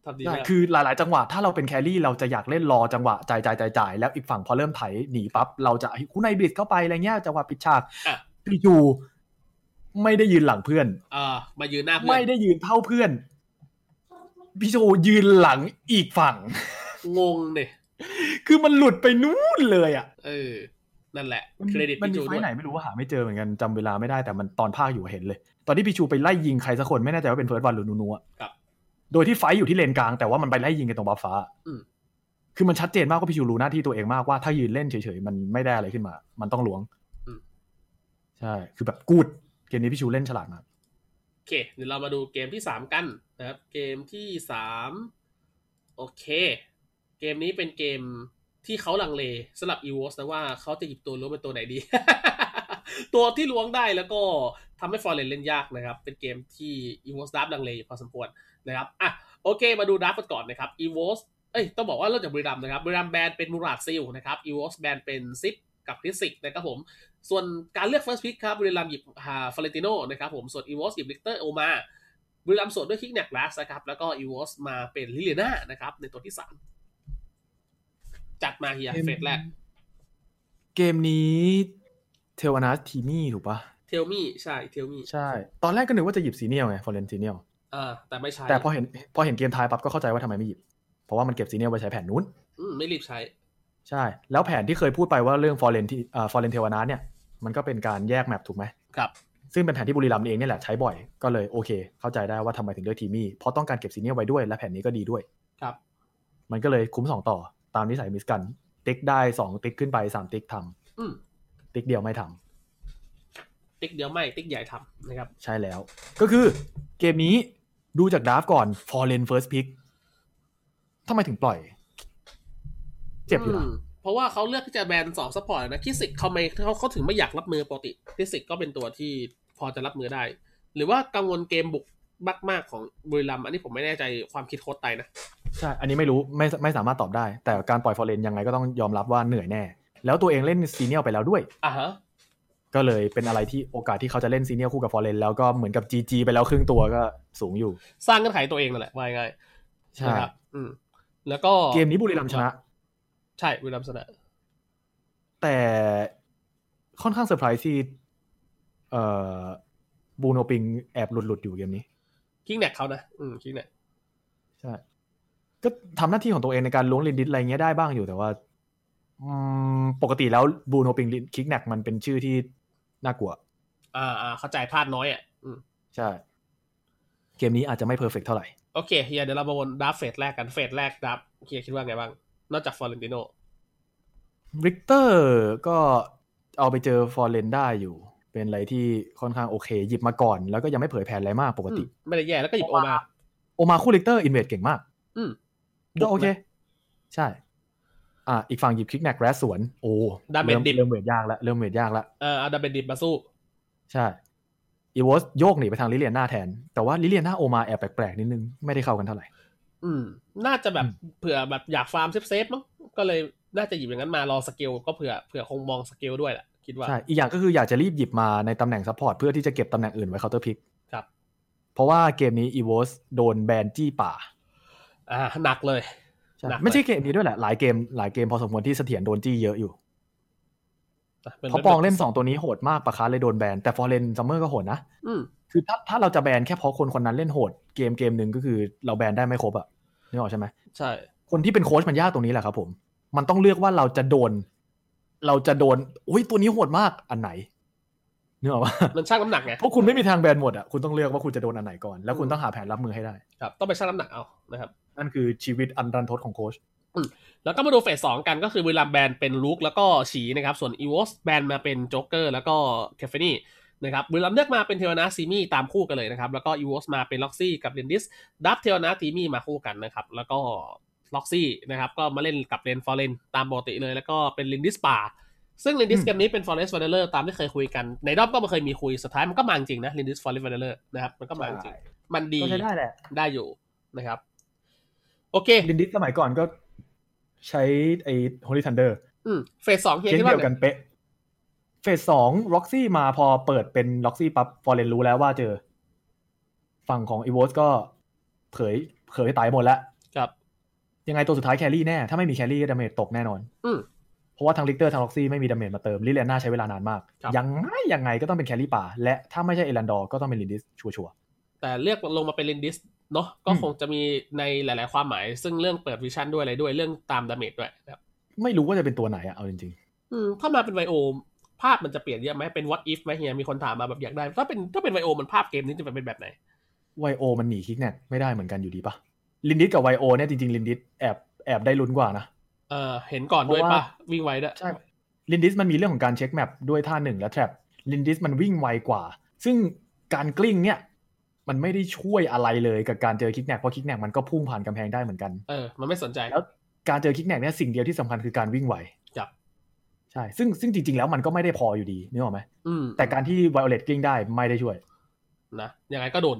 Speaker 5: ทำดี
Speaker 6: ใช่
Speaker 5: มาก
Speaker 6: คือหลาย ๆ จังหวะถ้าเราเป็นแครี่เราจะอยากเล่นรอจังหวะจ่ายจ่ายจ่ายจ่ายแล้วอีกฝั่งพอเริ่มไถหนีปั๊บเราจะคุไนบริดเข้าไปอะไรเงี้ยจังหวะปิดฉาก
Speaker 5: อ่ะ
Speaker 6: พี่ชูไม่ได้ยืนหลังเพื่อน
Speaker 5: เออมายืนหน้าเพื่อ
Speaker 6: ไม่
Speaker 5: น
Speaker 6: ได้ยืนเท่าเพื่อน พี่โจยืนหลังอีกฝั่ง [LAUGHS]
Speaker 5: งงเนี่ย
Speaker 6: คือมันหลุดไปนู้นเลยอ่ะ
Speaker 5: เออ นั่นแหละ
Speaker 6: มัน
Speaker 5: เครดิต
Speaker 6: มัน
Speaker 5: พี่
Speaker 6: มี
Speaker 5: จู
Speaker 6: ไฟ
Speaker 5: ด้ว
Speaker 6: ล์
Speaker 5: ย
Speaker 6: ไหนไม่รู้ว่าหาไม่เจอเหมือนกันจำเวลาไม่ได้แต่มันตอนภาคอยู่เห็นเลย ตอนที่พี่ชูไปไล่ยิงใครสักคนไม่แน่ใจว่าเป็นเฟิร์สวันหรือนูนูอะ
Speaker 5: ครับ
Speaker 6: โดยที่ไฟล์อยู่ที่เลนกลางแต่ว่ามันไปไล่ยิงกันตรงบัฟฟ้า
Speaker 5: อืม
Speaker 6: คือมันชัดเจนมากว่าพี่ชูรู้หน้าที่ตัวเองมากว่าถ้ายืนเล่นเฉยๆมันไม่ได้อะไรขึ้นมา มันต้องหลวงใช่ คือแบบกูดเกมนี้พี่ชูเล่นฉลาดมาก
Speaker 5: โอเคเดี๋ยวเรามาดูเกมที่สามกันนะครับ เกมที่สามโอเค เกมนี้เป็นเกมที่เขาลังเลสำหรับ e v o s นะว่าเขาจะหยิบตัวล้วงเป็นตัวไหนดี [LAUGHS] ตัวที่ล้วงได้แล้วก็ทำให้ฟอร์เรนเล่นยากนะครับ เป็นเกมที่ e v o s ดับลังเลอยู่พอสมควรนะครับอ่ะโอเค มาดูดับกันก่อนนะครับ e v o s เอ้ยต้องบอกว่าเริ่มจากบุรีรัมย์นะครับบุรีรัมย์แบนเป็นมูราดซิลนะครับ e v o s แบนเป็นซิปกับคริสิกนะครับผม ส่วนการเลือก first pick ครับบุรีรัมย์หยิบหาฟลอเรนติโนนะครับผมส่วนอีวอสหยิบลิกเตอร์โอมาบุรีรัมย์สวนด้วยคิกแนกลาสนะครับ แล้วก็อีวอสมาเป็นลิเลน่านะครับ ในตัวที่ 3 จัดมาเฮียเฟสแรก
Speaker 6: เกมนี้เทวนาทีมี่ถูกปะ
Speaker 5: เทลมี่ใช่เทลมี่
Speaker 6: ใช่ ตอนแรกก็นึกว่าจะหยิบซีเนียลไงฟอร์เรนซีเนียล
Speaker 5: อ่าแต่ไม่ใช้
Speaker 6: แต่พอเห็นพอเห็นเกมทายปั๊บก็เข้าใจว่าทำไมไม่หยิบ เพราะว่ามันเก็บซีเนียลไว้ใช้แผนนู้น
Speaker 5: อืมไม่รีบใช้
Speaker 6: ใช่ แล้วแผนที่เคยพูดไปว่าเรื่องฟอร์เรนที่เอ่อฟอร์เรนเทวนาเนี่ย มันก็เป็นการแยกแมปถูกไหม
Speaker 5: ครับ
Speaker 6: ซึ่งเป็นแผนที่บุรีรัมย์เองเนี่ยแหละใช้บ่อย ก็เลยโอเค เข้าใจได้ว่าทำไมถึงเลือกทีมี่ เพราะต้องการเก็บซีเนียลไว้ด้วย และแผนนี้ก็ดีด้วย
Speaker 5: ครับ
Speaker 6: มันก็เลยคุ้มสองต่อ ตามนิสัยมิสกัน ติ๊กได้สองติ๊กขึ้นไปสามติ๊กทำ
Speaker 5: อืม
Speaker 6: ติ๊กเดียวไม่ทำ
Speaker 5: ติ๊กเดียวไม่ ติ๊กใหญ่ทำนะครับ
Speaker 6: ใช่แล้ว ก็คือเกมนี้ดูจากดราฟก่อน f o r e i g n First Pick ทำไมถึงปล่อย เจ็บอยู่
Speaker 5: อื
Speaker 6: นะ
Speaker 5: มเพราะว่าเขาเลือกที่จะแบนสองซัพพอร์ตนะคิสิกเขาไม่เขาเขาถึงไม่อยากรับมือปกติคิสิกก็เป็นตัวที่พอจะรับมือได้ หรือว่ากังวลเกมบุกมากๆของบุรีรัมย์อันนี้ผมไม่แน่ใจความคิดโค้ชไตนะ
Speaker 6: ใช่ อันนี้ไม่รู้ไม่ไม่สามารถตอบได้ แต่การปล่อย f o r e i g n ยังไงก็ต้องยอมรับว่าเหนื่อยแน่ แล้วตัวเองเล่นซีเนียลไปแล้วด้วย
Speaker 5: อ่ะฮะ
Speaker 6: ก็เลยเป็นอะไรที่โอกาสที่เขาจะเล่นซีเนียลคู่กับฟอร์เรนแล้วก็เหมือนกับ GG ไปแล้วครึ่งตัวก็สูงอยู่
Speaker 5: สร้างเงื่อนไขตัวเองนั่นแหละว่าง่ายๆ
Speaker 6: ใช่
Speaker 5: นะครับอืม แล้วก็
Speaker 6: เกมนี้บุรีรัมย์ชนะ
Speaker 5: ใช่บุรีรัมย์ชนะ
Speaker 6: แต่ค่อนข้างเซอร์ไพรส์ที่เอ่อบูโนปิงแอบหลุดๆอยู่เกมนี้
Speaker 5: คิงแนกเขานะ อืมคิงแนก
Speaker 6: ใช่ ก็ทำหน้าที่ของตัวเองในการล้วงลินดิสอะไรเงี้ยได้บ้างอยู่แต่ว่าอืมปกติแล้วบูโนปิงคิกแนกมันเป็นชื่อที่น่ากลัว
Speaker 5: อ่าอ่าเข้าใจพลาดน้อยอ่ะ อืม
Speaker 6: ใช่ เกมนี้อาจจะไม่เพอร์เฟกเท่าไหร่
Speaker 5: โอเคเฮียเดี๋ยวเรามาวนดับเฟสแรกกันเฟสแรกดับเฮียคิดว่าไงบ้าง นอกจากฟอร์เรนติโน
Speaker 6: ริกเตอร์ก็เอาไปเจอฟอร์เรนได้อยู่ เป็นอะไรที่ค่อนข้างโอเค หยิบมาก่อน แล้วก็ยังไม่เผยแผนอะไรมากปกติ
Speaker 5: ไม่ได้แย่แล้วก็หยิบโอมา
Speaker 6: โอมาคู่ริกเตอร์อินเวดเก่งมาก
Speaker 5: อืม
Speaker 6: ก็โอเค ใช่ อ่ะอีกฝั่งหยิบคิกแนกแรสสวน โอ้
Speaker 5: ดาเมจ
Speaker 6: เริ่ม
Speaker 5: ดิบ
Speaker 6: เริ่มเวทยากแล้วเริ่มเวทยากแล้ว
Speaker 5: เออเอาดาเบนดิบมาสู้
Speaker 6: ใช่อีวอสโยกหนีไปทางลิเลียนหน้าแทน แต่ว่าลิเลียนหน้าโอมาแอบแปลกๆนิดนึง ไม่ได้เข้ากันเท่าไหร่
Speaker 5: อืม น่าจะแบบ
Speaker 6: อืม
Speaker 5: เผื่อแบบอยากฟาร์มเซฟเซฟๆมั้งก็เลยน่าจะหยิบอย่างนั้นมารอสเกลก็เผื่อเผื่อคงมองสเกลด้วยแหละคิดว่า
Speaker 6: ใช่ อีกอย่างก็คืออยากจะรีบหยิบมาในตำแหน่งซัพพอร์ตเพื่อที่จะเก็บตำแหน่งอื่นไว้เคาน์เตอร์พิก
Speaker 5: ครับ
Speaker 6: เพราะว่าเกมนี้อีวอสโดนแบนจี้ป่า
Speaker 5: อ่าหนักเลย
Speaker 6: ใช่
Speaker 5: หนักเลย
Speaker 6: ไม่ใช่เกมนี้ด้วยแหละ หลายเกมหลายเกมพอสมควรที่เสถียรโดนจี้เยอะอยู่
Speaker 5: หมืน
Speaker 6: เพราะปองเล่น 2 ตัวนี้โหดมากปะคะเลยโดนแบน แต่ฟอร์เรนซัมเมอร์ก็โหดนะ
Speaker 5: อืม
Speaker 6: คือถ้าถ้าเราจะแบนแค่เพราะคนคนนั้นเล่นโหด เกมเกมหนึ่งก็คือเราแบนได้ไม่ครบอะนึกออกใช่ไหม
Speaker 5: ใช่
Speaker 6: คนที่เป็นโค้ชมันยากตรงนี้แหละครับผม มันต้องเลือกว่าเราจะโดน เราจะโดน อุ้ยตัวนี้โหดมาก อันไหนเนื้อว่า
Speaker 5: มันชั่งน้ำหนักไง
Speaker 6: พวกคุณไม่มีทางแบนหมดอ่ะ คุณต้องเลือกว่าคุณจะโดนอันไหนก่อน แล้วคุณ
Speaker 5: อืม
Speaker 6: ต้องหาแผนรับมือให้ได้
Speaker 5: ครับต้องไปชั่งน้ำหนักเอานะครับ
Speaker 6: นั่นคือชีวิตอันรันทดของโค้ช
Speaker 5: แล้วก็มาดูเฟสสองกันก็คือบุรีรัมย์แบนเป็นลุกแล้วก็ฉีนะครับ ส่วนอีวอสแบนมาเป็นโจ๊กเกอร์แล้วก็เคฟเฟนี่นะครับบุรีรัมย์เลือกมาเป็นเทวนาซีมี่ตามคู่กันเลยนะครับ แล้วก็อีวอสมาเป็นล็อกซี่กับเรนดิสดับเทวนาทีมี่มาคู่กันนะครับ แล้วก็ล็อกซี่นะครับก็มาเล่นกับเรนฟอร์เรนตามปกติเลย แล้วก็เป็นเรนดิสป่า ซึ่งเรนดิส
Speaker 6: อืม
Speaker 5: เกมนี้เป็นฟอร์เรสต์วันเดอร์ตามที่เคยคุยกันในรอบก็ไมาเคยมีคุยสุดท้ายมันก็มาจริงนะเรนดิสฟอร์เรสต์วันเดอร์นะครับมันก็มาจริงมันดี
Speaker 6: ก็ใช้ได้แหละ
Speaker 5: ได้อยู่นะครับโอเค
Speaker 6: ลินดิสสมัยก่อนก็ใช้ไอ้โฮลิทันเดอร์
Speaker 5: อืมเฟสสองเฮีย
Speaker 6: เกม
Speaker 5: คิดว่า
Speaker 6: เดียว
Speaker 5: ไง
Speaker 6: กันเป๊ะ เฟสสองล็อกซี่มาพอเปิดเป็นล็อกซี่ปั๊บฟอร์เรนรู้แล้วว่าเจอ ฝั่งของอีวอสก็เผยเผยตายหมดแล้ว
Speaker 5: ครับ
Speaker 6: ยังไงตัวสุดท้ายแครี่แน่ ถ้าไม่มีแครี่ก็ดาเมจตกแน่นอน
Speaker 5: อืม
Speaker 6: เพราะว่าทางลิกเตอร์ทางล็อกซี่ไม่มีดาเมจมาเติมลิเลน่าใช้เวลานานมาก
Speaker 5: ครับ
Speaker 6: ยังไงยังไงก็ต้องเป็นแครี่ป่า และถ้าไม่ใช่เอรันดอร์ก็ต้องเป็นลินดิสชัวร์
Speaker 5: แต่เลือกลงมาเป็นเลนดิสเนาะก็
Speaker 6: อืม
Speaker 5: คงจะมีในหลาย ๆ ความหมาย ซึ่งเรื่องเปิดวิชั่นด้วยอะไรด้วยเรื่องตามดาเมจด้วยนะครับ
Speaker 6: ๆไม่รู้ว่าจะเป็นตัวไหนอะเอาจริง
Speaker 5: อืมถ้ามาเป็นไวโอภาพมันจะเปลี่ยนเยอะไหมเป็น what if ไหมเฮียมีคนถามมาแบบอยากได้ ถ้าเป็นถ้าเป็นไวโอมันภาพเกมนี้จะเป็นแบบไหน
Speaker 6: ๆไวโอมันหนีคิกแนกไม่ได้เหมือนกันอยู่ดีปะลินดิสกับไวโอเนี่ยจริงๆลินดิสแอบแอบได้ลุ้นกว่านะ
Speaker 5: เออเห็นก่อนด้วย
Speaker 6: เพราะ
Speaker 5: ปะ
Speaker 6: ว่า
Speaker 5: วิ่งไวด้วย
Speaker 6: ใช่ลินดิสมันมีเรื่องของการเช็คแมปด้วยท่าหนึ่งและแทร็บลินดิสมันวิ่งไวกว่า ซึ่งการกลิ้งเนี่ยมันไม่ได้ช่วยอะไรเลยกับการเจอคิกแนกเพราะคิกแนกมันก็พุ่งผ่านกำแพงได้เหมือนกัน
Speaker 5: เออ มันไม่สนใจ
Speaker 6: แล้ว การเจอคิกแนกเนี่ยสิ่งเดียวที่สำคัญคือการวิ่งไหว
Speaker 5: ครับ
Speaker 6: ใช่ ซึ่งซึ่งจริง ๆ แล้วมันก็ไม่ได้พออยู่ดีนึกออกไหม
Speaker 5: อืม
Speaker 6: แต่การที่ไวโอเลตกลิ้งได้ไม่ได้ช่วย
Speaker 5: นะยังไงก็โดน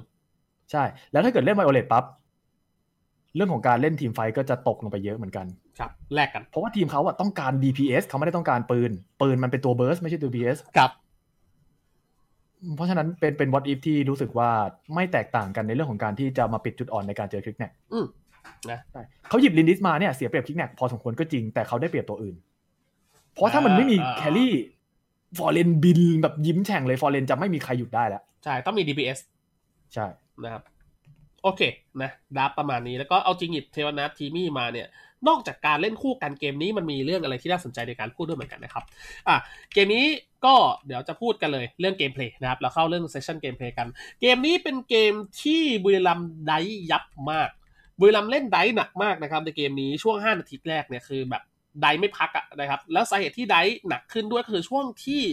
Speaker 6: ใช่ แล้วถ้าเกิดเล่นไวโอเลตปั๊บ เรื่องของการเล่นทีมไฟท์ก็จะตกลงไปเยอะเหมือนกัน
Speaker 5: ครับแลกกัน
Speaker 6: เพราะว่าทีมเขาอะต้องการ DPS เขาไม่ได้ต้องการปืน ปืนมันเป็นตัวเบิร์สไม่ใช่ตัว DPS
Speaker 5: ครับ
Speaker 6: เพราะฉะนั้นเป็นเป็น what if ที่รู้สึกว่าไม่แตกต่างกันในเรื่องของการที่จะมาปิดจุดอ่อนในการเจอคลิกแนก
Speaker 5: อืม
Speaker 6: ใช่เขาหยิบลินดิสมาเนี่ยเสียเปรียบคลิกแนกพอสมควรก็จริงแต่เขาได้เปรียบตัวอื่น เพราะถ้ามันไม่มี
Speaker 5: อ่า
Speaker 6: แครี่ฟอร์เรนบินแบบยิ้มแฉ่งเลยฟอร์เรนจะไม่มีใครหยุดได้แล้ว
Speaker 5: ใช่ต้องมี DPS
Speaker 6: ใช่
Speaker 5: นะครับโอเคนะดับประมาณนี้แล้วก็เอาจริงหยิบเทวนาททีมี่มาเนี่ย นอกจากการเล่นคู่กันเกมนี้มันมีเรื่องอะไรที่น่าสนใจในการพูดด้วยเหมือนกันนะครับอ่ะเกมนี้ก็เดี๋ยวจะพูดกันเลยเรื่องเกมเพลย์นะครับ เราเข้าเรื่องเซสชั่นเกมเพลย์กัน เกมนี้เป็นเกมที่บุรีรัมย์ได้ยับมาก บุรีรัมย์เล่นได้หนักมากนะครับในเกมนี้ช่วง 5 นาทีแรกเนี่ยคือแบบได้ไม่พักอะนะครับ แล้วสาเหตุที่ได้หนักขึ้นด้วยก็คือช่วงที่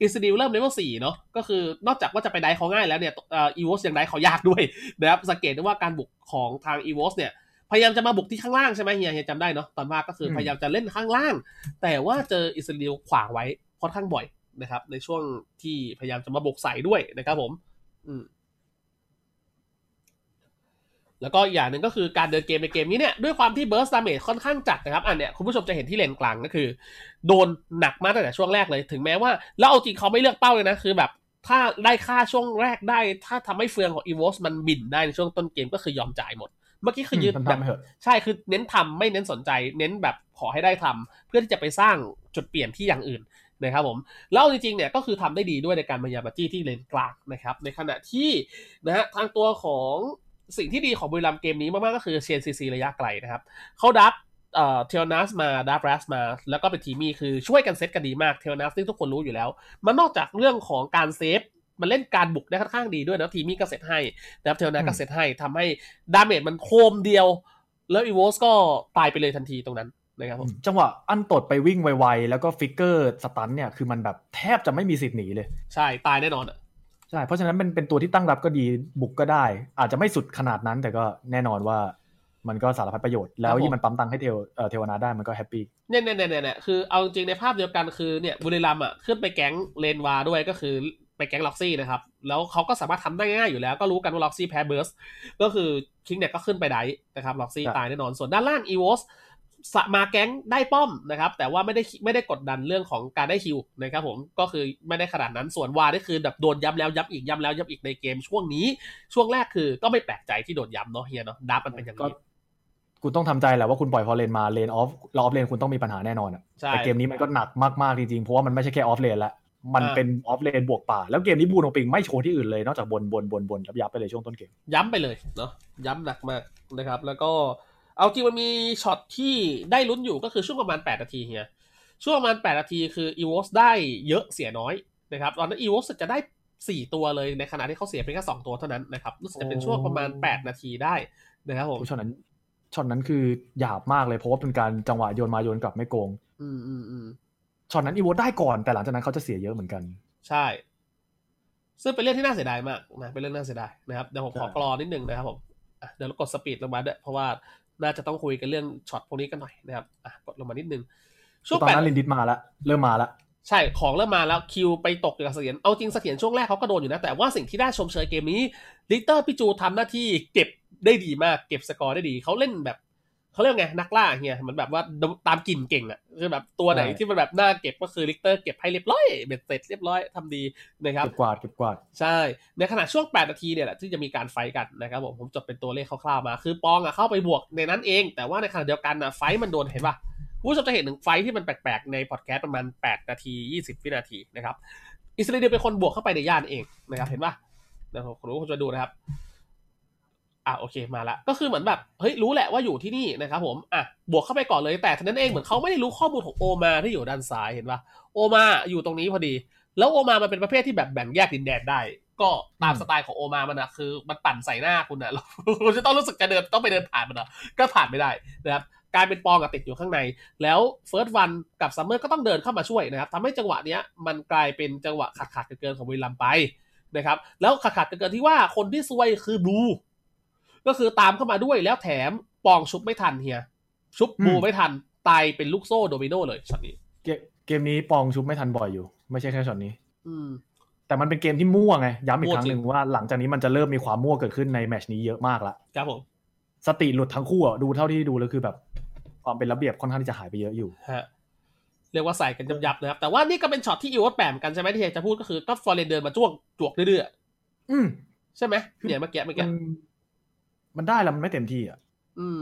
Speaker 5: อิสติลเริ่มเลเวลสี่เนาะก็คือนอกจากว่าจะไปได้เขาง่ายแล้วเนี่ยเอีวอสยังได้เขายากด้วย นะครับสังเกตได้ว่าการบุกของทางอีวอสเนี่ย พยายามจะมาบุกที่ข้างล่างใช่ไหมเฮียเฮียจำได้เนาะตอนมากก็คือพยายามจะเล่นข้างล่าง แต่ว่าเจออิสราเอลขวางไว้ค่อนข้างบ่อยนะครับ ในช่วงที่พยายามจะมาบุกใส่ด้วยนะครับผม อืม แล้วก็อีกอย่างหนึ่งก็คือการเดินเกมในเกมนี้เนี่ยด้วยความที่เบิร์สดาเมจค่อนข้างจัดนะครับอันเนี้ยคุณผู้ชมจะเห็นที่เลนกลางก็คือ โดนหนักมากตั้งแต่ช่วงแรกเลย ถึงแม้ว่า แล้วเอาจริงเขาไม่เลือกเป้าเลยนะ คือแบบ ถ้าได้ค่าช่วงแรกได้ ถ้าทำให้เฟืองของอีวอสมันบินได้ในช่วงต้นเกมก็คือยอมจ่ายหมด เมื่อกี้คือยืน
Speaker 6: ทำ
Speaker 5: แบบ
Speaker 6: ทำไปเถอะ
Speaker 5: ใช่คือเน้นทำไม่เน้นสนใจ เน้นแบบขอให้ได้ทำเพื่อที่จะไปสร้างจุดเปลี่ยนที่อย่างอื่นนะครับผมแล้วจริงๆเนี่ยก็คือทำได้ดีด้วยในการมายาบัจี้ที่เลนกลางนะครับในขณะที่นะฮะทางตัวของสิ่งที่ดีของบุรีรัมย์เกมนี้มากๆก็คือเชนซีซีระยะไกลนะครับเขาดับเอ่อเทลนัสมาดับแรสมา แล้วก็เป็นทีมี่คือช่วยกันเซตกันดีมากเทลนัสซึ่งทุกคนรู้อยู่แล้ว มันนอกจากเรื่องของการเซฟ มันเล่นการบุกได้ค่อนข้างดีด้วยนะทีมี่ก็เสร็จให้นะครับเทลนา
Speaker 6: อืม
Speaker 5: ก็เสร็จให้ทำให้ดาเมจมันโครมเดียว แล้วอีโวสก็ตายไปเลยทันทีตรงนั้นนะครับผม
Speaker 6: จังหวะอันตดไปวิ่งไวๆ แล้วก็ฟิกเกอร์สตันเนี่ยคือมันแบบแทบจะไม่มีสิทธิ์หนีเลย
Speaker 5: ใช่ตายแน่นอนอะ
Speaker 6: ใช่เพราะฉะนั้นเป็นเป็นตัวที่ตั้งรับก็ดีบุกก็ได้ อาจจะไม่สุดขนาดนั้นแต่ก็แน่นอนว่ามันก็สารพัดประโยชน์แล้วยิ่งมันปั๊มตังค์ให้เทวเอ่อเทวนาได้มันก็แฮปปี้
Speaker 5: เนี่ยเนี่ยเนี่ยเนี่ยเนี่ยคือเอาจริงๆในภาพเดียวกันคือเนี่ยบุรีรัมย์อ่ะขึ้นไปแก๊งเลนวาด้วยก็คือไปแก๊งล็อกซี่นะครับ แล้วเขาก็สามารถทำได้ง่ายๆอยู่แล้ว ก็รู้กันว่าล็อกซี่แพ้เบิร์สก็คือคิงเนี่ยก็ขึ้นไปไดฟ์นะครับล็อกซี่ตายแน่นอนส่วนด้านล่างอีวอสมาแก๊งได้ป้อมนะครับ แต่ว่าไม่ได้ไม่ได้กดดันเรื่องของการได้คิวนะครับผมก็คือไม่ได้ขนาดนั้นส่วนวานี่คือแบบโดนย้ำแล้วย้ำอีกย้ำแล้วย้ำอีกในเกมช่วงนี้ ช่วงแรกคือก็ไม่แปลกใจที่โดนย้ำเนาะเฮียเนาะดับมันเป็นอย่าง
Speaker 6: ก็
Speaker 5: นี้
Speaker 6: คุณต้องทำใจแหละว่าคุณปล่อยพอเลนมาเลนออฟเราออฟเลนคุณต้องมีปัญหาแน่นอนอะ
Speaker 5: ใช่
Speaker 6: แต่เกมนี้มันก็หนักมากๆจริงๆเพราะว่ามันไม่ใช่แค่ออฟเลนละมัน
Speaker 5: อ่า
Speaker 6: เป็นออฟเลนบวกป่าแล้วเกมนี้บูโนปิงไม่โชว์ที่อื่นเลยนอกจากบนบนบนบนแล้วยับไปเลยช่วงต้นเกม
Speaker 5: ย้ำไปเลยเนาะย้ำหนักมากนะครับ แล้วก็เอาจริงมันมีช็อตที่ได้ลุ้นอยู่ก็คือช่วงประมาณ 8 นาทีเฮียช่วงประมาณ 8 นาทีคืออีวอสได้เยอะเสียน้อยนะครับตอนนั้นอีวอสจะได้ 4 ตัวเลยในขณะที่เขาเสียเพียงแค่2ตัวเท่านั้นนะครับรู้สึกจะเป็นช่วงประมาณ 8 นาทีได้นะครับผม
Speaker 6: โอ้ช็อตนั้นช็อตนั้นคือหยาบมากเลยเพราะว่าเป็นการจังหวะโยนมาโยนกลับไม่โกง
Speaker 5: อืมอืมอืม
Speaker 6: ช็อตนั้นอีโวได้ก่อนแต่หลังจากนั้นเขาจะเสียเยอะเหมือนกัน
Speaker 5: ใช่ ซึ่งเป็นเรื่องที่น่าเสียดายมากนะ เป็นเรื่องน่าเสียดายนะครับ เดี๋ยวผมขอ
Speaker 6: ใช่
Speaker 5: กรอนิดนึงนะครับผมอ่ะเดี๋ยวเรากดสปีดลงมาด้วยเพราะว่าน่าจะต้องคุยกันเรื่องช็อตพวกนี้กันหน่อยนะครับอ่ะกดลงมานิดนึง ช่วง
Speaker 6: ตอน
Speaker 5: แปด
Speaker 6: นั้นลินดิสมาละเริ่มมาละ
Speaker 5: ใช่ ของเริ่มมาแล้วคิวไปตกอยู่กับเสถียร เอาจริงเสถียรช่วงแรกเขาก็โดนอยู่นะ แต่ว่าสิ่งที่ได้ชมเชยเกมนี้ ลิเตอร์ปิจูทำหน้าที่เก็บได้ดีมาก เก็บสกอร์ได้ดี เขาเล่นแบบเขาเรียกว่าไงนักล่าเฮียเหมันแบบว่าตามกลิ่นเก่งอะคือแบบตัวไหนที่มันแบบน่าเก็บก็คือลิเตอร์เก็บให้เรียบร้อยเบ็ดเสร็จเรียบร้อยทำดีนะครับ
Speaker 6: เก็บกวาดเก็บกวาด
Speaker 5: ใช่ ในขณะช่วง 8 นาทีเนี่ยแหละที่จะมีการไฟท์กันนะครับผม ผมจดเป็นตัวเลขคร่าวๆมา คือปองอะเข้าไปบวกในนั้นเอง แต่ว่าในขณะเดียวกันนะไฟท์มันโดนเห็นปะคุณผู้ชมจะเห็นถึงไฟท์ที่มันแปลกๆ ในพอดแคสต์ประมาณ 8 นาที 20 วินาทีนะครับ อิสราเอลเป็นคนบวกเข้าไปในย่านเองนะครับ เห็นปะนะครับคุณรู้คุณจะดูนะครับ อ่ะโอเคมาละก็คือเหมือนแบบเฮ้ยรู้แหละว่าอยู่ที่นี่นะครับผมอ่ะบวกเข้าไปก่อนเลยแต่ทันนั้นเองเหมือนเขาไม่ได้รู้ข้อมูลของโอมาที่อยู่ด้านซ้ายเห็นปะโอมาอยู่ตรงนี้พอดี แล้วโอมามันเป็นประเภทที่แบบแบ่งแยกดินแดนได้ ก็ตามสไตล์ของโอมามันนะคือ มันปั่นใส่หน้าคุณนะ [LAUGHS] แล้วคุณจะต้องรู้สึกจะเดินต้องไปเดินผ่านมันนะก็ผ่านไม่ได้นะครับกลายเป็นปองกับติดอยู่ข้างใน แล้วเฟิร์สวันกับซัมเมอร์ก็ต้องเดินเข้ามาช่วยนะครับทำให้จังหวะเนี้ยมันกลายเป็นจังหวะขาดขาดๆเกินๆของบุรีรัมย์ไปนะครับแล้วขาดขาดๆเกินๆที่ว่าคนที่ซวยคือบลู ก็คือตามเข้ามาด้วยแล้วแถมปองชุบไม่ทันเฮียชุบบลูไม่ทันตายเป็นลูกโซ่โดมิโนเลยช็อตนี้
Speaker 6: เกมเกมนี้ปองชุบไม่ทันบ่อยอยู่ ไม่ใช่แค่ช็อตนี้
Speaker 5: อืม
Speaker 6: แต่มันเป็นเกมที่มั่วไงย้ำอีก
Speaker 5: มั่ว
Speaker 6: ครั้ง
Speaker 5: จริง
Speaker 6: หนึ่งว่าหลังจากนี้มันจะเริ่มมีความมั่วเกิดขึ้นในแมตชนี้เยอะมากละ
Speaker 5: ครับผม
Speaker 6: สติหลุดทั้งคู่อะดูเท่าที่ดูแล้วคือแบบความเป็นระเบียบค่อนข้างที่จะหายไปเยอะอยู่
Speaker 5: ฮะเรียกว่าใส่กันยับยับนะครับ แต่ว่านี่ก็เป็นช็อตที่อีวอตแปมกันใช่ไหมที่เฮียจะพูดก็คือก็ฟอร์เรนเดินมาจ้วงจวกเรื่อย
Speaker 6: อืม
Speaker 5: ๆใช่ไหมเนี่ยเมื่อกี้เมื่อ
Speaker 6: มั
Speaker 5: กี้
Speaker 6: นมันได้แล้วมันไม่เต็มที่อ่ะ
Speaker 5: อืม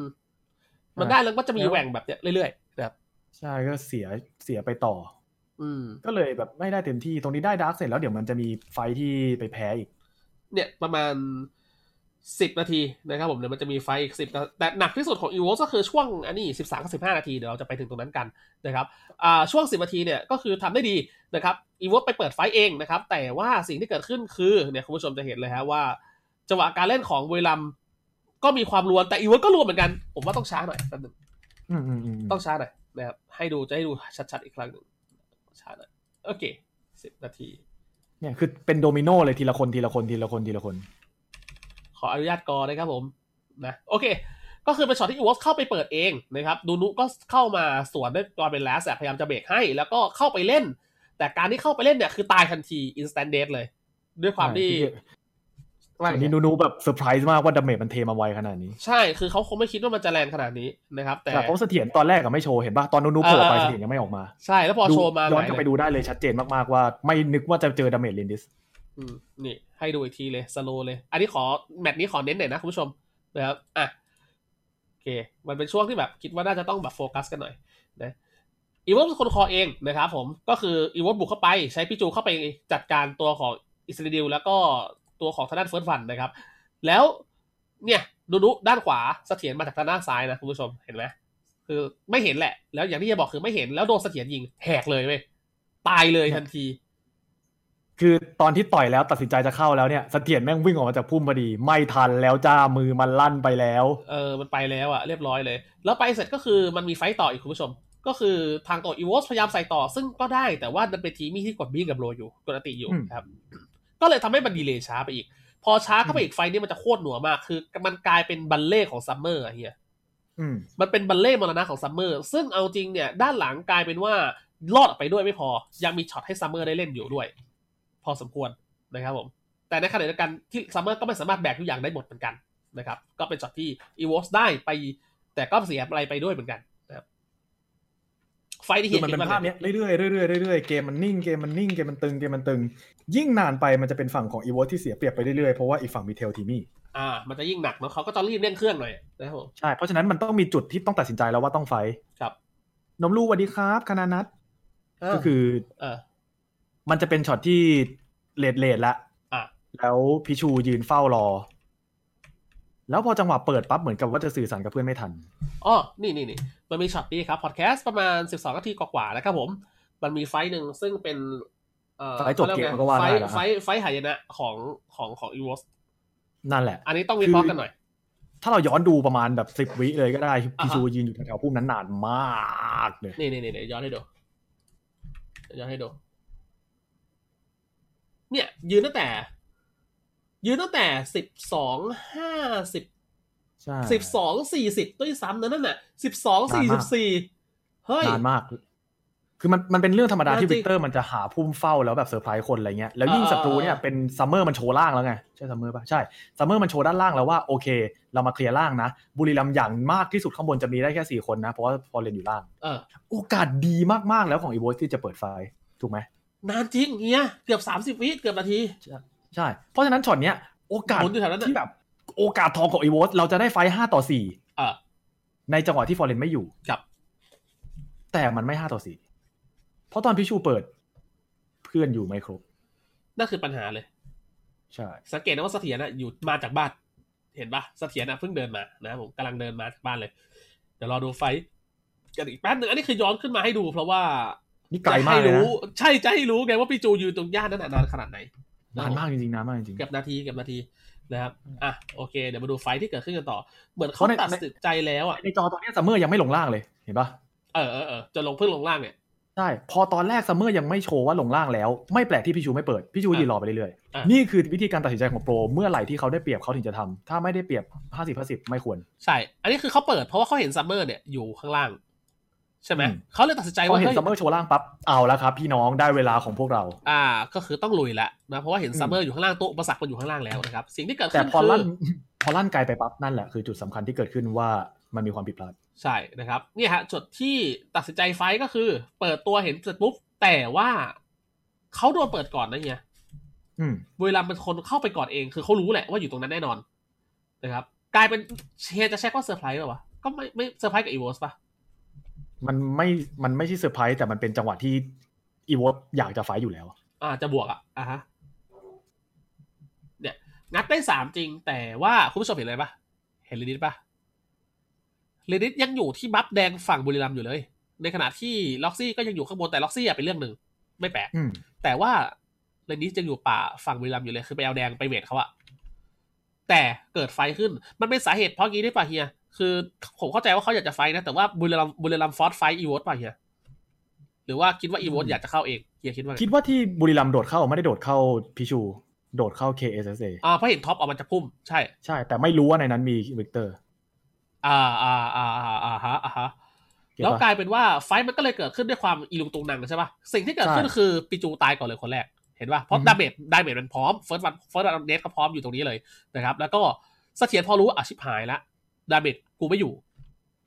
Speaker 5: มันได้แล้วก็จะมี
Speaker 6: แล้ว
Speaker 5: แหว่งแบบเนี้ยเรื่อยๆนะครับ
Speaker 6: ใช่ก็เสียเสียไปต่อ
Speaker 5: อืม
Speaker 6: ก็เลยแบบไม่ได้เต็มที่ตรงนี้ได้ดาร์กเสร็จแล้วเดี๋ยวมันจะมีไฟท์ที่ไปแพ้อีก
Speaker 5: เนี่ยประมาณสิบนาทีนะครับผมเดี๋ยวมันจะมีไฟท์อีกสิบแต่หนักที่สุดของอีวอก็คือช่วงอันนี้สิบสามกับสิบห้านาทีเดี๋ยวเราจะไปถึงตรงนั้นกันนะครับอ่าช่วงสิบนาทีเนี่ยก็คือทำได้ดีนะครับอีวอไปเปิดไฟท์เองนะครับ แต่ว่าสิ่งที่เกิดขึ้นคือเนี่ยคุณผู้ชมจะเห็นเลยฮะว่า จังหวะการเล่นของเวลัมย์ก็มีความรวนแต่อีวอก็รวนเหมือนกัน ผมว่าต้องช้าหน่อยแป๊บนึง
Speaker 6: อืมอืมอืมอืม
Speaker 5: ต้องช้าหน่อยนะครับ ให้ดูจะให้ดูชัดๆอีกครั้งหนึ่งช้าหน่อยโอเคสิบนาที
Speaker 6: เนี่ยคือเป็นโดมิโนเลยทีละคนทีละคนทีละคนทีละคน
Speaker 5: ขออนุญาตกอนะครับผมนะโอเค ก็คือเป็นช็อตที่อีวอฟเข้าไปเปิดเองนะครับดูนุก็เข้ามาสวนด้วยตอนเป็นแลสพยายามจะเบรกให้ แล้วก็เข้าไปเล่น แต่การที่เข้าไปเล่นเนี่ยคือตายทันที instant death เลย ด้วยความที่
Speaker 6: ส่วนนี้นูนูแบบเซอร์ไพรส์มากว่าดาเมจมันเทมาไวขนาดนี้
Speaker 5: ใช่คือเขาคงไม่คิดว่ามันจะแรงขนาดนี้นะครับ แต่
Speaker 6: แต่เพราะเสถียรตอนแรกก็ไม่โชว์เห็นป่ะ ตอนนูนูโผล่ไป
Speaker 5: เออเออ
Speaker 6: เสถียรยังไม่ออกมา
Speaker 5: ใช่แล้วพอโชว์มา
Speaker 6: ย้อนกลับ
Speaker 5: ห
Speaker 6: ไป
Speaker 5: งายเลย
Speaker 6: ดูได้เลยชัดเจนมากๆว่าไม่นึกว่าจะเจอดาเมจลินดิส
Speaker 5: อืมนี่ให้ดูอีกทีเลยสโลเลย อันนี้ขอแมตช์นี้ขอเน้นหน่อยนะคุณผู้ชมนะครับอ่ะโอเค มันเป็นช่วงที่แบบคิดว่าน่าจะต้องแบบโฟกัสกันหน่อย นะอีวอฟเป็นคนคอเองนะครับผมก็คืออีวอฟบุกเข้าไปใช้พี่จูเข้าไปจัดการตัวของอิสราเอลแล้วก็ตัวของทางด้านเฟิร์สฟันนะครับ แล้วเนี่ยดูดูด้านขวาเสถียรมาจากทางด้านซ้ายนะคุณผู้ชมเห็นไหมคือไม่เห็นแหละ แล้วอย่างที่จะบอกคือไม่เห็นแล้วโดนเสถียรยิงแหกเลยเว้ยตายเลยทันที
Speaker 6: คือตอนที่ต่อยแล้วตัดสินใจจะเข้าแล้วเนี่ยเสถียรแม่งวิ่งออกมาจากพุ่มพอดี ไม่ทันแล้วจ้ามือมันลั่นไปแล้ว
Speaker 5: เออมันไปแล้วอะเรียบร้อยเลย แล้วไปเสร็จก็คือมันมีไฟต์ต่ออีกคุณผู้ชม ก็คือทางตัวอีวอสพยายามใส่ต่อ ซึ่งก็ได้แต่ว่ามันเป็นทีมี่ที่กดบี้กับโรอยู่กดอติอยู่
Speaker 6: อืม
Speaker 5: ครับ ก็เลยทำให้มันดีเลย์ช้าไปอีก พอช้าเข้าไปอีกไฟต์นี่มันจะโคตรหน่วมาก คือมันกลายเป็นบัลเล่ของซัมเมอร์อะเฮีย
Speaker 6: อืม
Speaker 5: มันเป็นบัลเล่ต์มรณะของซัมเมอร์ ซึ่งเอาจริงเนี่ย ด้านหลังกลายเป็นว่ารอดออกไปด้วยไม่พอ ยังมีช็อตให้ซัมเมอร์ได้เล่นอยู่ด้วย พอสมควรนะครับผม แต่ในขณะเดียวกันที่ซัมเมอร์ก็ไม่สามารถแบกทุกอย่างได้หมดเหมือนกันนะครับ ก็เป็นช็อตที่อีวอสได้ไป แต่ก็เสียอะไรไปด้วยเหมือนกันนะครับ ไฟท์ที่
Speaker 6: คื
Speaker 5: เห็
Speaker 6: อนมันเป็น
Speaker 5: ห็
Speaker 6: ภาพเนี้ยเรื่อยๆเรื่อยๆเรื่อยๆเกมมันนิ่งเกมมันนิ่งเกมมันตึงเกมมันตึง ยิ่งนานไปมันจะเป็นฝั่งของอีวอที่เสียเปรียบไปเรื่อยๆเพราะว่าอีกฝั่งมีเทลทีมี่
Speaker 5: อ่า มันจะยิ่งหนักเนาะเขาก็จะรีบเร่งเครื่องหน่อยนะครับผม
Speaker 6: ใช่เพราะฉะนั้นมันต้องมีจุดที่ต้องตัดสินใจแล้วว่าต้องไฟท์
Speaker 5: ครับ
Speaker 6: นมลูกสวัสดีครับคณะนัทก็คือ
Speaker 5: เออ
Speaker 6: มันจะเป็นช็อตที่เลดเลดละ
Speaker 5: อ่ะ
Speaker 6: แล้วพิชูยืนเฝ้ารอ แล้วพอจังหวะเปิดปั๊บเหมือนกับว่าจะสื่อสารกับเพื่อนไม่ทัน
Speaker 5: อ๋อ นี่นี่นี่มันมีช็อตนี้ครับ พอดแคสต์ประมาณ 12นาทีกว่าๆนะครับผม มันมีไฟท์หนึ่งซึ่งเป็นเอ่อ
Speaker 6: ไฟท์จบเกมก็ว่า
Speaker 5: ไฟ
Speaker 6: ได้
Speaker 5: ท์
Speaker 6: นะ
Speaker 5: ไฟท์ไฟท์หายนะของของของอีวอส
Speaker 6: นั่นแหละ
Speaker 5: อันนี้ต้องวิเคราะห์กันหน่อย
Speaker 6: ถ้าเราย้อนดูประมาณแบบสิบวิเลยก็ได้พิชู
Speaker 5: อ่าฮะ
Speaker 6: ยืนอยู่แถวๆพุ่มนั้นนานมากเลย
Speaker 5: นี่นี่นี่นี่ย้อนให้ดูย้อนให้ดู เนี่ย ยืนตั้งแต่ ยืนตั้งแต่สิบสองห้าสิบ
Speaker 6: ใช่
Speaker 5: สิบสองสี่สิบด้วยซ้ำนะนั่นน่ะสิบสองสี่สิบสี่เฮ้ย
Speaker 6: นานมาก คือมันมันเป็นเรื่องธรรมดาที่
Speaker 5: จริ
Speaker 6: วิ
Speaker 5: ง
Speaker 6: กเตอร์มันจะหาพุ่มเฝ้าแล้วแบบเซอร์ไพรส์คนอะไรเงี้ย แล้วยิ่ง
Speaker 5: เออ
Speaker 6: ศัตรูเนี่ย
Speaker 5: เออ
Speaker 6: เป็นซัมเมอร์มันโชว์ล่างแล้วไง ใช่ซัมเมอร์ป่ะ ใช่ซัมเมอร์มันโชว์ด้านล่างแล้วว่าโอเค เรามาเคลียร์ล่างนะ บุรีรัมย์อย่างมากที่สุดข้างบนจะมีได้แค่สี่คนนะ เพราะว่าพอเลนอยู่ล่าง
Speaker 5: เออ
Speaker 6: โอกาสดีมากๆแล้วของอีโวสที่จะเปิดไฟล์ถูกไหม
Speaker 5: นานจริงเฮียเกือบสามสิบวิเกือบนาที
Speaker 6: ใช่ เพราะฉะนั้นช็อตเนี้ยโอกาส
Speaker 5: หมุนอยู่แถวนั้นน่ะ
Speaker 6: ที่แบบโอกาสทองของอีโวสเราจะได้ไฟห้าต่อสี่
Speaker 5: อ่ะ
Speaker 6: ในจังหวะที่ฟอร์เรนไม่อยู่
Speaker 5: ครับ
Speaker 6: แต่มันไม่ห้าต่อสี่เพราะตอนพิชูเปิด เพื่อนอยู่ไม่ครบ
Speaker 5: นั่นคือปัญหาเลย
Speaker 6: ใช่
Speaker 5: สังเกตนะว่าเสถียรนะอยู่มาจากบ้าน เห็นปะเสถียรนะเพิ่งเดินมานะผมกำลังเดินมาจากบ้านเลย เดี๋ยวรอดูไฟท์กันอีกแป๊บหนึ่งอันนี้คือย้อนขึ้นมาให้ดู เพราะว่า
Speaker 6: นี่ไกล
Speaker 5: จะ
Speaker 6: มา
Speaker 5: ให้
Speaker 6: กเลยนะ
Speaker 5: รู้ ใช่จะให้รู้ไงว่าพี่จูยืนตรงย่านนั้นนะนานขนาดไหน
Speaker 6: นานมากจริงๆนานมากจริงๆ
Speaker 5: เกือบนาทีเกือบนาทีนะครับอ่ะโอเค เดี๋ยวมาดูไฟท์ที่เกิดขึ้นกันต่อ เหมือน
Speaker 6: เพ
Speaker 5: เขา
Speaker 6: ราะใน
Speaker 5: ตัดสินใจแล้วอ่ะ
Speaker 6: ในจอตอนเนี้ยซัมเมอร์ยังไม่ลงล่างเลยเห็นปะ
Speaker 5: เออเออเออจะลงเพิ่งลงล่างเนี่ย
Speaker 6: ใช่พอตอนแรกซัมเมอร์ยังไม่โชว์ว่าลงล่างแล้ว ไม่แปลกที่พิชูไม่เปิดพิชู
Speaker 5: อ่ะ
Speaker 6: ยืนรอไปเรื่อย
Speaker 5: อ่ะ
Speaker 6: ๆนี่คือวิธีการตัดสินใจของโปรเมื่อไหร่ที่เขาได้เปรียบเขาถึงจะทำถ้าไม่ได้เปรียบห้าสิบห้าสิบไม่ควร
Speaker 5: ใช่ อันนี้คือเขาเปิดเพราะว่าเขาเห็นซัมเมอร์เนี่ยอยู่ข้างล่าง ใช่ไหม
Speaker 6: อืม
Speaker 5: เขาเลยตัดสินใจ
Speaker 6: พอ
Speaker 5: ว่า
Speaker 6: เห็น
Speaker 5: ฮ้ย
Speaker 6: ซัมเมอร์โชว์ล่างปั๊บเอาแล้วครับ พี่น้องได้เวลาของพวกเรา
Speaker 5: อ่าก็คือต้องลุยแหละนะเพราะว่าเห็น
Speaker 6: อืม
Speaker 5: ซัมเมอร์อยู่ข้างล่างตัวอุปสรรคมันอยู่ข้างล่างแล้วนะครับ สิ่งที่เกิด
Speaker 6: แต่
Speaker 5: ขึ้น
Speaker 6: พอ
Speaker 5: คื
Speaker 6: ลั่น
Speaker 5: อ
Speaker 6: พอลั่นไกลไปปั๊บนั่นแหละคือจุดสำคัญที่เกิดขึ้นว่ามันมีความผิดพลาด
Speaker 5: ใช่นะครับเนี่ยฮะจุดที่ตัดสินใจไฟท์ก็คือ เปิดตัวเห็นเสร็จปุ๊บแต่ว่าเขาโดนเปิดก่อนนะเฮีย
Speaker 6: อืม
Speaker 5: บุรีรัมย์เป็นคนเข้าไปก่อนเองคือเขารู้แหละว่าอยู่ตรงนั้นแน่นอนนะครับ กลายเป็นเชียร์จะใช้ก็เซอร์ไพรส์ป่าวะก็ไม่ไม่เซอร์ไพรส์กับอีวอสป่ะ
Speaker 6: มันไม่มันไม่ใช่เซอร์ไพรส์แต่มันเป็นจังหวะที่อีวอฟอยากจะไฟท์อยู่แล้ว
Speaker 5: อ่าจะบวกอ่ะอ่าฮะเนี่ยงัดได้สามจริง แต่ว่าคุณผู้ชมเห็นอะไรป่ะเห็นลินิตป่ะ เรนิตยังอยู่ที่บัฟแดงฝั่งบุรีรัมย์อยู่เลย ในขณะที่ล็อกซี่ก็ยังอยู่ข้างบนแต่ล็อกซี่อะเป็นเรื่องหนึ่งไม่แปลก
Speaker 6: อืม
Speaker 5: แต่ว่าเรนิตยังอยู่ป่าฝั่งบุรีรัมย์อยู่เลยคือไปเอาแดงไปเวทเขาอะแต่เกิดไฟขึ้นมันเป็นสาเหตุเพราะงี้ด้วยป่ะเฮีย คือผมเข้าใจว่าเขาอยากจะไฟนะ แต่ว่าบุรีรัมย์บุรีรัมย์ฟอสไฟอีวอตป่ะเฮีย หรือว่าคิดว่าอีวอตอยากจะเข้าเองเฮียคิดว่าไง
Speaker 6: คิดว่าที่บุรีรัมย์โดดเข้าไม่ได้โดดเข้าพิชู โดดเข้า KSSA
Speaker 5: อ่าเพราะเห็นท็อปออกมาจากพุ่มใช่
Speaker 6: ใช่ แต่ไม่รู้ว่าในนั้นมีวิกเตอร์
Speaker 5: อ่าอ่าอ่าอ่าอ่าฮะอ่าฮะ
Speaker 6: เก็ต
Speaker 5: แล้ว
Speaker 6: ปะ
Speaker 5: กลายเป็นว่าไฟท์มันก็เลยเกิดขึ้นด้วยความอีลุงตุงนังใช่ปะสิ่งที่เกิดขึ้น
Speaker 6: ใช่
Speaker 5: คือปิจูตายก่อนเลยคนแรก เห็นปะเพราะ
Speaker 6: อือฮึ
Speaker 5: ดาเมจดาเมจมันพร้อมเฟิร์สวันเฟิร์สวันเนสก็พร้อมอยู่ตรงนี้เลยนะครับ แล้วก็เสถียรพอรู้ว่าอาชิบหายละดาเมจกูไม่อยู่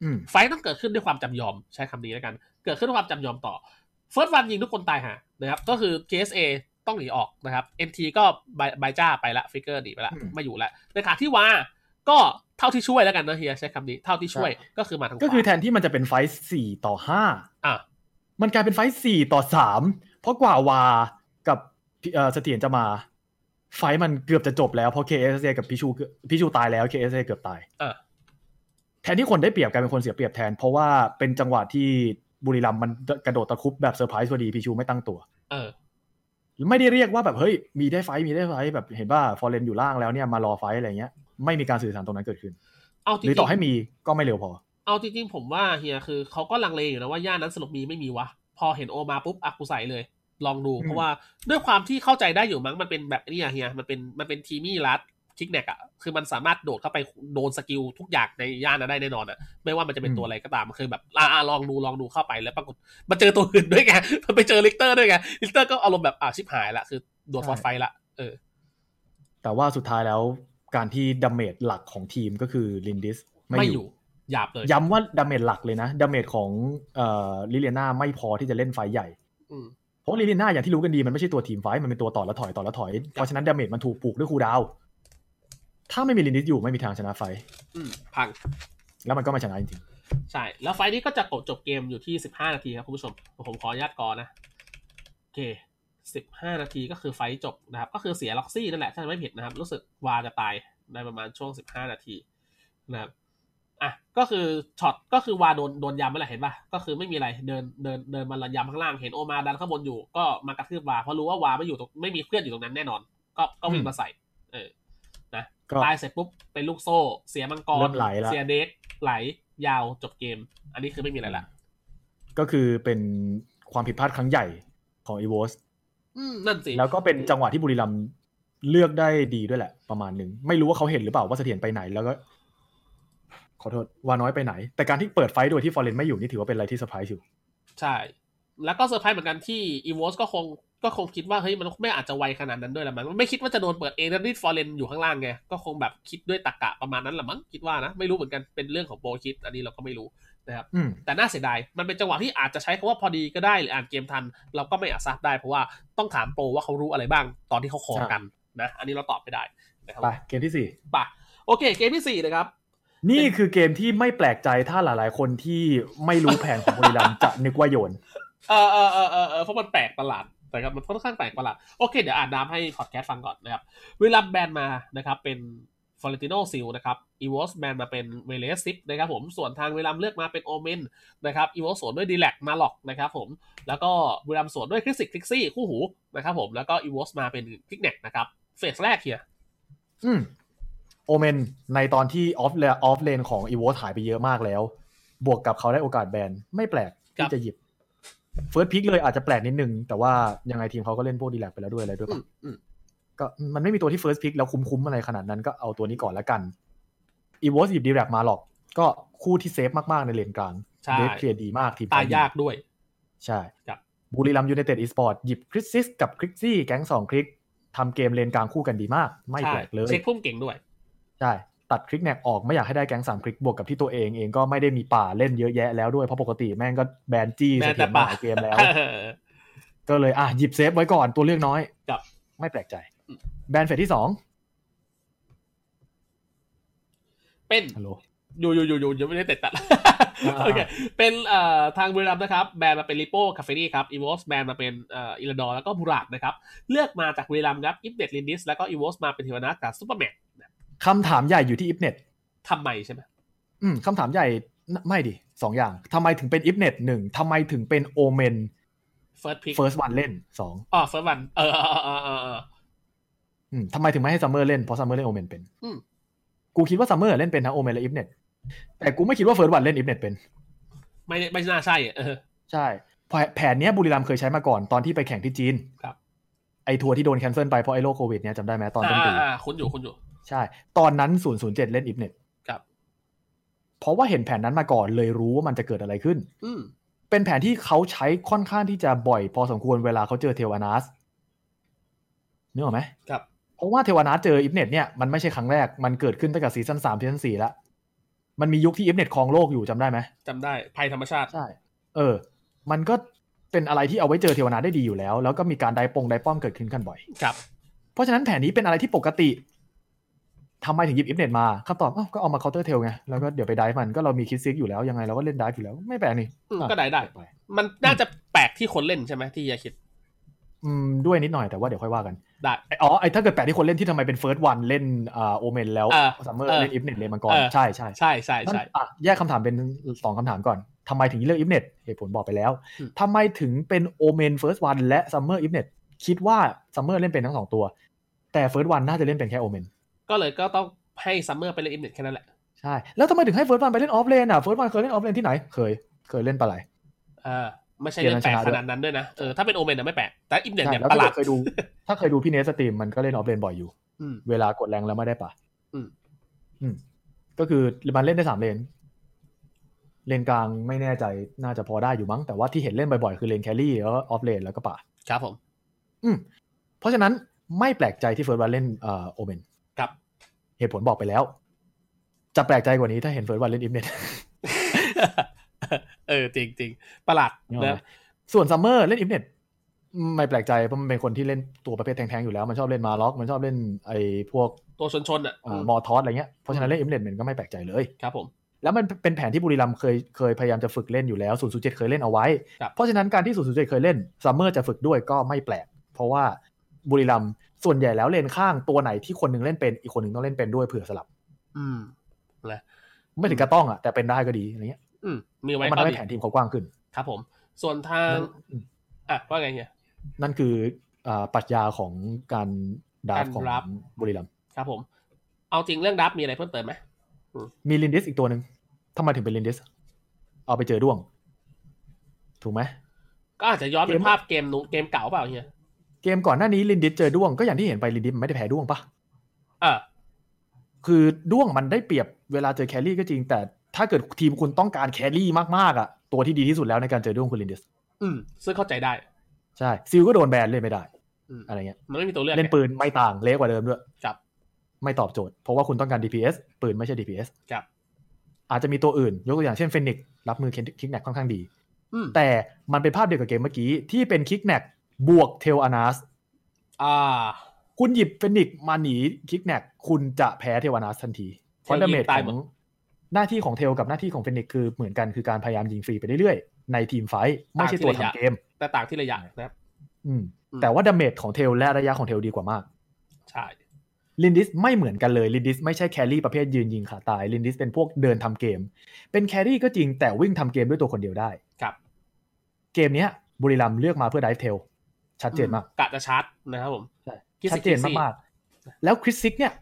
Speaker 6: อืม
Speaker 5: ไฟท์ต้องเกิดขึ้นด้วยความจำยอมใช้คำนี้แล้วกัน เกิดขึ้นด้วยความจำยอมต่อเฟิร์สวันยิงทุกคนตายห่านะครับ ก็คือ KSA ต้องหนีออกนะครับ MT ก็บายบายจ้าไปละฟิกเกอร์หนีไปละ
Speaker 6: อืม
Speaker 5: ไม่อยู่ละในขณะที่วาก็เท่าที่ช่วยแล้วกันนะเฮียใช้คำนี้เท่าที่ช่วยก็คือมาทางข
Speaker 6: ก็
Speaker 5: วา
Speaker 6: คือแทนที่มันจะเป็นไฟท์สี่ต่อห้า
Speaker 5: อ่ะ
Speaker 6: มันกลายเป็นไฟต์สี่ต่อสามเพราะกว่าวากับเอ่อเสถียรจะมา ไฟต์มันเกือบจะจบแล้วเพราะ KSA กับพิชูเกือบพิชูตายแล้ว KSA เกือบตาย
Speaker 5: เออ
Speaker 6: แทนที่คนได้เปรียบกลายเป็นคนเสียเปรียบแทน เพราะว่าเป็นจังหวะที่บุรีรัมย์มันกระโดดตะครุบแบบเซอร์ไพรส์พอดีพิชูไม่ตั้งตัว
Speaker 5: เออ
Speaker 6: ไม่ได้เรียกว่าแบบเฮ้ยมีได้ไฟท์มีได้ไฟท์แบบเห็นว่าฟอร์เรนอยู่ล่างแล้วเนี่ยมารอไฟท์อะไรเงี้ยไม่มีการสื่อสารตรงนั้นเกิดขึ้น
Speaker 5: เอาจริ
Speaker 6: ห
Speaker 5: ง
Speaker 6: รือ
Speaker 5: ๆ
Speaker 6: ต่อให้มีก็ไม่เร็วพอ
Speaker 5: เอาจริงๆผมว่าเฮียคือเขาก็ลังเลอยู่นะว่าย่านนั้นสรุปมีไม่มีวะ พอเห็นโอมาปุ๊บอ่ะกูใส่เลย ลองดู
Speaker 6: อืม
Speaker 5: เพราะว่าด้วยความที่เข้าใจได้อยู่มั้งมันเป็นแบบนี้อะเฮียมันเป็นมันเป็นทีมี่รัดคิกแนกอะคือมันสามารถโดดเข้าไปโดนสกิลทุกอย่างในย่านนั้นได้แน่นอนอะไม่ว่ามันจะเป็นตัวอะไรก็ตามคือแบบอ่าลองดูลองดูเข้าไปแล้วปรากฏมาเจอตัวอื่นด้วยไง [LAUGHS] มันไปเจอลิกเตอร์ด้วยไงลิกเตอร์ก็อารมณ์แบบอ่ะชิบหายละคือโดนฟอสไฟละเออ
Speaker 6: แต่ว่าสุดท้ายแล้วการที่ดาเมจหลักของทีมก็คือลินดิส
Speaker 5: ไม่อยู่หยาบเลย
Speaker 6: ย้ำว่าดาเมจหลักเลยนะดาเมจของเอ่อลิเลียนาไม่พอที่จะเล่นไฟท์ใหญ่
Speaker 5: อืม
Speaker 6: เพราะลิเลียนาอย่างที่รู้กันดีมันไม่ใช่ตัวทีมไฟท์มันเป็นตัวต่อและถอยต่อและถอย เพราะฉะนั้นดาเมจมันถูกผูกด้วยคูลดาวน์ถ้าไม่มีลินดิสอยู่ไม่มีทางชนะไฟท์
Speaker 5: อืมพัง
Speaker 6: แล้วมันก็ไม่ชนะจริง
Speaker 5: ใช่ แล้วไฟล์นี้ก็จะจบเกมอยู่ที่ 15 นาทีครับคุณผู้ชม ผมขออนุญาตกอนะ โอเค 15 นาทีก็คือไฟล์จบนะครับ ก็คือเสียล็อกซี่นั่นแหละ ถ้าจำไม่ผิดนะครับ รู้สึกวาจะตายในประมาณช่วง 15 นาทีนะครับ อ่ะ ก็คือช็อต ก็คือวาโดนโดนยำนั่นแหละเห็นป่ะ ก็คือไม่มีอะไร เดินเดินเดินมายำข้างล่าง เห็นโอมาดันข้างบนอยู่ ก็มากระทืบวา เพราะรู้ว่าวาไม่อยู่ตรงไม่มีเพื่อนอยู่ตรงนั้นแน่นอน ก็ก็วิ่งมาใส่ เออ นะ
Speaker 6: ๆก็
Speaker 5: ตายเสร็จปุ๊บเป็นลูกโซ่ เสียมังกร
Speaker 6: เริ่มไหลละ
Speaker 5: เสียเด็กไหลยาวจบเกม อันนี้คือไม่มีอะไรละ
Speaker 6: ก็คือเป็นความผิดพลาดครั้งใหญ่ของอีวส
Speaker 5: อืมนั่นสิ
Speaker 6: แล้วก็เป็นจังหวะที่บุรีรัมย์เลือกได้ดีด้วยแหละ ประมาณหนึ่งไม่รู้ว่าเขาเห็นหรือเปล่าว่าเสถียรไปไหนแล้วก็ ขอโทษว่าน้อยไปไหน แต่การที่เปิดไฟท์โดยที่ฟอร์เรนไม่อยู่นี่ถือว่าเป็นอะไรที่เซอร์ไพรส์อยู่
Speaker 5: ใช่ แล้วก็เซอร์ไพรส์เหมือนกันที่อีวอสก็คงก็คงคิดว่าเฮ้ยมันไม่อาจจะไวขนาดนั้นด้วยละมั้งไม่คิดว่าจะโดนเปิดเองแล้วนี่ฟอร์เรนอยู่ข้างล่างไงก็คงแบบคิดด้วยตรกกะประมาณนั้นละมั้งคิดว่านะไม่รู้เหมือนกันเป็นเรื่องของโปรคิด อันนี้เราก็ไม่รู้
Speaker 6: อืม
Speaker 5: แต่น่าเสียดาย มันเป็นจังหวะที่อาจจะใช้คำว่าพอดีก็ได้หรืออ่านเกมทัน เราก็ไม่อาจทราบได้เพราะว่าต้องถามโปรว่าเขารู้อะไรบ้างตอนที่เขาคอกันนะ อันนี้เราตอบไม่ได้นะครับ
Speaker 6: ไปเกมที่สี่
Speaker 5: ปะโอเค เกมที่สี่นะครับ
Speaker 6: นี่คือเกมที่ไม่แปลกใจถ้าหลาย ๆ คนที่ไม่รู้แผนของบุรีรัมย์ จะนึกว่าโยน [LAUGHS]
Speaker 5: เออเออเออเออเออเพราะมันแปลกประหลาดนะครับมันค่อนข้างแปลกประหลาด โอเค เดี๋ยวอ่านน้ำให้พอดแคสต์ฟังก่อนนะครับเวลาแบนมานะครับ เป็นฟอเรนติโนซิลนะครับอีวอสแบนมาเป็นเวเลสซิปนะครับผมส่วนทางเวลามเลือกมาเป็นโอเมนนะครับอีวอสสวนด้วยดีแลกมาล็อกนะครับผมแล้วก็เวลามสวนด้วยคริสิกคลิกซี่คู่หูนะครับผมแล้วก็อีวอสมาเป็นคลิกเน็กนะครับเฟสแรกเฮีย
Speaker 6: อืมโอเมนในตอนที่ออฟเลนออฟเลนของอีวอสหายไปเยอะมากแล้ว บวกกับเขาได้โอกาสแบนไม่แปลกที่จะหยิบเฟิร์สพิกเลยอาจจะแปลกนิดนึง แต่ว่ายังไงทีมเขาก็เล่นพวกดีแลกไปแล้วด้วยอะไรด้วย
Speaker 5: อื
Speaker 6: ปะ
Speaker 5: มอืม
Speaker 6: ก็มันไม่มีตัวที่ first pick แล้วคุ้มๆอะไรขนาดนั้นก็เอาตัวนี้ก่อนละกันอีวอสหยิบดีแรกมาหรอก ก็คู่ที่เซฟมากๆในเลนกลาง
Speaker 5: ใช่
Speaker 6: เดฟเคลียร์ดีมากทีม
Speaker 5: ตายยากด้วย
Speaker 6: ใช่
Speaker 5: ครับ
Speaker 6: บุรีรัมยู n นเต็ดอีสปอร์ตหยิบคริสซิสกับคริกซี่แก๊งสองคลิกทำเกมเลนกลางคู่กันดีมาก ไม่แปลกเลย
Speaker 5: ใช่เช็คพุ่มเก่งด้วย
Speaker 6: ใช่ ตัดคลิกแนกออกไม่อยากให้ได้แก๊งสามคลิกบวกกับที่ตัวเองเองก็ไม่ได้มีป่าเล่นเยอะแยะแล้วด้วยเพราะปกติแม่งก็แบนจี้
Speaker 5: แบ
Speaker 6: เส
Speaker 5: นแต่
Speaker 6: ถียรมา
Speaker 5: ป่า
Speaker 6: หลายเกมแล้ว
Speaker 5: เออ
Speaker 6: ก็เลยอ่ะหยิบเซฟไว้ก่อนตัวเลือกน้อย
Speaker 5: ครับ
Speaker 6: ไม่แปลกใจ
Speaker 5: อืม
Speaker 6: แบนเฟสที่สอง
Speaker 5: เป็น
Speaker 6: ฮัลโหล
Speaker 5: อยู่อยู่อยู่อยู่ยังไม่ได้เตะตัด
Speaker 6: อ่า
Speaker 5: โอเคเป็นเอ่อทางบุรีรัมย์นะครับแบนมาเป็นลิโป้คาเฟนี่ครับอีวอสแบนมาเป็นเอ่ออิลดอร์แล้วก็บูรากนะครับ เลือกมาจากบุรีรัมย์ครับอิฟเดตลินดิสแล้วก็อีวอสมาเป็นเทวนากับซูเปอร์แมน
Speaker 6: คำถามใหญ่อยู่ที่อิฟเน็ต
Speaker 5: ทำไมใช่ไหม
Speaker 6: อืมคำถามใหญ่น่ะไม่ดิสองอย่าง ทำไมถึงเป็นอิฟเน็ตหนึ่งทำไมถึงเป็นโอเมน
Speaker 5: เฟิร์สพิก
Speaker 6: เฟิร์สวันเล่นสอง
Speaker 5: อ๋อเฟิร์สวันเออเออเออเออเออ
Speaker 6: อืมทำไมถึงไม่ให้ซัมเมอร์เล่น เพราะซัมเมอร์เล่นโอเมนเป็น
Speaker 5: อืม
Speaker 6: กูคิดว่าซัมเมอร์เล่นเป็นทั้งโอเมนและอิฟเน็ตแต่กูไม่คิดว่าเฟิร์สวันเล่นอิฟเน็ตเป็น
Speaker 5: ไม่ไม่น่าใช่เออ
Speaker 6: ใช่แผแผนเนี้ยบุรีรัมย์เคยใช้มาก่อนตอนที่ไปแข่งที่จีน
Speaker 5: ครับ
Speaker 6: ไอทัวร์ที่โดนแคนเซิลไปเพราะไอโรคโควิดเนี้ยจำได้ไหมตอนต้นปี
Speaker 5: อ่าๆๆคุณอยู่คุณอยู่
Speaker 6: ใช่ ตอนนั้น 007 เล่นอิฟเน็ต
Speaker 5: ครับ
Speaker 6: เพราะว่าเห็นแผนนั้นมาก่อนเลยรู้ว่ามันจะเกิดอะไรขึ้น
Speaker 5: อืม
Speaker 6: เป็นแผนที่เขาใช้ค่อนข้างที่จะบ่อยพอสมควรเวลาเขาเจอเทวานาสนึกออกไหม
Speaker 5: ครับ
Speaker 6: เพราะว่าเทวานาสเจออิฟเน็ตเนี่ยมันไม่ใช่ครั้งแรก มันเกิดขึ้นตั้งแต่ซีซั่นสามซีซั่นสี่แล้ว มันมียุคที่อิฟเน็ตครองโลกอยู่จำได้ไหม
Speaker 5: จำได้ภัยธรรมชาติ
Speaker 6: ใช่ เออ มันก็เป็นอะไรที่เอาไว้เจอเทวานาสได้ดีอยู่แล้ว แล้วก็มีการไดปงไดป้อมเกิดขึ้นกันบ่อย
Speaker 5: ครับ
Speaker 6: เพราะฉะนั้นแผนนี้เป็นอะไรที่ปกติทำไมถึงหยิบอิฟเน็ตมาคำตอบอ้าวก็เอามาเคาน์เตอร์เทลไง แล้วก็เดี๋ยวไปไดฟ์มันก็เรามีคิดซิกอยู่แล้วยังไงเราก็เล่นไดฟ์อยู่แล้วไม่แปลกนี่
Speaker 5: อืมก็ได้ได้
Speaker 6: ไป
Speaker 5: มันน่าจะแปลกที่คนเล่นใช่ไหมที่เฮียคิด
Speaker 6: อืมด้วยนิดหน่อยแต่ว่าเดี๋ยวค่อยว่ากัน
Speaker 5: ได้
Speaker 6: ไอ้อ๋อไอ้ถ้าเกิดแปลกที่คนเล่นที่ทำไมเป็นเฟิร์สวันเล่นอ่าโอเมนแล้ว
Speaker 5: อ่า
Speaker 6: ซัมเมอร์
Speaker 5: เออ
Speaker 6: เล่นอิฟเน็ตเลยมังกร
Speaker 5: เออ
Speaker 6: ใช่ใช่
Speaker 5: ใช่ใช่ใช่
Speaker 6: นั่นอ่ะแยกคำถามเป็นสองคำถามก่อนทำไมถึงเลือกอิฟเน็ตเหตุผลบอกไปแล้ว
Speaker 5: อืม
Speaker 6: ทำไมถึงเป็นโอเมนเฟิร์สวันและซัมเมอร์อิฟเน็ต คิดว่าซัมเมอร์เล่นเป็นทั้งสองตัว แต่เฟิร์สวันน่าจะเล่นเป็นแค่โอเมน
Speaker 5: ก็เลยก็ต้องให้ซัมเมอร์ไปเล่นอิมเน็ตแค่นั้นแหละ
Speaker 6: ใช่แล้วทำไมถึงให้เฟิร์สวันไปเล่นออฟเลนอ่ะเฟิร์สวันเคยเล่นออฟเลนที่ไหนเคยเคยเล่นปะไหล
Speaker 5: เออไม่ใช่เรื่องแปลก
Speaker 6: เกมนั้นช
Speaker 5: ข
Speaker 6: นะด้วย
Speaker 5: นาดนั้นด้วยนะเออถ้าเป็นโอเมนนะไม่แปลกแต่อิมเน็ต
Speaker 6: ใช่
Speaker 5: เนี่ย
Speaker 6: แล้ว
Speaker 5: ประหลา
Speaker 6: ถ้า
Speaker 5: ด
Speaker 6: เคยดู ถ้าเคยดูพี่เนสสตรีมมันก็เล่นออฟเลนบ่อยอยู่
Speaker 5: อืม
Speaker 6: เวลากดแรงแล้วไม่ได้ป่ะ
Speaker 5: อืม
Speaker 6: อืม ก็คือมันเล่นได้สามเลน เลนกลางไม่แน่ใจน่าจะพอได้อยู่มั้ง แต่ว่าที่เห็นเล่นบ่อยๆ คือเลนแครี่แล้วก็ออฟเลนแล้วก็ป่า
Speaker 5: ครับผม [LAUGHS]
Speaker 6: อืม เพราะฉะนั้นไม่แปลกใจที่เฟิร์สวันเล่นเอ่อโอเมน
Speaker 5: ครับ
Speaker 6: เหตุผลบอกไปแล้ว จะแปลกใจกว่านี้ถ้าเห็นเฟิร์สวันเล่นอิมเนต
Speaker 5: เออจริงจริงๆประหลาด
Speaker 6: นึกออกไหม
Speaker 5: นะ
Speaker 6: ส่วนซัมเมอร์เล่นอิมเน็ตไม่แปลกใจเพราะมันเป็นคนที่เล่นตัวประเภทแทงๆอยู่แล้ว มันชอบเล่นมาล็อก มันชอบเล่นไอ้พวก
Speaker 5: ตัวชนชนๆอ่ะอืม
Speaker 6: มอทอสอะไรเงี้ยเพราะฉะนั้นเล่นอิมเน็ตมันก็ไม่แปลกใจเลย
Speaker 5: ครับผม
Speaker 6: แล้วมันเป็นแผนที่บุรีรัมย์เคยเคยพยายามจะฝึกเล่นอยู่แล้ว0ูนเคยเล่นเอาไว้
Speaker 5: ครับ
Speaker 6: เพราะฉะนั้นการที่0ูนเคยเล่นซัมเมอร์จะฝึกด้วยก็ไม่แปลก เพราะว่าบุรีรัมย์ส่วนใหญ่แล้วเลนข้างตัวไหนที่คนหนึงเล่นเป็นอีกคนหนึ่งต้องเล่นเป็นด้วยเผื่อสลับ
Speaker 5: อืม
Speaker 6: ไม่ถึงกับต้องอ่ะแต่เป็นได้ก็ดีอะไรเงี้ย
Speaker 5: อืมมี
Speaker 6: เพ
Speaker 5: ไว้
Speaker 6: ราะมัน
Speaker 5: ก็
Speaker 6: ทำให้
Speaker 5: ดี
Speaker 6: แผนทีมเขากว้างขึ้น
Speaker 5: ครับผม ส่วนทาง
Speaker 6: นั่นอืม
Speaker 5: อ่ะว่าไงเนี่ย
Speaker 6: นั่นคืออ่าปรัชญาของการดราฟ
Speaker 5: การ
Speaker 6: ของ
Speaker 5: ดราฟ
Speaker 6: บุรีรัมย์
Speaker 5: ครับผม เอาจริงเรื่องดับมีอะไรเพิ่มเติมไหม
Speaker 6: มีลินดิสอีกตัวหนึ่งทำไมถึงเป็นลินดิส เอาไปเจอด้วง ถูกไหม
Speaker 5: ก็อาจจะย้อนเป็
Speaker 6: เก
Speaker 5: น
Speaker 6: ม
Speaker 5: ภาพเกมนู้นเกมเก่าเปล่าเฮีย
Speaker 6: เกมก่อนหน้านี้ลินดิสเจอด้วงก็อย่างที่เห็นไปลินดิสมันไม่ได้แพ้ด้วงปะ
Speaker 5: อ่ะ
Speaker 6: คือด้วงมันได้เปรียบเวลาเจอแครี่ก็จริง แต่ถ้าเกิดทีมคุณต้องการแครี่มากๆอ่ะตัวที่ดีที่สุดแล้วในการเจอด้วงคือลินดิส
Speaker 5: อืม ซึ่งเข้าใจได้
Speaker 6: ใช่ซิลก็โดนแบนเล่นไม่ได้
Speaker 5: อืม
Speaker 6: อะไรเงี้ย
Speaker 5: มันไม่มีตัวเลือก
Speaker 6: เล่น
Speaker 5: ไง
Speaker 6: ปืนไม่ต่างเละกว่าเดิมด้วย
Speaker 5: ครับ
Speaker 6: ไม่ตอบโจทย์เพราะว่าคุณต้องการ DPS ปืนไม่ใช่ DPS
Speaker 5: ครับ
Speaker 6: อาจจะมีตัวอื่น ยกตัวอย่างเช่นเฟนิกรับมือคิกแนกค่อนข้างดี
Speaker 5: อืม
Speaker 6: แต่มันเป็นภาพเดียวกับเกมเมื่อกี้ ที่เป็นคิกแนกบวกเทลอานาส
Speaker 5: อ่า
Speaker 6: คุณหยิบเฟนิกซ์มาหนีคิกแนกคุณจะแพ้เทลอานาสทันทีเพราะ
Speaker 5: เทลยิ
Speaker 6: ดาง เมจ
Speaker 5: ตาย
Speaker 6: ข
Speaker 5: หม
Speaker 6: อ
Speaker 5: ด
Speaker 6: งหน้าที่ของเทลกับหน้าที่ของเฟนิกซ์คือเหมือนกันคือการพยายามยิงฟรีไปเรื่อยๆ ในทีมไฟท์ไม่ใช่ตัวทำเกม
Speaker 5: แต่ต่างที่ระยะนะครับ
Speaker 6: อืม
Speaker 5: อืม
Speaker 6: แต่ว่าดาเมจของเทลและระยะของเทลดีกว่ามาก
Speaker 5: ใช่
Speaker 6: ลินดิสไม่เหมือนกันเลยลินดิสไม่ใช่แครี่ประเภทยืนยิงขาตายลินดิสเป็นพวกเดินทำเกม เป็นแครี่ก็จริงแต่วิ่งทำเกมด้วยตัวคนเดียวได้
Speaker 5: ครับ
Speaker 6: เกมเนี้ยบุรีรัมย์เลือกมาเพื่อไดฟ์เทลชัดเจนมาก
Speaker 5: กะจะชาร์จนะครับผม คิดสิ
Speaker 6: ชัดเจน
Speaker 5: คิดสิ
Speaker 6: มากๆ แล้วคริสซิกเนี่ย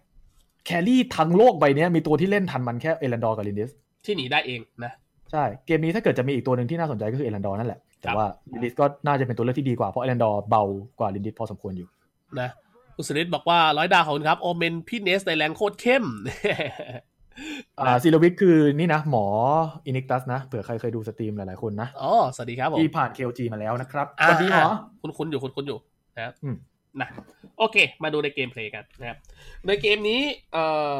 Speaker 6: แครี่ทั้งโลกใบเนี้ยมีตัวที่เล่นทันมันแค่เอรันดอร์กับลินดิส
Speaker 5: ที่หนีได้เองนะ
Speaker 6: ใช่ เกมนี้ถ้าเกิดจะมีอีกตัวหนึ่งที่น่าสนใจก็คือเอรันดอร์นั่นแหละ แต่
Speaker 5: ครับ
Speaker 6: ว่าลินดิสก็น่าจะเป็นตัวเลือกที่ดีกว่า เพราะเอรันดอร์เบากว่าลินดิสพอสมควรอยู่
Speaker 5: นะคุณสุริศบอกว่าร้อยดาวของคุณครับ โอเมนพี่เนสในแรงโคตรเข้ม [LAUGHS]
Speaker 6: อ่าซิลวิทคือนี่นะ หมออินิกตัสนะเผื่อใครเคยดูสตรีมหลายๆคนนะ
Speaker 5: อ๋อ สวัสดีครับผม
Speaker 6: ที่ผ่าน KOG มาแล้วนะครับ
Speaker 5: อ่า
Speaker 6: สวัสดีหมอ
Speaker 5: คุณคุณอยู่คุณคุณอยู่นะครับ
Speaker 6: อืม
Speaker 5: นะโอเค มาดูในเกมเพลย์กันนะครับ ในเกมนี้เอ่อ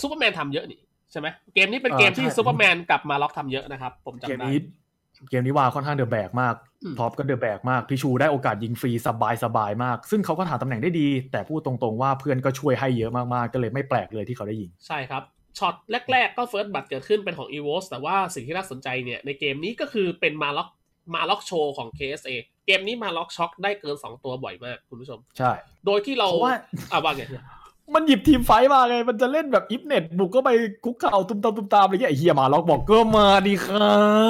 Speaker 5: ซูเปอร์แมนทำเยอะนี่ใช่ไหมเกมนี้เป็นเกมที่
Speaker 6: เออใช่
Speaker 5: ซูเปอร์แมนกลับมาล็อกทำเยอะนะครับ ผมจำ
Speaker 6: เกม
Speaker 5: ได้
Speaker 6: นี้เกมนี้ว่าค่อนข้างเดือะแบกมาก
Speaker 5: อืม
Speaker 6: ท็อปก็เดือะแบกมากพิชูได้โอกาสยิงฟรีสบายสบายๆมาก ซึ่งเขาก็หาตำแหน่งได้ดี แต่พูดตรงๆว่าเพื่อนก็ช่วยให้เยอะมากๆก็เลยไม่แปลกเลยที่เขาได้ยิง
Speaker 5: ใช่ครับช็อตแรก ๆ ก็เฟิร์สบัตเกิดขึ้นเป็นของ e v o s แต่ว่าสิ่งที่น่าสนใจเนี่ย ในเกมนี้ก็คือเป็นมาล็อกมาล็อกโชว์ของ KSA เกมนี้มาล็อกช็อคได้เกิน 2 ตัวบ่อยมากคุณผู้ชม
Speaker 6: ใช่
Speaker 5: โดยที่เรา
Speaker 6: เพราะว่า
Speaker 5: อ่ะว่าไง
Speaker 6: มันหยิบทีมไฟท์มาไง มันจะเล่นแบบอิฟเน็ตบุกก็ไปคุกเข่าตุ้มตามตุ้มตามอะไรเงี้ยไอ้เฮียมาล็อกบอกก็มาดีครั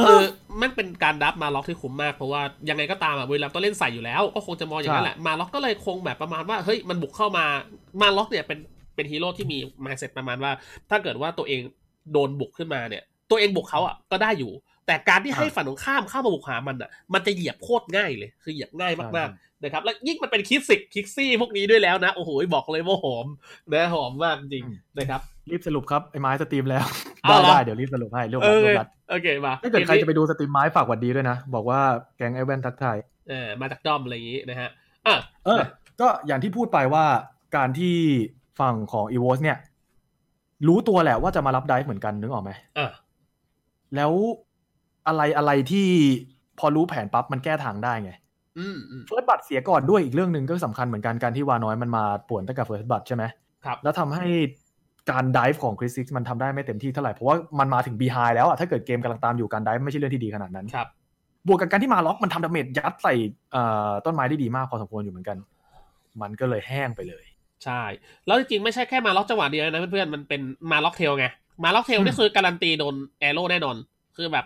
Speaker 5: คื
Speaker 6: บ
Speaker 5: อมันเป็นการดับมาล็อกที่คุ้มมาก เพราะว่ายังไงก็ตามอ่ะเวลาต้องเล่นใส่อยู่แล้ว ก็คงจะมองอย่างนั้นแหละมาล็อกก็เลยคงแบบประมาณว่าเฮ้ยมันบุกเข้ามามาล็อกเนี่ยเป็นเป็นฮีโร่ที่มีมาเซ็ตประมาณว่า ถ้าเกิดว่าตัวเองโดนบุกขึ้นมาเนี่ย ตัวเองบุกเขาอ่ะก็ได้อยู่ แต่การที่ให้
Speaker 6: อ่า
Speaker 5: ฝั่งตรงข้ามเข้ามาบุกหามันอ่ะมันจะเหยียบโคตรง่ายเลยคือเหยียบง่ายมากๆ นะครับแล้วยิ่งมันเป็นคิกซิกคิกซี่พวกนี้ด้วยแล้วนะ โอ้โห บอกเลยว่าหอมนะหอมมากจริง
Speaker 6: อืม
Speaker 5: นะครับ
Speaker 6: รีบสรุปครับไอ้ไม้สตรีมแล้ว
Speaker 5: เอา
Speaker 6: ได้
Speaker 5: เหรอ
Speaker 6: ได้เดี๋ยวรีบสรุปให้เรื่อง
Speaker 5: โอ
Speaker 6: รัด
Speaker 5: เค
Speaker 6: เรื่องรัด
Speaker 5: โอเคมา
Speaker 6: ถ้าเกิดใครจะไปดูสตรีมไม้ฝากหวัดดีด้วยนะ บอกว่าแก๊งไอ้แว่นทักทาย
Speaker 5: เออมาจากด้อมอะไรอย่างนี้นะฮะอ่ะ
Speaker 6: เออ
Speaker 5: นะ
Speaker 6: ก็อย่างที่พูดไปว่าการที่ฝั่งของ e v o s เนี่ย รู้ตัวแหละว่าจะมารับไดฟ์เหมือนกันนึกออกไหม
Speaker 5: อ่ะ
Speaker 6: แล้วอะไรอะไรที่พอรู้แผนปั๊บมันแก้ทางได้ไง
Speaker 5: อืมอืม
Speaker 6: เฟิร์สบัตเสียก่อนด้วยอีกเรื่องหนึ่งก็สำคัญเหมือนกันการที่วาน้อยมันมาป่วนตั้งแต่เฟิร์สบัตใช่ไหม
Speaker 5: ครับ
Speaker 6: แล้วทำให้การดิฟของคริสซิกมันทำได้ไม่เต็มที่เท่าไหร่ เพราะว่ามันมาถึงบีไฮแล้วอะถ้าเกิดเกมกำลังตามอยู่การดิฟไม่ใช่เรื่องที่ดีขนาดนั้น
Speaker 5: ครับ
Speaker 6: บวกกับการที่มาล็อกมันทำดาเมจยัดใส่เอ่อต้นไม้ได้ดีมากพอสมควรอยู่เหมือนกัน มันก็เลยแห้งไปเลย
Speaker 5: ใช่ แล้วจริงๆ ไม่ใช่แค่มาล็อกจังหวะเดียวนะเพื่อนๆ มันเป็นมาล็อกเทลไง มาล็อกเทล
Speaker 6: อืม
Speaker 5: นี่คือการันตีโดนแอโร่แน่นอน คือแบบ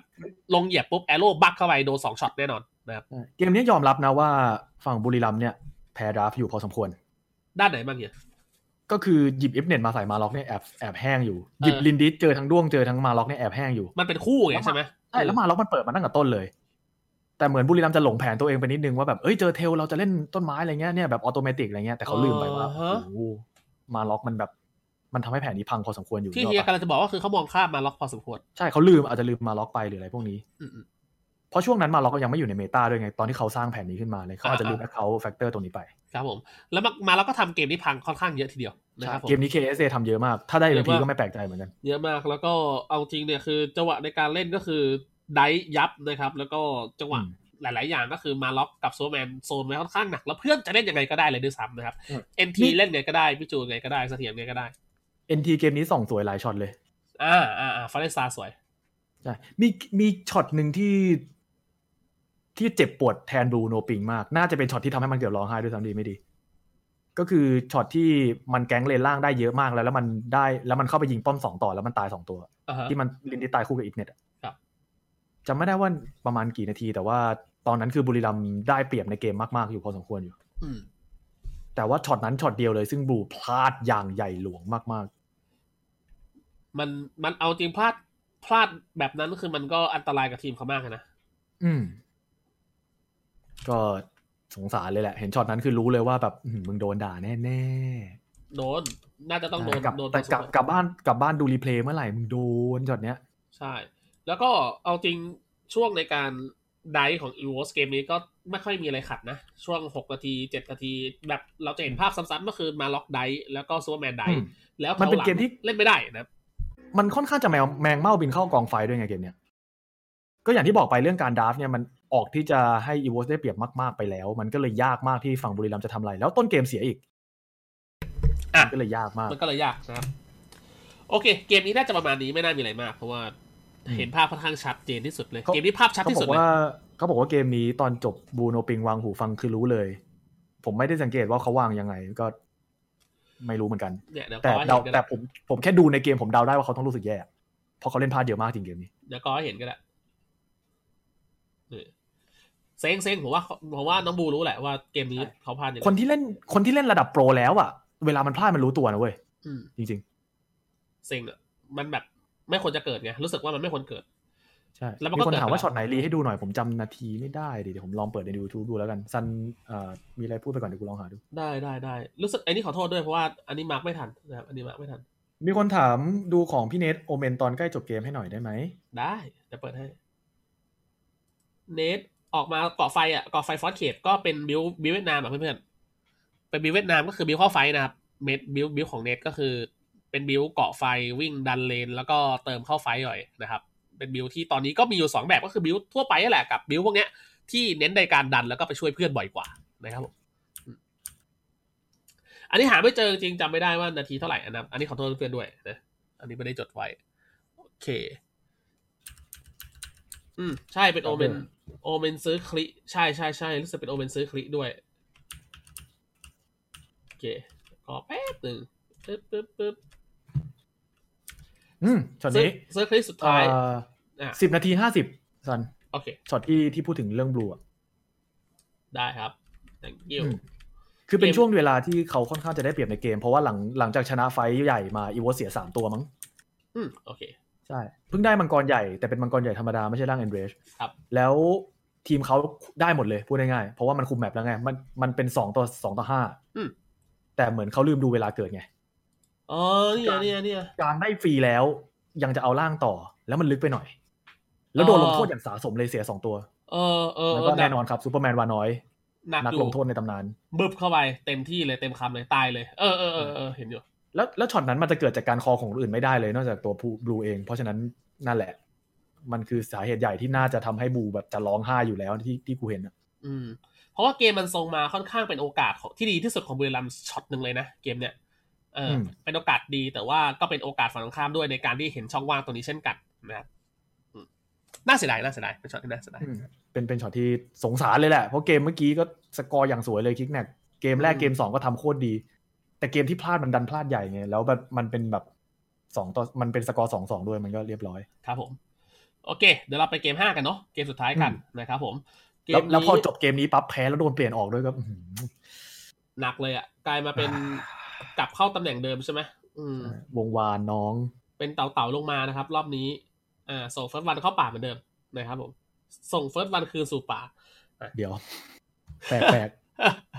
Speaker 5: ลงเหยียบปุ๊บแอโร่บักเข้าไปโดนสองช็อตแน่นอน นะครับ
Speaker 6: ใช่เกมนี้ยอมรับนะว่าฝั่งบุรีรัมย์เนี่ยแพ้ดราฟต์อยู่พอสมควร
Speaker 5: ด้านไหนบ้างเนี่ย
Speaker 6: ก็คือหยิบเอฟเน็ตมาใส่มาล็อกเนี่ยแอบแอบแห้งอยู่ หยิบ
Speaker 5: เออ
Speaker 6: ลินดิสเจอทั้งด้วงเจอทั้งมาล็อกเนี่ยแอบแห้งอยู่
Speaker 5: มันเป็นคู่ไงใช่ไหม
Speaker 6: ใช่แล้วมาล็อกมันเปิดมาตั้งแต่ต้นเลย แต่เหมือนบุรีรัมย์จะหลงแผนตัวเองไปนิดนึงว่าแบบเอ้ยเจอเทลเราจะเล่นต้นไม้อะไรเงี้ยเนี่ยแบบออโตเมติกอะไรเงี้ยแต่เขาลืมไปว่าโอ้โหมาล็อกมันแบบมันทำให้แผนนี้พังพอสมควรอยู่
Speaker 5: ที่
Speaker 6: นึกอ
Speaker 5: เฮี
Speaker 6: อย กปะ
Speaker 5: กำลังจะบอกว่าคือเขามองข้ามมาล็อกพอสมควร
Speaker 6: ใช่เขาลืมอาจจะลืมมาล็อกไปหรืออะไรพวกนี้
Speaker 5: อืมอืม
Speaker 6: เพราะช่วงนั้นมาล็อกก็ยังไม่อยู่ในเมตาด้วยไงตอนที่เขาสร้างแผนนี้ขึ้นมาเลยเขาอาจจะ
Speaker 5: อ่า
Speaker 6: ลืมแอคเคาท์แฟกเตอร์ตรงนี้ไป
Speaker 5: ครับผม แล้วมามาล็อกก็ทำเกมที่พังค่อนข้างเยอะทีเดียวนะครับผม
Speaker 6: เกมนี้ KSA ทำเยอะมากถ้าได้
Speaker 5: เย
Speaker 6: MVP
Speaker 5: อะมาก
Speaker 6: ก็ไม่แปลกใจเหมือนกัน
Speaker 5: เยอะมากแล้วก็เอาจริงเนี่ยคือจังหวะในการเล่นก็คือไดฟ์ยับนะครับ แล้วก็จังหวะ
Speaker 6: อืม
Speaker 5: หลาย ๆ อย่างก็คือมาล็อกกับโซแมนโซนไว้ค่อนข้างหนัก แล้วเพื่อนจะเล่นยังไงก็ได้เลยด้วยซ้ำนะครับ
Speaker 6: อืม
Speaker 5: เอ็นทีเล่นไงก็ได้พี่จูนไงก็ได้เสถียรไงก็ได้
Speaker 6: NT เกมนี้ส่องสวยหลายช็อตเลย
Speaker 5: อ่าอ่าอ่าฟาเรนซาสวย
Speaker 6: ใช่ มีมีช็อตหนึ่งที่ ที่เจ็บปวดแทนบลูโนปิงมาก น่าจะเป็นช็อตที่ทำให้มันเกือบร้องไห้ด้วยซ้ำดีไม่ดี ก็คือช็อตที่มันแก๊งเลนล่างได้เยอะมากแล้ว แล้วมันได้ แล้วมันเข้าไปยิงป้อมสองต่อแล้วมันตายสองตัว
Speaker 5: อ่าฮะ
Speaker 6: ที่มันลินที่ตายคู่กับอิทเน็ตอะ
Speaker 5: ครับ
Speaker 6: จำไม่ได้ว่าประมาณกี่นาที แต่ว่าตอนนั้นคือบุรีรัมย์ได้เปรียบในเกมมากๆอยู่พอสมควรอยู่
Speaker 5: อืม
Speaker 6: แต่ว่าช็อตนั้นช็อตเดียวเลยซึ่งบลูพลาดอย่างใหญ่หลวงมาก
Speaker 5: มันมันเอาจริงพลาดพลาดแบบนั้นคือมันก็อันตรายกับทีมเขามากเลยนะ
Speaker 6: ๆ อืม ก็สงสารเลยแหละ เห็นช็อตนั้นคือรู้เลยว่าแบบอื้อหือมึงโดนด่าแน่ๆ
Speaker 5: โดน น่าจะต้องโดน
Speaker 6: กลับ
Speaker 5: โดน
Speaker 6: แต่
Speaker 5: พอสม
Speaker 6: กลับ
Speaker 5: ควร
Speaker 6: กลับบ้านกลับบ้านดูรีเพลย์เมื่อไหร่มึงโดนช็อตเนี้ย
Speaker 5: ใช่ แล้วก็เอาจริงช่วงในการไดฟ์ของ e v o s เกมนี้ก็ไม่ค่อยมีอะไรขัดนะ ช่วง 6 นาที 7 นาที แบบเราจะเห็นภาพซ้ำๆก็คือมาล็อกไดฟ์แล้วก็ซูเปอร์แมนได
Speaker 6: อื
Speaker 5: ฟ์
Speaker 6: ม
Speaker 5: แล้ว
Speaker 6: มันเป็น
Speaker 5: ขาหลัง
Speaker 6: เกมที่
Speaker 5: เล่นไม่ได้นะ
Speaker 6: มันค่อนข้างจะแมวแมงเม่าบินเข้ากองไฟด้วยไงเกมเนี้ยก็อย่างที่บอกไปเรื่องการดราฟต์เนี่ยมันออกที่จะให้อีเวสได้เปรียบมาก ๆ ไปแล้ว มันก็เลยยากมากที่ฝั่งบุรีรัมย์จะทำอะไร แล้วต้นเกมเสียอีก
Speaker 5: อ่ะ
Speaker 6: มันก็เลยยากมาก
Speaker 5: มันก็เลยยากนะครับ โอเค เกมนี้น่าจะประมาณนี้ไม่น่ามีอะไรมาก เพราะว่า
Speaker 6: อืม
Speaker 5: เห็นภาพค่อนข้างชัดเจนที่สุดเลย
Speaker 6: เขา
Speaker 5: เกมนี้ภาพชัด
Speaker 6: เขา
Speaker 5: ที่
Speaker 6: บ
Speaker 5: สุ
Speaker 6: อ
Speaker 5: ด
Speaker 6: ก
Speaker 5: เลย
Speaker 6: ว่าเขาบอกว่าเกมนี้ตอนจบบูโนปิงวางหูฟังคือรู้เลย ผมไม่ได้สังเกตว่าเขาวางยังไงก็ ไม่รู้เหมือนกัน
Speaker 5: เนี่ยเดี๋ยวก็
Speaker 6: แต่
Speaker 5: ให้
Speaker 6: เดา
Speaker 5: เห็นกัน
Speaker 6: แต่
Speaker 5: ละ
Speaker 6: ผมผมแค่ดูในเกมผมเดาได้ว่าเขาต้องรู้สึกแย่เพราะเขาเล่นพลาดเยอะมากจริงเกมนี้
Speaker 5: เดี๋ยวก็ให้เห็นกันละนี่เซ็งเซ็งผมว่าผมว่าน้องบูรู้แหละว่าเกมนี้เขาพลาดยังไง
Speaker 6: คนที่เล่นคนที่เล่นระดับโปรแล้วอะเวลามันพลาดมันรู้ตัวนะเว้ย
Speaker 5: อืม
Speaker 6: จริง
Speaker 5: เซ็งอะมันแบบไม่ควรจะเกิดไงรู้สึกว่ามันไม่ควรเกิด
Speaker 6: ๆ ใช่
Speaker 5: แล้วมัน
Speaker 6: มี
Speaker 5: ก็
Speaker 6: คนถามว่า
Speaker 5: เกิดไปแล้ว
Speaker 6: ช็อตไหนรีให้ดูหน่อยผมจำนาทีไม่ได้ดิเดี๋ยวผมลองเปิดใน YouTube ดูแล้วกันซันเอ่อมีอะไรพูดไปก่อนเดี๋ยวกูลองหาดู
Speaker 5: ได้ได้ได้รู้สึกไอ้นี่ขอโทษด้วยเพราะว่าอันนี้มาร์กไม่ทันนะครับอันนี้มาร์กไม่ทัน
Speaker 6: มีคนถามดูของพี่เนทโอเมนตอนใกล้จบเกมให้หน่อยได้ไหม
Speaker 5: ได้จะเปิดให้ เนทออกมาเกาะไฟอ่ะเกาะไฟฟอสเขตก็เป็นบิวบิวเวียดนามอ่ะเพื่อนๆเป็นบิวเวียดนามก็คือบิวเข้าไฟนะครับเมดบิวบิวของเนทก็คือ เป็นบิวเกาะไฟวิ่งดันเลน แล้วก็เติมเข้าไฟหน่อยนะครับ เป็นบิวที่ตอนนี้ก็มีอยู่สองแบบก็คือบิวทั่วไปนั่นแหละกับบิวพวกเนี้ยที่เน้นในการดันแล้วก็ไปช่วยเพื่อนบ่อยกว่านะครับผม อันนี้หาไม่เจอจริงจำไม่ได้ว่านาทีเท่าไหร่อันนะอันนี้ขอโทษเพื่อนด้วยนะอันนี้ไม่ได้จดไว้โอเค อืมใช่เป็นโอเมนโอเมนซื้อคลิใช่ใช่ใช่รู้สึกเป็นโอเมนซื้อคลิด้วยโอเคขอแป๊บหนึ่งปึ๊บปึ๊บปึ๊บ
Speaker 6: อืมช็อต
Speaker 5: ซื้อ
Speaker 6: นี้
Speaker 5: ซื้อคลิสุด
Speaker 6: เอ่
Speaker 5: ท้าย
Speaker 6: อ
Speaker 5: อ่ะ
Speaker 6: สิบนาทีห้าสิบซัน
Speaker 5: โอเค
Speaker 6: ช็อตที่ที่พูดถึงเรื่องบลูอะ
Speaker 5: ได้ครับ thank you
Speaker 6: อืมคือเป็น
Speaker 5: เกม
Speaker 6: ช่วงเวลาที่เขาค่อนข้างจะได้เปรียบในเกม เพราะว่าหลังหลังจากชนะไฟท์ใหญ่มาอีวอเสียสามตัวมั้ง
Speaker 5: อืมโอเค
Speaker 6: ใช่เพิ่งได้มังกรใหญ่แต่เป็นมังกรใหญ่ธรรมดาไม่ใช่ร่างเอนเดร
Speaker 5: ครับ
Speaker 6: แล้วทีมเขาได้หมดเลยพูดง่ายๆเพราะว่ามันคุมแมปแล้วไง มันมันเป็นสองต่อสองต่อห้า
Speaker 5: อืม
Speaker 6: แต่เหมือนเขาลืมดูเวลาเกิดไง
Speaker 5: อ๋อเนี่ยเนี่ยเนี่ย
Speaker 6: การได้ฟรีแล้วยังจะเอาล่างต่อ แล้วมันลึกไปหน่อย แล้วโดน
Speaker 5: อ๋อ
Speaker 6: ลงโทษอย่างสาสมเลยเสียสองตัว
Speaker 5: เออเออ
Speaker 6: แล้ว
Speaker 5: เอ
Speaker 6: ก็
Speaker 5: อห
Speaker 6: แน่นอนครับซูเปอร์แมนวาน้อย
Speaker 5: หนัก
Speaker 6: นัก
Speaker 5: อยู่
Speaker 6: ลงโทษในตำนาน
Speaker 5: บึบเข้าไปเต็มที่เลยเต็มคำเลยตายเลยเออเออเออเออเห็นอยู่
Speaker 6: แล้วแล้วช็อตนั้นมันจะเกิดจากการคอของคนอื่นไม่ได้เลย นอกจากตัวผู้บลูเอง เพราะฉะนั้นนั่นแหละ มันคือสาเหตุใหญ่ที่น่าจะทำให้บลูแบบจะร้องไห้อยู่แล้วที่ที่กูเห็นอะ
Speaker 5: อืมเพราะว่าเกมมันทรงมาค่อนข้างเป็นโอกาสของที่ดีที่สุดของบุรีรัมย์ช็อตหนึ่งเลยนะเกมเนี้ยเอออ
Speaker 6: ม
Speaker 5: เป็นโอกาสดีแต่ว่าก็เป็นโอกาสฝั่งตรงข้ามด้วยในการที่เห็นช่องว่างตรงนี้เช่นกันนะครับอืมน่าเสียดายน่าเสียดายเป็นช็อตที่น่าเสียดาย
Speaker 6: อืมเป็นเป็นช็อตที่สงสารเลยแหละ เพราะเกมเมื่อกี้ก็สกอร์อย่างสวยเลยคิกแนกเกมแรก
Speaker 5: อืม
Speaker 6: เกมสองก็ทำโคตรดี แต่เกมที่พลาดมันดันพลาดใหญ่ไงแล้วแบบมันเป็นแบบสองต่อมันเป็นสกอร์สองสองด้วยมันก็เรียบร้อย
Speaker 5: ครับผม โอเค เดี๋ยวเราไปเกม 5 กันเนาะเกมสุดท้ายกันนะครับผม เก
Speaker 6: แล้ว
Speaker 5: มนี้
Speaker 6: แล้วพอจบเกมนี้ปั๊บแพ้แล้วโดนเปลี่ยนออกด้วยก็อื้อหือ
Speaker 5: หนักเลยอ่ะกลายมาเป็นกลับเข้าตำแหน่งเดิมใช่ไหมอืม
Speaker 6: วงวานน้อง
Speaker 5: เป็นเต่าเต่าๆลงมานะครับ รอบนี้อ่าส่งเฟิร์สวันเข้าป่าเหมือนเดิมนะครับผมส่งเฟิร์สวันคืนสู่ป่า
Speaker 6: เดี๋ยวแปลกแปลก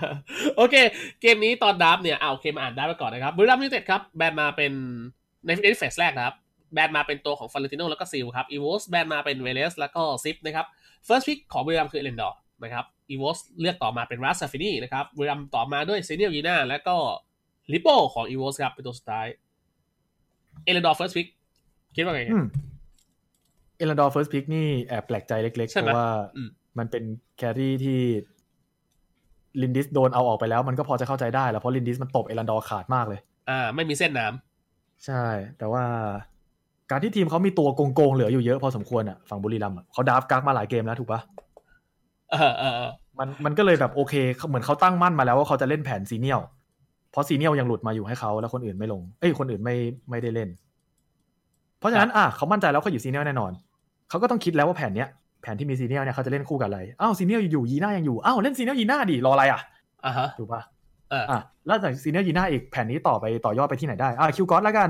Speaker 5: [LAUGHS] โอเค เกมนี้ตอนดับเนี่ยเอาโอเคมาอ่านดับไปก่อนนะครับบุรีรัมย์ยูไนเต็ดครับ แบนมาเป็นในในเฟสแรกนะครับ แบนมาเป็นตัวของฟาเลนติโนแล้วก็ซิลครับอีวอสแบนมาเป็นเวเลสแล้วก็ซิปนะครับเฟิร์สพิกของบุรีรัมย์คือเอเลนดอร์นะครับอีวอสเลือกต่อมาเป็นรัสซาฟินีนะครับบุรีรัมย์ต่อมาด้วยเซเนียลยีน่าแล้วก็ลิโปของอีวอสครับเป็นตัวสุดท้ายเอเลนดอร์เฟิร์สพิกคิดว่าไง
Speaker 6: ๆอืมเอลันดอร์เฟิร์สพิกนี่แอบแปลกใจเล็กๆ
Speaker 5: ใช่ไหม
Speaker 6: เพราะว่า
Speaker 5: อืม
Speaker 6: มันเป็นแครี่ที่ลินดิสโดนเอาออกไปแล้ว มันก็พอจะเข้าใจได้แล้วเพราะลินดิสมันตบเอลันดอร์ขาดมากเลย
Speaker 5: อ่าไม่มีเส้นน้ำ
Speaker 6: ใช่ แต่ว่าการที่ทีมเขามีตัวโกงๆเหลืออยู่เยอะพอสมควรอ่ะฝั่งบุรีรัมย์อะเขาดราฟต์กักมาหลายเกมแล้วถูกปะ
Speaker 5: เออเออเออ
Speaker 6: มันมันก็เลยแบบโอเคเขาเหมือนเขาตั้งมั่นมาแล้วว่าเขาจะเล่นแผนซีเนียลเพราะซีเนียลยังหลุดมาอยู่ให้เขาแล้วคนอื่นไม่ลงเอ้ยคนอื่นไม่ไม่ได้เล่น เพราะฉะนั้นอ่ะเขามั่นใจแล้วเขาอยู่ซีเนียลแน่นอนเขาก็ต้องคิดแล้วว่าแผนเนี้ยแผนที่มีซีเนียลเนี่ยเขาจะเล่นคู่กับอะไรอ้าวซีเนียลอยู่ยีน่ายังอยู่อ้าวเล่นซีเนียลยีน่าดิรออะไรอ่ะ
Speaker 5: อ่ะฮะ
Speaker 6: ถูกปะ
Speaker 5: เอออ่
Speaker 6: ่ะแล้วจากซีเนียลยีน่าอีกแผนนี้ต่อไปต่อยอดไปที่ไหนได้อ่ะคิวกอสแล้วกัน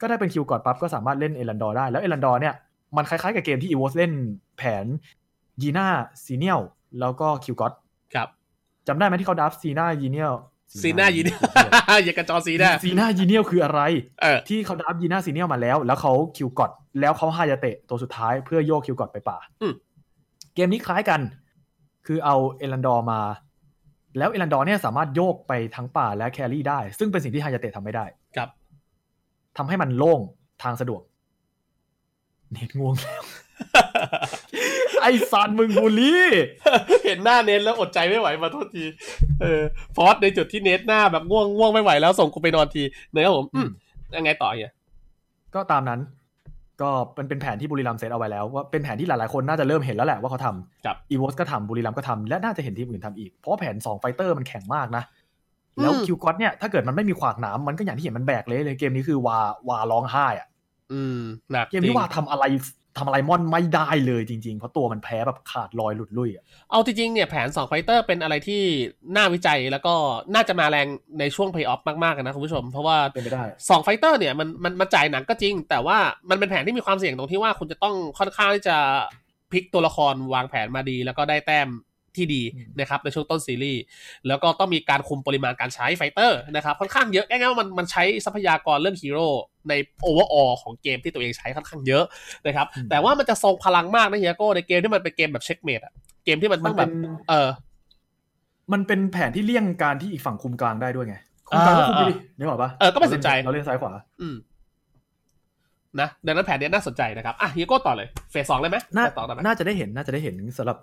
Speaker 6: ก็ได้เป็นคิวกอดปั๊บก็สามารถเล่นเอลันดอร์ได้แล้วเอลันดอร์เนี่ยมันคล้ายๆกับเกมที่อีวอสเล่นแผนยีน่าซีเนียลแล้วก็คิวกอด
Speaker 5: ครับ
Speaker 6: จำได้ไหมที่เขาดับซีน่ายีเนียล
Speaker 5: ซีน่ายีน่
Speaker 6: [LAUGHS]
Speaker 5: า [LAUGHS] อย่ากระจอซีน่า
Speaker 6: ซีน่ายีเนียลคืออะไร
Speaker 5: เออ
Speaker 6: ที่เขาดับยีน่าซีเนียลมาแล้ว แล้วเขาคิวกอดแล้วเขาฮายาเตะตัวสุดท้ายเพื่อโยกคิวกอดไปป่า
Speaker 5: อืม
Speaker 6: เกมนี้คล้ายกัน คือเอาเอลันดอร์มา แล้วเอลันดอร์เนี่ยสามารถโยกไปทั้งป่าและแครี่ได้ ซึ่งเป็นสิ่งที่ฮายาเตะทำไม่ได้
Speaker 5: ครับ
Speaker 6: ทำให้มันโล่งทางสะดวก เน็ตง่วง [LAUGHS] ไอสันมึงบูลลี่
Speaker 5: [LAUGHS] เห็นหน้าเน็ตแล้วอดใจไม่ไหวมาโทษที เออฟอสในจุดที่เน็ตหน้าแบบง่วงง่วงไม่ไหวแล้วส่งกูไปนอนทีเนยครับผมอืมยังไงต่อเนี่ย
Speaker 6: ก็ตามนั้น ก็มันเป็นแผนที่บุรีรัมย์เซตเอาไว้แล้วว่าเป็นแผนที่หลายๆคนน่าจะเริ่มเห็นแล้วแหละว่าเขาทำ
Speaker 5: ครับ
Speaker 6: อีวอสก็ทำบุรีรัมย์ก็ทำและน่าจะเห็นทีมอื่นทำอีก เพราะแผน 2 ไฟเตอร์มันแข็งมากนะ แล้ว
Speaker 5: อืม
Speaker 6: คิวกอตเนี่ย ถ้าเกิดมันไม่มีขวากหนามมันก็อย่างที่เห็นมันแบกเลยเลยเกมนี้คือวาวาร้องไห้อะ
Speaker 5: อืมหนัก
Speaker 6: เกม
Speaker 5: จริ
Speaker 6: นี้
Speaker 5: ง
Speaker 6: วาทำอะไรทำอะไรมอนไม่ได้เลยจริง ๆ เพราะตัวมันแพ้แบบขาดลอยหลุดลุ่ยอะ
Speaker 5: เอาจริงๆเนี่ยแผนสองไฟเตอร์เป็นอะไรที่น่าวิจัยแล้วก็น่าจะมาแรงในช่วงเพลย์ออฟมากๆอะนะคุณผู้ชม เพราะว่า
Speaker 6: เป็นไปได้
Speaker 5: สองไฟเตอร์เนี่ยมันมันมันจ่ายหนักก็จริง แต่ว่ามันเป็นแผนที่มีความเสี่ยงตรงที่ว่าคุณจะต้องค่อนข้างที่จะพลิกตัวละครวางแผนมาดี แล้วก็ได้แต้มที่ดี
Speaker 6: อืม
Speaker 5: นะครับในช่วงต้นซีรีส์แล้วก็ต้องมีการคุมปริมาณการใช้ไฟเตอร์นะครับค่อนข้างเยอะง่ายๆว่ามันมันใช้ทรัพยากรเรื่องฮีโร่ในโอเวอร์ออของเกมที่ตัวเองใช้ค่อนข้างเยอะนะครับแต่ว่ามันจะทรงพลังมากนะเฮียโก้ในเกมที่มันเป็นเกมแบบเช็คเมดอะเกมที่มัน
Speaker 6: มั
Speaker 5: ต้
Speaker 6: น
Speaker 5: องแบ
Speaker 6: เป็
Speaker 5: บ
Speaker 6: น
Speaker 5: เออ
Speaker 6: มันเป็นแผนที่เลี่ยงการที่อีกฝั่งคุมกลางได้ด้วยไงคุมกลางก็คุมไปดินึกออกปะ
Speaker 5: เออก็ไม่สนใจ
Speaker 6: เราเล่นซ้ายขวา
Speaker 5: อืมนะดังนั้นแผนเนี้ยน่าสนใจนะครับอ่ะเฮียโก้ต่อเลยเฟสสองเลยไหม
Speaker 6: น่า
Speaker 5: ต่อได้ไหม
Speaker 6: น่าจะได้เห็นน่าจะได้เห็นสำหรับ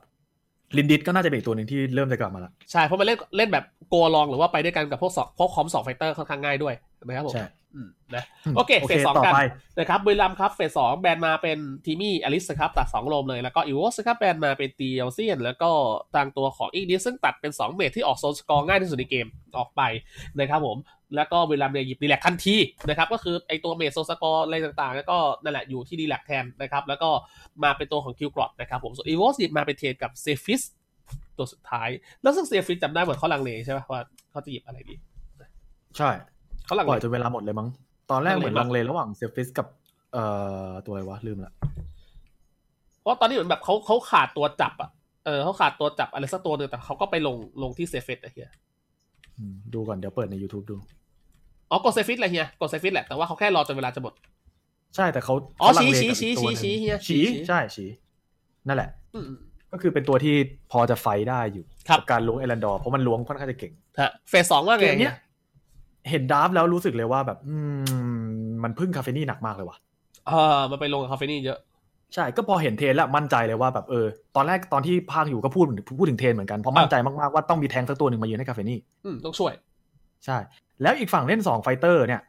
Speaker 6: ลินดิสก็น่าจะเป็นอีกตัวหนึ่งที่เริ่มจะกลับมาละ
Speaker 5: ใช่ เพราะมันเล่นเล่นแบบโกลองหรือว่าไปด้วยกันกับพวกสองพวกคอมสองไฟเตอร์ค่อนข้างง่ายด้วยนะครับผม
Speaker 6: ใช่
Speaker 5: อืมนะ โอเคเฟสสอง
Speaker 6: ต่อ
Speaker 5: กัน
Speaker 6: ไป
Speaker 5: นะครับบุรีรัมย์ครับเฟสสองแบนมาเป็นทีมี่อลิสครับตัด2ลมเลยแล้วก็อีวอสครับแบนมาเป็นตีเอลเซียน แล้วก็ทางตัวของอีกนิสซึ่งตัดเป็น 2 เมตรที่ออกโซนสกอร์ง่ายที่สุดในเกมออกไปนะครับผม แล้วก็บุรีรัมย์เนี่ยหยิบดีแลกทันทีนะครับก็คือไอตัวเมตรโซนสกอร์อะไรต่างๆ แล้วก็นั่นแหละอยู่ที่ดีแลกแทนนะครับแล้วก็มาเป็นตัวของคิวกรอดนะครับผมส่วนอีวอสหยิบมาเป็นเทนกับเซฟิสตัวสุดท้าย แล้วซึ่งเซฟิสจำได้เหมือนเขาลังเลใช่ไหมว่าเขาจะหยิบอะไรดี
Speaker 6: ใช่
Speaker 5: เขาลัง
Speaker 6: ปล่
Speaker 5: เล
Speaker 6: อยจนเวลาหมดเลยมั้ง ตอนแรก
Speaker 5: ลังเล
Speaker 6: เหมือน
Speaker 5: ปะ
Speaker 6: ลังเลระหว่างเซฟิสกับ เอ่อ ตัวอะไรวะ ลืมละ
Speaker 5: เพราะตอนนี้เหมือนแบบเขาเขาขาดตัวจับอ่ะ เออเขาขาดตัวจับอะไรสักตัวหนึ่งแต่เขาก็ไปลงลงที่เซฟิตอะเฮีย
Speaker 6: อืมดูก่อนเดี๋ยวเปิดใน YouTube ดู
Speaker 5: อ๋อกดเซฟิตแหละเฮีย กดเซฟิตแหละ แต่ว่าเขาแค่รอจนเวลาจะหมด
Speaker 6: ใช่แต่เขา
Speaker 5: อ๋อ
Speaker 6: เขาลังเล
Speaker 5: ชี้ชี้
Speaker 6: กับอีกตัวหนึ่ง
Speaker 5: ชี้ชี้เฮียชี้
Speaker 6: ชี้
Speaker 5: ชี้
Speaker 6: ใช่ชี้นั่นแหละ
Speaker 5: อืม
Speaker 6: ก็คือเป็นตัวที่พอจะไฟได้อยู่
Speaker 5: ครับ
Speaker 6: กับการล้วงเอรันดอร์เพราะมันล้วงค่อนข้างจะเก่ง
Speaker 5: ฮะเฟสสองว่าไง
Speaker 6: เกมเนี้ยเห็นดราร์ฟแล้วรู้สึกเลยว่าแบบ อืม มันพึ่งคาเฟนี่หนักมากเลยว่ะ
Speaker 5: เออมันไปลงกับคาเฟนี่เยอะ
Speaker 6: ใช่ก็พอเห็นเทรนแล้วมั่นใจเลยว่าแบบเออ ตอนแรกตอนที่ภาคอยู่ก็พูดพูดถึงเทรนเหมือนกันเพราะมั่นใจมากๆว่าต้องมีแทงค์สักตัวหนึ่งมายืนให้คาเฟนี่
Speaker 5: อืม ต้องช่วย
Speaker 6: ใช่ แล้วอีกฝั่งเล่นสองไฟเตอร์เนี่ย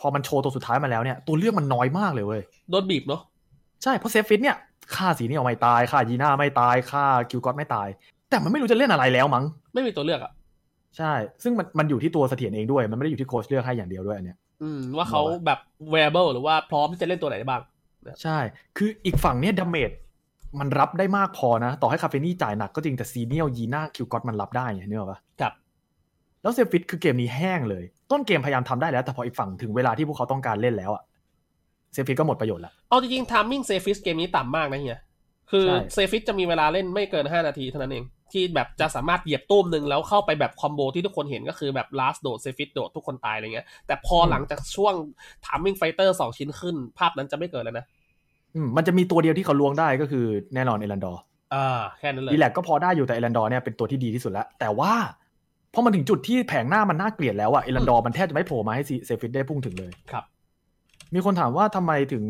Speaker 6: พอมันโชว์ตัวสุดท้ายมาแล้วเนี่ย ตัวเลือกมันน้อยมากเลยเว้ย
Speaker 5: โดนบีบเนาะ
Speaker 6: ใช่เพราะเซฟฟิตเนี่ยฆ่าสีนี่ออกไม่ตายฆ่ายีน่าไม่ตายฆ่าคิวก็อตไม่ตาย แต่มันไม่รู้จะเล่นอะไรแล้วมั้ง
Speaker 5: ไม่มีตัวเลือกอ่ะ
Speaker 6: ใช่ ซึ่งมันมันอยู่ที่ตัวเสถียรเองด้วย มันไม่ได้อยู่ที่โค้ชเลือกให้อย่างเดียวด้วยอันเนี้ย
Speaker 5: อืม ว่าเขาแบบ v วเบิลหรือว่าพร้อมที่จะเล่นตัวไหนได้บ้าง
Speaker 6: ใช่ คืออีกฝั่งเนี่ยดาเมจ มันรับได้มากพอนะ ต่อให้คาเฟนี่จ่ายหนักก็จริงแต่ซีเนียลยีน่าคิวกอตมันรับได้ไงเนี่ยปะ
Speaker 5: ครับ
Speaker 6: แล้วเซฟิตคือเกมนี้แห้งเลย ต้นเกมพยายามทำได้แล้ว แต่พออีกฝั่งถึงเวลาที่พวกเขาต้องการเล่นแล้วอะเซฟิตก็หมดประโยชน์ละ
Speaker 5: เอาจริงๆทามมิ่งเซฟิสเกมนี้ต่ำมากนะเฮีย คือ
Speaker 6: ใช่
Speaker 5: เซฟิสจะมีเวลาเล่นไม่เกิน 5 นาทีเท่านั้นเอง ที่แบบจะสามารถเหยียบตุ้มหนึ่งแล้วเข้าไปแบบคอมโบที่ทุกคนเห็นก็คือแบบลาสโดดเซฟิสโดดทุกคนตายอะไรเงี้ย แต่พอหลังจากช่วงทามมิ่งไฟเตอร์สองชิ้นขึ้น ภาพนั้นจะไม่เกิดแล้วนะ
Speaker 6: อืมมันจะมีตัวเดียวที่เขาล้วงได้ก็คือแน่นอนเอลันดอร์
Speaker 5: อ่า แค่นั้นเลย
Speaker 6: ดีแลกก็พอได้อยู่แต่เอลันดอร์เนี่ยเป็นตัวที่ดีที่สุดแล้ว แต่ว่าพอมันถึงจุดที่แผงหน้ามันน่าเกลียดแล้วอะเอลันดอร์มันแทบจะไม่โผล่มาให้เซฟิตได้พุ่งถึงเลย
Speaker 5: ครับ
Speaker 6: มีคนถามว่าทำไมถึง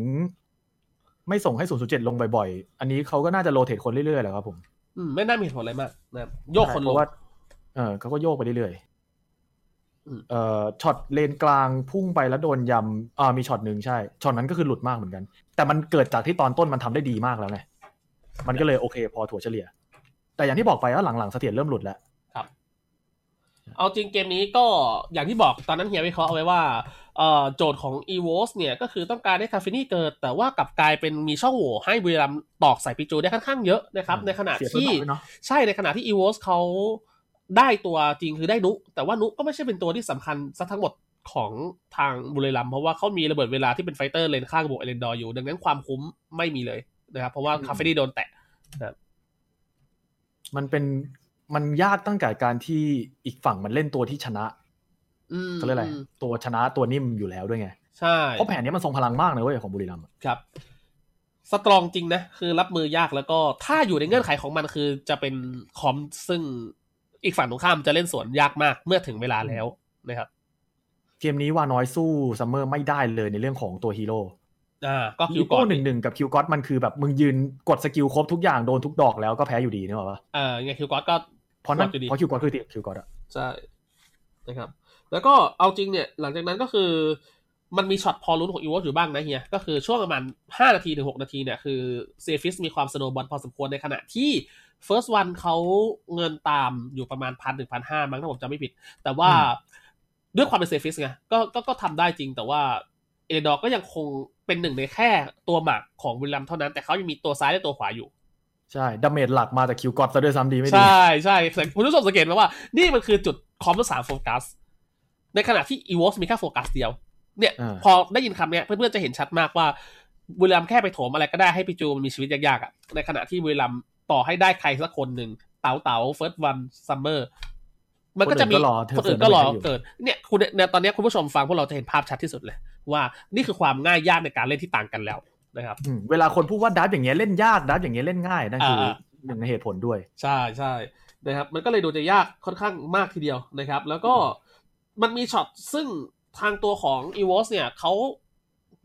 Speaker 6: ไม่ส่งให้ 007 ลงบ่อยๆ อันนี้เขาก็น่าจะโรเตทคนเรื่อยๆแหละครับผม
Speaker 5: อืมไม่น่ามีเหตุผลอะไรมากนะครับโยกคนลง
Speaker 6: เพราะว่า เออเขาก็โยกไปเรื่อย
Speaker 5: อืม
Speaker 6: ๆเอ่อ ช็อตเลนกลางพุ่งไปแล้วโดนยำอ่ามีช็อตหนึ่งใช่ ช็อตนั้นก็คือหลุดมากเหมือนกัน แต่มันเกิดจากที่ตอนต้นมันทำได้ดีมากแล้วไง มันก็เลยโอเคพอถั่วเฉลี่ย แต่อย่างที่บอกไปว่าหลังๆเสถียรเริ่มหลุดแล้ว
Speaker 5: เอาจริงเกมนี้ก็อย่างที่บอกตอนนั้นเฮียวิเคราะห์เอาไว้ว่าเอ่อโจทย์ของ e v o s เนี่ยก็คือต้องการให้คาเฟนี่เกิด แต่ว่ากลับกลายเป็นมีช่องโหว่ให้บุรีรัมย์ตอกใส่ปิจูได้ค่อนข้างเยอะนะครับในขณะ
Speaker 6: เสียเพิ่ม
Speaker 5: ที่
Speaker 6: ต่อด้วยเนอะ
Speaker 5: ใช่ในขณะที่ e v o s เขาได้ตัวจริงคือได้นุ แต่ว่านุก็ไม่ใช่เป็นตัวที่สำคัญซะทั้งหมดของทางบุรีรัมย์เพราะว่าเขามีระเบิดเวลาที่เป็นไฟเตอร์เลนข้างบวกเอเลนดอร์อยู่ ดังนั้นความคุ้มไม่มีเลยนะครับเพราะว่าคาเฟนี่โดนแตะ
Speaker 6: มันเป็น มันยากตั้งแต่การที่อีกฝั่งมันเล่นตัวที่ชนะ
Speaker 5: อืม
Speaker 6: เขาเรียกอะไร ตัวชนะตัวนิ่มอยู่แล้วด้วยไง
Speaker 5: ใช่
Speaker 6: เพราะแผนนี้มันทรงพลังมากเลยเว้ยของบุรีรัมย์อะ
Speaker 5: ครับ สตรองจริงนะ คือรับมือยากแล้วก็ถ้าอยู่ในเงื่อนไขของมันคือจะเป็นคอมซึ่งอีกฝั่งตรงข้ามจะเล่นสวนยากมากเมื่อถึงเวลาแล้วนะครับ
Speaker 6: เกมนี้ว่าน้อยสู้ซัมเมอร์ไม่ได้เลยในเรื่องของตัวฮีโร่
Speaker 5: อ่า ก็คิ
Speaker 6: คิ
Speaker 5: ว
Speaker 6: ว
Speaker 5: ก่
Speaker 6: ก่
Speaker 5: อ
Speaker 6: อน นหนึ่งหนึ่งกับคิวก็อตมันคือแบบมึงยืนกดสกิลครบทุกอย่างโดนทุกดอกแล้วก็แพ้อยู่ดีนึกออกปะ
Speaker 5: เอ่อไงคิวก่อนก็
Speaker 6: เพราะนั่น
Speaker 5: กดอยู่ดี
Speaker 6: เพราะคิวก็อตคือติดคิวก็อตอะ
Speaker 5: ใช่นะครับ แล้วก็เอาจริงเนี่ย หลังจากนั้นก็คือมันมีช็อตพอลุ้นของอีวอสอยู่บ้างนะเฮีย ก็คือช่วงประมาณ 5 นาทีถึง 6 นาทีเนี่ย คือเซฟิสมีความสโนว์บอลพอสมควรในขณะที่ First One เขาเงินตามอยู่ประมาณพันหนึ่งพันห้ามั้งถ้าผมจำไม่ผิด แต่ว่าด้วยความเป็นเซฟิสไงก็ก็ก็ทำได้จริงแต่ว่าเอเลดอร์ก็ยังคงเป็นหนึ่งในแค่ตัวหมากของวิลลัมย์เท่านั้นแต่เขายังมีตัวซ้ายและตัวขวาอยู่
Speaker 6: ใช่ดาเมจหลักมาจากคิวก็อตซะด้วยซ้ำดีไม่ดี
Speaker 5: ใช่ใช่แต่คุณผู้ชมสังเกตไหมว่า นี่มันคือจุดคอมทั้งสามโฟกัส ในขณะที่ e v o s มีแค่โฟกัสเดียว เนี่ย
Speaker 6: อ่า
Speaker 5: พอได้ยินคำเนี้ยเพื่อนๆจะเห็นชัดมากว่าบุรีรัมย์แค่ไปโถมอะไรก็ได้ให้ปิจูมันมีชีวิตยากๆอะในขณะที่บุรีรัมย์ต่อให้ได้ใครสักคนหนึ่งเต๋าเต๋าเฟิร์สวันซัมเมอร์มันก็จะมีคนอื่นก็รอเกิดเนี่ยคุณเนี่ยตอนเนี้ยคุณผู้ชมฟังพวกเราจะเห็นภาพชัดที่สุดเลย ว่านี่คือความง่ายยากในการเล่นที่ต่างกันแล้วนะครับ
Speaker 6: อืมเวลาคนพูดว่าดับอย่างเงี้ยเล่นยากดับอย่างเงี้ยเล่นง่ายนั่นคืออา หนึ่งในเหตุผลด้วย
Speaker 5: ใช่ใช่นะครับมันก็เลยดูจะยากค่อนข้างมากทีเดียวนะครับ แล้วก็มันมีช็อตซึ่งทางตัวของอีวอสเนี่ยเขา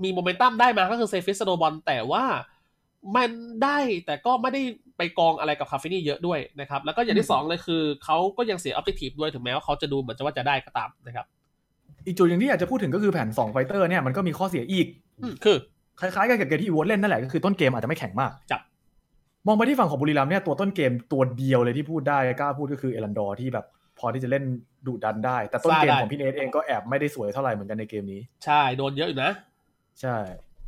Speaker 5: มีโมเมนตัมได้มาก็คือเซฟิสโนบอลแต่ว่ามันได้แต่ก็ไม่ได้ไปกองอะไรกับคาเฟนี่เยอะด้วยนะครับ แล้วก็อย่างที่สองเลยคือเขาก็ยังเสียออบเจกตีฟด้วยถึงแม้ว่าเขาจะดูเหมือนจะว่าจะได้ก็ตามนะครับ
Speaker 6: อีกจุดหนึ่งที่อยากจะพูดถึงก็คือแผน2ไฟเตอร์เนี่ยมันก็มีข้อเสียอีก
Speaker 5: อืมคือ
Speaker 6: คล้ายๆกันกับเกมที่อีวอนเล่นนั่นแหละก็คือต้นเกมอาจจะไม่แข็งมาก
Speaker 5: จับ
Speaker 6: มองไปที่ฝั่งของบุรีรัมย์เนี่ยตัวต้นเกมตัวเดียวเลยที่พูดได้กล้าพูดก็คือเอลันดอร์ที่แบบพอที่จะเล่นดุดันได้ แต่ต้นเกมของพี่เนทเองก็แอบไม่ได้สวยเท่าไหร่เหมือนกันในเกมนี้
Speaker 5: ใช่โดนเยอะอยู่นะ
Speaker 6: ใช่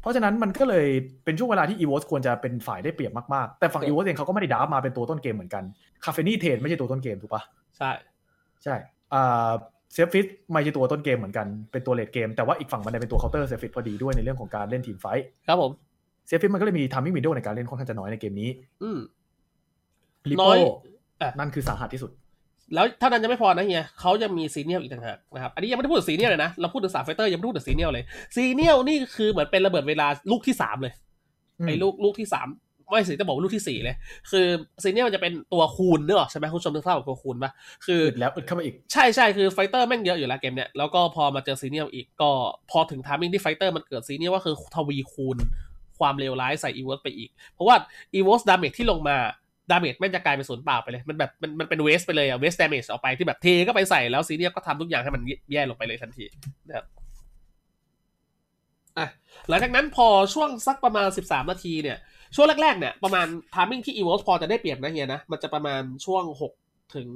Speaker 6: เพราะฉะนั้นมันก็เลยเป็นช่วงเวลาที่อีวอสควรจะเป็นฝ่ายได้เปรียบมากๆ แต่ฝั่ง
Speaker 5: ครับ
Speaker 6: อีวอสเองเขาก็ไม่ได้ดับมาเป็นตัวต้นเกมเหมือนกัน คาเฟนี่เทรดไม่ใช่ตัวต้นเกมถูกปะ
Speaker 5: ใช่
Speaker 6: ใช่อ่าเซฟฟิตไม่ใช่ตัวต้นเกมเหมือนกัน เป็นตัวเลดเกม แต่ว่าอีกฝั่งมันได้เป็นตัวเคาน์เตอร์เซฟฟิตพอดีด้วยในเรื่องของการเล่นทีมไฟท์
Speaker 5: ครับผม
Speaker 6: เซฟฟิตมันก็เลยมีทามมิ่งวินโดว์ในการเล่นค่อนข้างจะน้อยในเกมนี้
Speaker 5: อืม
Speaker 6: ลิ
Speaker 5: น้
Speaker 6: โป้
Speaker 5: อยอ่ะ
Speaker 6: นั่นคือสาหัสที่สุด
Speaker 5: แล้วเท่านั้นยังไม่พอนะเฮียเขายังมีซีเนียลอีกต่างหากนะครับ อันนี้ยังไม่ได้พูดถึงซีเนียลเลยนะ เราพูดถึงสามไฟเตอร์ยังไม่พูดถึงซีเนียลเลย ซีเนียลนี่คือเหมือนเป็นระเบิดเวลาลูกที่สามเลย
Speaker 6: อืม
Speaker 5: ไอ้ลูกลูกที่สามไม่สิจะบอกว่าลูกที่สี่เลย คือซีเนียลจะเป็นตัวคูณเนอะใช่ไหมคุณผู้ชมนึกภาพของตัวคูณปะคือ
Speaker 6: อึดแล้วอึดเข้ามาอีก
Speaker 5: ใช่ใช่คือไฟเตอร์แม่งเยอะอยู่แล้วเกมเนี้ยแล้วก็พอมาเจอซีเนียลอีกก็พอถึงทามมิ่งที่ไฟเตอร์มันเกิดซีเนียลก็คือทวีคูณความเลวร้ายใส่อีเวสไปอีก เพราะว่าอีเวสดาเมจที่ลงมาดาเมจแม่งจะกลายเป็นศูนย์เปล่าไปเลย มันแบบมันมันเป็นเวสไปเลยอะเวสดาเมจออกไปที่แบบเทก็ไปใส่แล้วซีเนียลก็ทำทุกอย่างให้มันแย่ลงไปเลยทันทีนะครับอ่ะหลังจากนั้นพอช่วงสักประมาณ 13 นาทีเนี่ย ช่วงแรกๆเนี่ยประมาณทามมิ่งที่อีเวสพอจะได้เปรียบนะเฮียนะมันจะประมาณช่วง 6 ถึง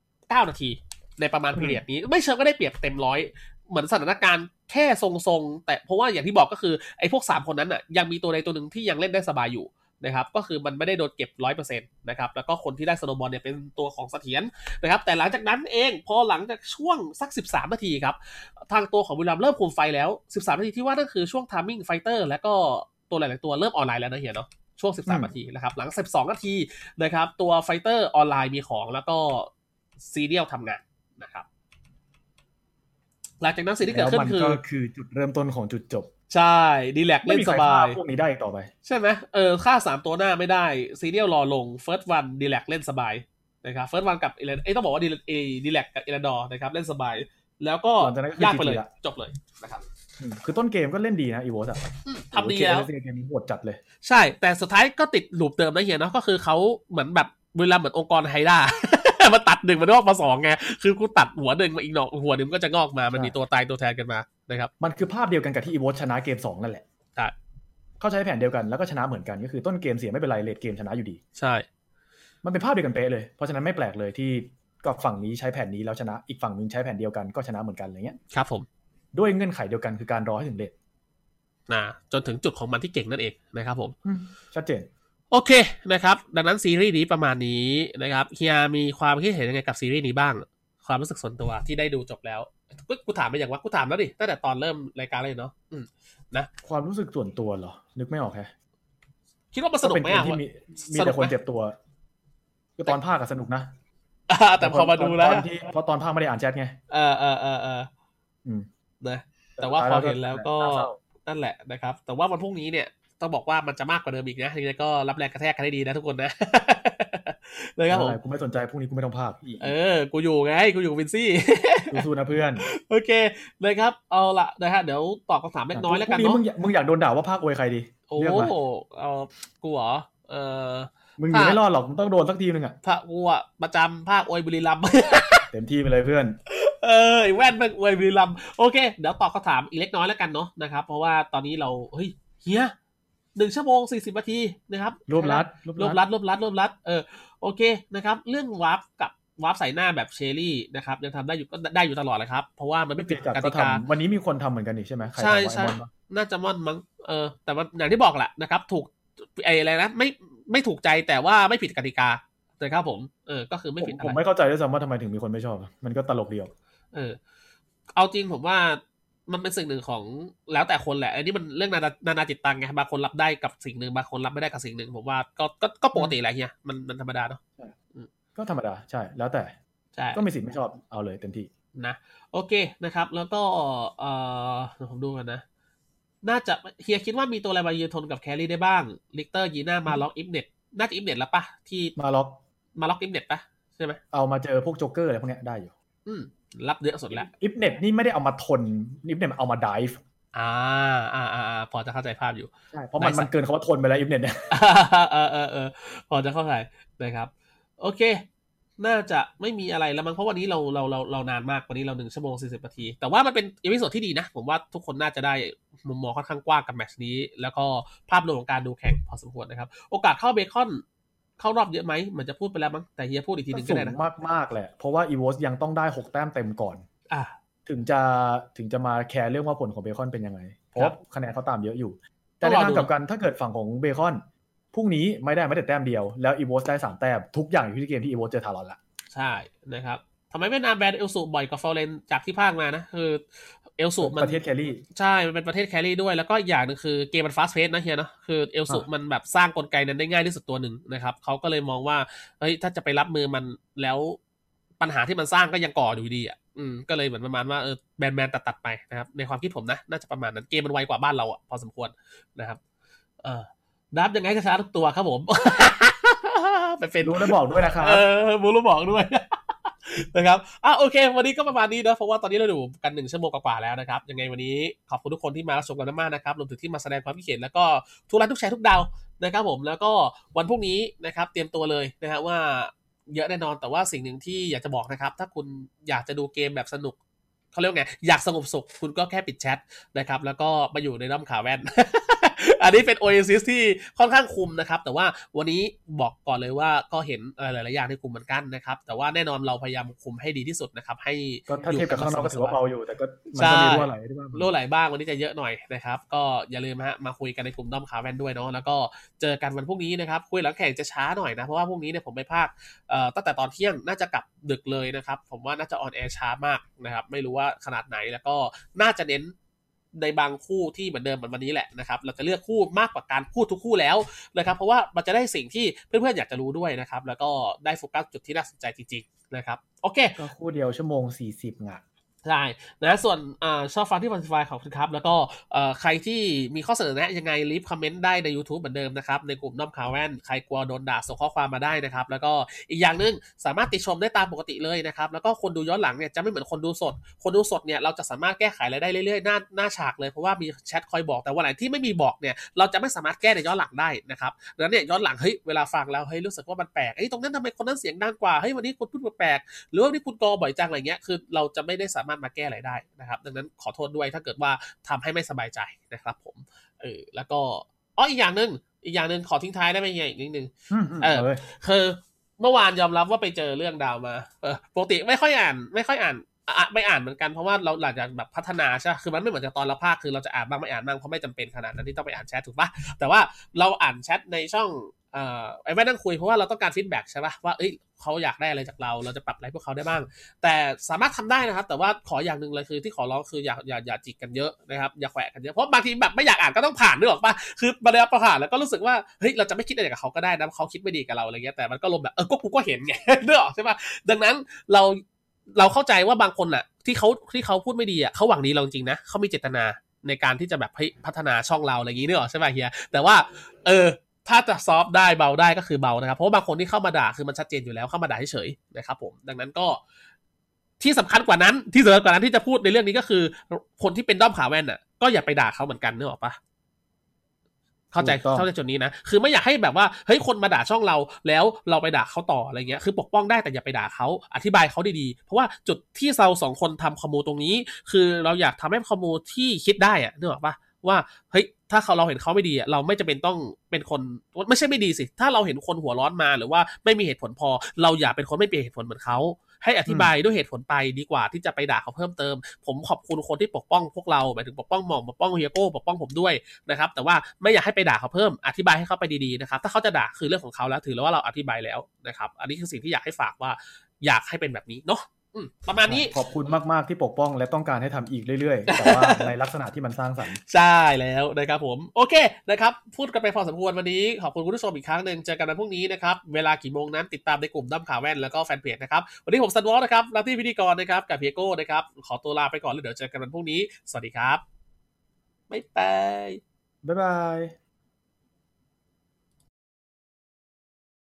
Speaker 5: 9 นาที ในประมาณ
Speaker 6: อืม
Speaker 5: พีเรียดนี้ไม่เชิงก็ได้เปรียบเต็มร้อยเหมือนสถานการณ์แค่ทรงๆ แต่เพราะว่าอย่างที่บอกก็คือไอ้พวก 3 คนนั้นอ่ะยังมีตัวใดตัวหนึ่งที่ยังเล่นได้สบายอยู่ นะครับก็คือมันไม่ได้โดนเก็บร้อยเปอร์เซ็นต์นะครับแล้วก็คนที่ได้สโนบอลเนี่ยเป็นตัวของเสถียรนะครับแต่หลังจากนั้นเองพอหลังจากช่วงสัก 13 นาทีครับ ทางตัวของบุรีรัมย์เริ่มคุมไฟแล้ว 13 นาทีที่ว่านั่นคือช่วงทามมิ่งไฟเตอร์และก็ตัวหลาย ๆ ตัวเริ่มออนไลน์แล้วนะเฮียเนาะช่วง
Speaker 6: อืม
Speaker 5: 13 นาทีนะครับหลัง 12 นาทีนะครับตัวไฟเตอร์ออนไลน์มีของแล้วก็ซีเรียลทำงานนะครับหลังจากนั้นสิ่งที่เกิด
Speaker 6: แล้ว
Speaker 5: ขึ้
Speaker 6: มัน
Speaker 5: นคือ
Speaker 6: ก็คือจุดเริ่มต้นของจุดจบ
Speaker 5: ใช่ดีแลก
Speaker 6: ไม่
Speaker 5: เล่น
Speaker 6: มี
Speaker 5: ส
Speaker 6: ใคร
Speaker 5: บา
Speaker 6: ฆ่าย พวกนี้ได้อีกต่อไป
Speaker 5: ใช่ไหมเออค่าสามตัวหน้าไม่ได้ซีเรียลรอลงเฟิร์สวันดีแลกเล่นสบายนะครับเฟิร์สวันกับเอเลนเอ้ยต้องบอกว่าดีเอดีแลกกับเอเลนดอร์นะครับเล่นสบาย แล้วก็
Speaker 6: หลังจากนั้นก็คือย
Speaker 5: ากไปเลย
Speaker 6: GG ละ
Speaker 5: จบเลยนะครับ
Speaker 6: อืมคือต้นเกมก็เล่นดีนะอีโวสอะ
Speaker 5: อืมทำดีแล้ว
Speaker 6: โอเคเกมนี้โหดจัดเลย
Speaker 5: ใช่ แต่สุดท้ายก็ติดหลูปเดิมนะเฮียเนาะก็คือเขาเหมือนแบบเวลาเหมือนองค์กรไฮด้า [LAUGHS] มาตัดหนึ่งมันงอกมาสองไงคือกูตัดหัวหนึ่งมาอีกหนอกหัวหนึ่งก็จะงอกมามันมี
Speaker 6: ใช่
Speaker 5: ตัวตายตัวแทนกันมานะครับ
Speaker 6: มันคือภาพเดียวกันกับที่อีโวสชนะเกมสองนั่นแหละ
Speaker 5: ใช่
Speaker 6: เขาใช้แผนเดียวกันแล้วก็ชนะเหมือนกันก็คือต้นเกมเสียไม่เป็นไรเลดเกมชนะอยู่ดี
Speaker 5: ใช่
Speaker 6: มันเป็นภาพเดียวกันเป๊ะเลยเพราะฉะนั้นไม่แปลกเลยที่ก็ฝั่งนี้ใช้แผนนี้แล้วชนะอีกฝั่งหนึงใช้แผนเดียวกันก็ชนะเหมือนกันอะไรเงี้ย
Speaker 5: ครับผม
Speaker 6: ด้วยเงื่อนไขเดียวกันคือการรอให้ถึงเลด
Speaker 5: นะจนถึงจุดของมันที่เก่งนั่นเองนะครับผม
Speaker 6: อืมชัดเจน
Speaker 5: โอเคนะครับ ดังนั้นซีรีส์นี้ประมาณนี้นะครับเฮียมีความคิดเห็นยังไงกับซีรีส์นี้บ้าง ความรู้สึกส่วนตัวที่ได้ดูจบแล้วกูกูถามไปอย่างว่ากูถามแล้วดิตั้งแต่ตอนเริ่มรายการเลยเนาะอืม
Speaker 6: ความรู้สึกส่วนตัวเหรอ นึกไม่ออกแฮะ
Speaker 5: คิดว่ามันสนุกไหม
Speaker 6: เป็เกม
Speaker 5: อ่ะ
Speaker 6: ที่มีมี
Speaker 5: สนุ
Speaker 6: แต่
Speaker 5: กไหม
Speaker 6: คนเจ็บตัวคือตอนภาคอะสนุกนะ
Speaker 5: อ่า [LAUGHS] แต่พอมาดูแล้ว
Speaker 6: ตอนที่เพราะตอนภาคไม่ได้อ่านแชทไง
Speaker 5: เออเออเออเออ
Speaker 6: อืม
Speaker 5: นะ แต่ว่าพอเห็นแล้วก็ นั่นแหละนะครับ แต่ว่าวันพรุ่งนี้เนี่ยต้องบอกว่ามันจะมากกว่าเดิมอีกนะยังไงก็รับแรงกระแทกกันให้ดีนะทุกคนนะ [LAUGHS] เลยครับผม
Speaker 6: กูไม่สนใจพรุ่งนี้กูไม่ต้องภาค
Speaker 5: เออ กูอยู่ไงกูอยู่กับวินซี่
Speaker 6: สู้ๆนะเพื่อน
Speaker 5: โอเคนะครับเอาละนะฮะเดี๋ยวตอบคำถามเล็กน้อยแล้วกัน
Speaker 6: พรุ่ง
Speaker 5: เนาะ
Speaker 6: มึงอยากมึงอยากโดนด่าว่าภาคอวยใครดี
Speaker 5: โอ้
Speaker 6: เลืกมา
Speaker 5: เออกูเหรอ เออ
Speaker 6: มึงหนี
Speaker 5: ภาค
Speaker 6: ไม่รอดหรอกมึงต้องโดนสักทีนึงอะ
Speaker 5: พระกูอะประจำภาคอวยบุรีรัมย์ [LAUGHS]
Speaker 6: เต็มที่ไปเลยเพื่อน
Speaker 5: เออไอ้แว่นแม่งอวยบุรีรัมย์โอเค เดี๋ยวตอบคำถามอีกเล็กน้อยแล้วกันเนาะนะครับ เพราะว่าตอนนี้เรา เฮ้ยเฮียหนึ่งชั่วโมงสี่สิบนาทีนะครับ
Speaker 6: รวบรัด
Speaker 5: รวบรัดรวบรัดรวบรัดเออโอเคนะครับ เรื่องวาร์ปกับวาร์ปใส่หน้าแบบเชอรี่นะครับ ยังทำได้อยู่ก็ได้อยู่ตลอดแหละครับ เพราะว่ามัน
Speaker 6: ไม่
Speaker 5: ไม่
Speaker 6: ติ
Speaker 5: ติ
Speaker 6: ด
Speaker 5: ด
Speaker 6: กับ
Speaker 5: ก
Speaker 6: ก็
Speaker 5: ติกา
Speaker 6: ทำวันนี้มีคนทำเหมือนกันนี่ใช่ไหมคร
Speaker 5: ใช่
Speaker 6: ทำไว้
Speaker 5: ใช่
Speaker 6: บอลปะ
Speaker 5: น่าจะม่อนมั้งเออ แต่มันอย่างที่บอกแหละนะครับ ถูกไอ้อะไรนะไม่ไม่ถูกใจแต่ว่าไม่ผิดกติกานะครับผมเออก็คือไม่
Speaker 6: ผม
Speaker 5: ผิดอะ
Speaker 6: ผม
Speaker 5: ไร
Speaker 6: ไม่เข้าใจด้วยซ้ำว่าทำไมถึงมีคนไม่ชอบอะมันก็ตลกเดียว
Speaker 5: เออ เอาจริงผมว่ามันเป็นสิ่งหนึ่งของแล้วแต่คนแหละอันนี้มันเรื่องนานานานาจิตตังไงบางคนรับได้กับสิ่งหนึ่งบางคนรับไม่ได้กับสิ่งหนึ่งผมว่าก็ก็ก็ปกติแหละเฮียมันมันธรรมดาเนาะ
Speaker 6: ก็ธรรมดาใช่แล้วแต่
Speaker 5: ใช่
Speaker 6: ก็มีสิทธิ์ไม่ชอบเอาเลยเต็มที่
Speaker 5: นะโอเคนะครับ แล้วก็เอ่อเดี๋ยวผมดูกันนะ น่าจะเฮียคิดว่ามีตัวอะไรมายืนทนกับแครี่ได้บ้างลิกเตอร์ยีน่ามาล็อกอิฟเน็ตน่าจะอิฟเน็ตแล้วปะที่
Speaker 6: มาล็อก
Speaker 5: มาล็อกอิฟเน็ตปะใช่ไหม
Speaker 6: เอามาเจอพวกโจ๊กเกอร์อะไรพวกเนี้ยได้อยู่
Speaker 5: อืมรับเยอะสุดแล้ว
Speaker 6: อิฟเน็ตนี่ไม่ได้เอามาทนอิฟเน็ตเอามาดิฟ
Speaker 5: อ่าอ่าอ่าอ่าพอจะเข้าใจภาพอยู่ [LAUGHS]
Speaker 6: ใช่เพราะมัน
Speaker 5: Dive
Speaker 6: มันเกินคำว่าทนไปแล้วอิฟเน็ตเนี่ย
Speaker 5: เออเออเออพอจะเข้าใจนะครับ โอเค น่าจะไม่มีอะไรแล้วมั้งเพราะวันนี้เราเราเราเรานานมากวันนี้เราหนึ่งชั่วโมงสี่สิบนาที แต่ว่ามันเป็นเอพิโซดที่ดีนะ ผมว่าทุกคนน่าจะได้มุมมองค่อนข้างกว้างกับแมตชนี้ แล้วก็ภาพรวมของการดูแข่งพอสมควรนะครับ โอกาสเข้าเบคอน เข้ารอบเยอะไหมเหมือนจะพูดไปแล้วมั้งแต่เฮียพูดอีกทีหนึ่งก็
Speaker 6: สู
Speaker 5: ได้
Speaker 6: ง
Speaker 5: นะ
Speaker 6: มากมากๆแหละ เพราะว่าอีวอสยังต้องได้ 6 แต้มเต็มก่อน
Speaker 5: อ่า
Speaker 6: ถึงจะถึงจะมาแคร์เรื่องว่าผลของเบคอนเป็นยังไง เพราะว่าคะแนนเขาตามเยอะอยู่ แต่ใน
Speaker 5: ต้องรอ
Speaker 6: ทาง
Speaker 5: ดู
Speaker 6: กลับกันถ้าเกิดฝั่งของเบคอนพรุ่งนี้ไม่ได้ไม่แต่แต้มเดียวแล้วอีวอสได้สามแต้มทุกอย่างอยู่ที่เกมที่อีวอสเจอทารอนละ
Speaker 5: ใช่นะครับทำไมเวียดนามแบนเอลสูบ่อยกว่าฟอร์เรนจากที่ภาคมานะคือเอลสูมัน
Speaker 6: ประเทศแครี่
Speaker 5: ใช่ มันเป็นประเทศแครี่ด้วย แล้วก็อีกอย่างหนึงคือเกมมันฟาสเพ e นะเฮียเนอะคือเอลสุ
Speaker 6: อ่ะ
Speaker 5: มันแบบสร้างกลไกนั้นได้ง่ายที่สุดตัวหนึ่งนะครับ เขาก็เลยมองว่า เฮ้ย ถ้าจะไปรับมือมันแล้วปัญหาที่มันสร้างก็ยังก่ออยู่ดีอ่ะ อืม ก็เลยเหมือนประมาณว่าเออแบนแบนตัดตัดๆไปนะครับ ในความคิดผมนะ น่าจะประมาณนั้น เกมมันไวกว่าบ้านเราอ่ะ พอสมควรนะครับ เออดับยังไงก็ชนะทุกตัวครับผม [LAUGHS] ไปเป็น
Speaker 6: รู้แล้วบอกด้วย
Speaker 5: [LAUGHS]
Speaker 6: นะครับ
Speaker 5: เออบูรุบอกด้วย นะครับอ่ะโอเค วันนี้ก็ประมาณนี้เนอะเพราะว่าตอนนี้เราอยู่กันหนึ่งชั่วโมงกว่าๆแล้วนะครับ ยังไงวันนี้ขอบคุณทุกคนที่มารับชมกันมากๆนะครับ รวมถึงที่มาแสดงความคิดเห็นแล้วก็ทุกไลน์ทุกแชร์ทุกดาวนะครับผม แล้วก็วันพรุ่งนี้นะครับ เตรียมตัวเลยนะฮะว่าเยอะแน่นอน แต่ว่าสิ่งหนึ่งที่อยากจะบอกนะครับ ถ้าคุณอยากจะดูเกมแบบสนุกเขาเรียกว่าไง อยากสงบสุข คุณก็แค่ปิดแชทนะครับ [LAUGHS] แล้วก็มาอยู่ในน้ำขาแว่น อันนี้เป็น Oasis ที่ค่อนข้างคุมนะครับ แต่ว่าวันนี้บอกก่อนเลยว่าก็เห็นเอ่อหลายๆอย่างในกลุ่มเหมือนกันนะครับ แต่ว่าแน่นอนเราพยายามคุมให้ดีที่สุดนะครับ ให้
Speaker 6: ก็ถ้า
Speaker 5: อยู่
Speaker 6: เทียบกับข้างนอกก็ถือว่าเบาอยู่แต่ก็มัน
Speaker 5: ใช่
Speaker 6: ก็มีรั่วไหลได้บ้าง
Speaker 5: รั่วไหลบ้างวันนี้จะเยอะหน่อยนะครับ ก็อย่าลืมฮะมาคุยกันในกลุ่มด้อมขาแว่นด้วยเนาะแล้วก็เจอกันวันพรุ่งนี้นะครับ คุยหลังแข่งจะช้าหน่อยนะเพราะว่าพรุ่งนี้เนี่ยผมไปภาค เอ่อตั้งแต่ตอนเที่ยงน่าจะกลับดึกเลยนะครับ ผมว่าน่าจะออนแอร์ช้ามากนะครับ ไม่รู้ว่าขนาดไหนแล้วก็น่าจะเน้นในบางคู่ที่เหมือนเดิมเหมือนวันนี้แหละนะครับ เราจะเลือกคู่มากกว่าการพูดทุกคู่แล้วนะครับ เพราะว่ามันจะได้สิ่งที่เพื่อนๆอยากจะรู้ด้วยนะครับ แล้วก็ได้โฟกัสจุดที่น่าสนใจจริงๆนะครับโอเค
Speaker 6: ก็คู่เดียวชั่วโมงสี่สิบไง
Speaker 5: ใช่นะส่วนอาชอบฟังที่ Spotify ขอบคุณครับ แล้วก็เอ่อใครที่มีข้อเสนอแนะยังไงรีบคอมเมนต์ได้ใน YouTube เหมือนเดิมนะครับ ในกลุ่มน้อมข่าวแว่น ใครกลัวโดนด่าส่งข้อความมาได้นะครับ แล้วก็อีกอย่างหนึ่งสามารถติชมได้ตามปกติเลยนะครับ แล้วก็คนดูย้อนหลังเนี่ยจะไม่เหมือนคนดูสด คนดูสดเนี่ยเราจะสามารถแก้ไขอะไรได้เรื่อยๆ หน้าหน้าฉากเลยเพราะว่ามีแชทคอยบอกแต่วันไหนที่ไม่มีบอกเนี่ยเราจะไม่สามารถแก้ในย้อนหลังได้นะครับดังนั้นเนี่ยย้อนหลังเฮ้ยเวลาฟังแล้วเฮ้ยรู้สึกว่ามันแปลกเอ้ยตรงนั้นทำไมคนนั้นเสียงดังกว่าเฮ้ยวันนี้คนพูดแปลก หรือว่าที่คุณกอบ่อยจังอะไรเงี้ย คือเราจะไม่ได้สามารถมาแก้อะไรได้นะครับ ดังนั้นขอโทษด้วยถ้าเกิดว่าทำให้ไม่สบายใจนะครับผม เออ แล้วก็ อ๋อ อีกอย่างหนึ่งอีกอย่างหนึ่งขอทิ้งท้ายได้ไหมเฮียอีกนิดนึง เออ คือเมื่อวานยอมรับว่าไปเจอเรื่องดาวมาเออปกติไม่ค่อยอ่าน ไม่ค่อยอ่านอ่ะอ่ะไม่อ่านเหมือนกันเพราะว่าเราหลังจากแบบพัฒนาใช่ปะคือมันไม่เหมือนกับตอนเราภาคคือเราจะอ่านบ้างไม่อ่านบ้างเพราะไม่จำเป็นขนาดนั้นที่ต้องไปอ่านแชทถูกปะแต่ว่าเราอ่านแชทในช่องเอ่อไอ้แม่นั่งคุยเพราะว่าเราต้องการฟีดแบ็กใช่ปะว่าเอ้ยเขาอยากได้อะไรจากเราเราจะปรับอะไรพวกเขาได้บ้าง แต่สามารถทำได้นะครับ แต่ว่าขออย่างหนึ่งเลยคือที่ขอร้องคืออย่าอย่าอย่าจิกกันเยอะนะครับอย่าแขวะกันเยอะเพราะบางทีแบบไม่อยากอ่านก็ต้องผ่านนึกออกปะคือมาแล้วผ่านแล้วก็รู้สึกว่าเฮ้ยเราจะไม่คิดอะไรกับเขาก็ได้นะเขาคิดไม่ดีกับเราอะไรเงี้ยแต่มันก็ลมแบบเออก็กูก็เห็นไง [LAUGHS] นึกออกใช่ปะดังนั้นเราเราเข้าใจว่าบางคนน่ะ ที่เขาที่เขาพูดไม่ดีอ่ะเขาหวังดีเราจริงๆนะเขามีเจตนาในการที่จะแบบให้พัฒนาช่องเราอะไรอย่างนี้นึกออกใช่ปะเฮียแต่ว่า เออ ถ้าจะซอฟต์ได้เบาได้ก็คือเบานะครับ เพราะว่าบางคนที่เข้ามาด่าคือมันชัดเจนอยู่แล้วเข้ามาด่าเฉยๆนะครับผมดังนั้นก็ที่สำคัญกว่านั้น ที่สำคัญกว่านั้นที่จะพูดในเรื่องนี้ก็คือ คนที่เป็นด้อมขาแว่นน่ะก็อย่าไปด่าเขาเหมือนกันนึกออกปะเข้าใจ
Speaker 6: ถูกต้อง
Speaker 5: เข้าใจจุดนี้นะคือไม่อยากให้แบบว่าเฮ้ยคนมาด่าช่องเราแล้วเราไปด่าเขาต่ออะไรเงี้ยคือปกป้องได้แต่อย่าไปด่าเขาอธิบายเขาดีๆ เพราะว่าจุดที่เราสองคนทำคอมมูตรงนี้ คือเราอยากทำให้คอมมูที่คิดได้อะนึกออกปะ ว่าเฮ้ยถ้าเขาเราเห็นเขาไม่ดีอะเราไม่จำเป็นต้องเป็นคนไม่ใช่ไม่ดีสิ ถ้าเราเห็นคนหัวร้อนมาหรือว่าไม่มีเหตุผลพอ เราอย่าเป็นคนไม่มีเหตุผลเหมือนเขา ให้อธิบายด้วยเหตุผลไปดีกว่าที่จะไปด่าเขาเพิ่มเติม ผมขอบคุณคนที่ปกป้องพวกเราหมายถึงปกป้องหม่อมปกป้องเฮียโก้ปกป้องผมด้วยนะครับ แต่ว่าไม่อยากให้ไปด่าเขาเพิ่มอธิบายให้เขาไปดีๆนะครับ ถ้าเขาจะด่าคือเรื่องของเขาแล้วถือแล้วว่าเราอธิบายแล้วนะครับ อันนี้คือสิ่งที่อยากให้ฝากว่าอยากให้เป็นแบบนี้เนาะอืมประมาณนี้
Speaker 6: ขอบคุณมากๆที่ปกป้องและต้องการให้ทำอีกเรื่อยๆ แต่ว่าในลักษณะที่มันสร้างสรรค์
Speaker 5: ใช่แล้วนะครับผมโอเคนะครับพูดกันไปพอสมควรวันนี้ ขอบคุณคุณผู้ชมอีกครั้งหนึ่งเจอกันวันพรุ่งนี้นะครับ เวลากี่โมงนั้นติดตามในกลุ่มด้าข่าวแว่นแล้วก็แฟนเพจนะครับวันนี้ผมสันวอลนะครับรับที่พิธีกรนะครับกับเพียโก้นะครับขอตัวลาไปก่อนแล้วเดี๋ยวเจอกันวันพรุ่งนี้ สวัสดีครับ บ๊ายบาย
Speaker 6: บ๊ายบาย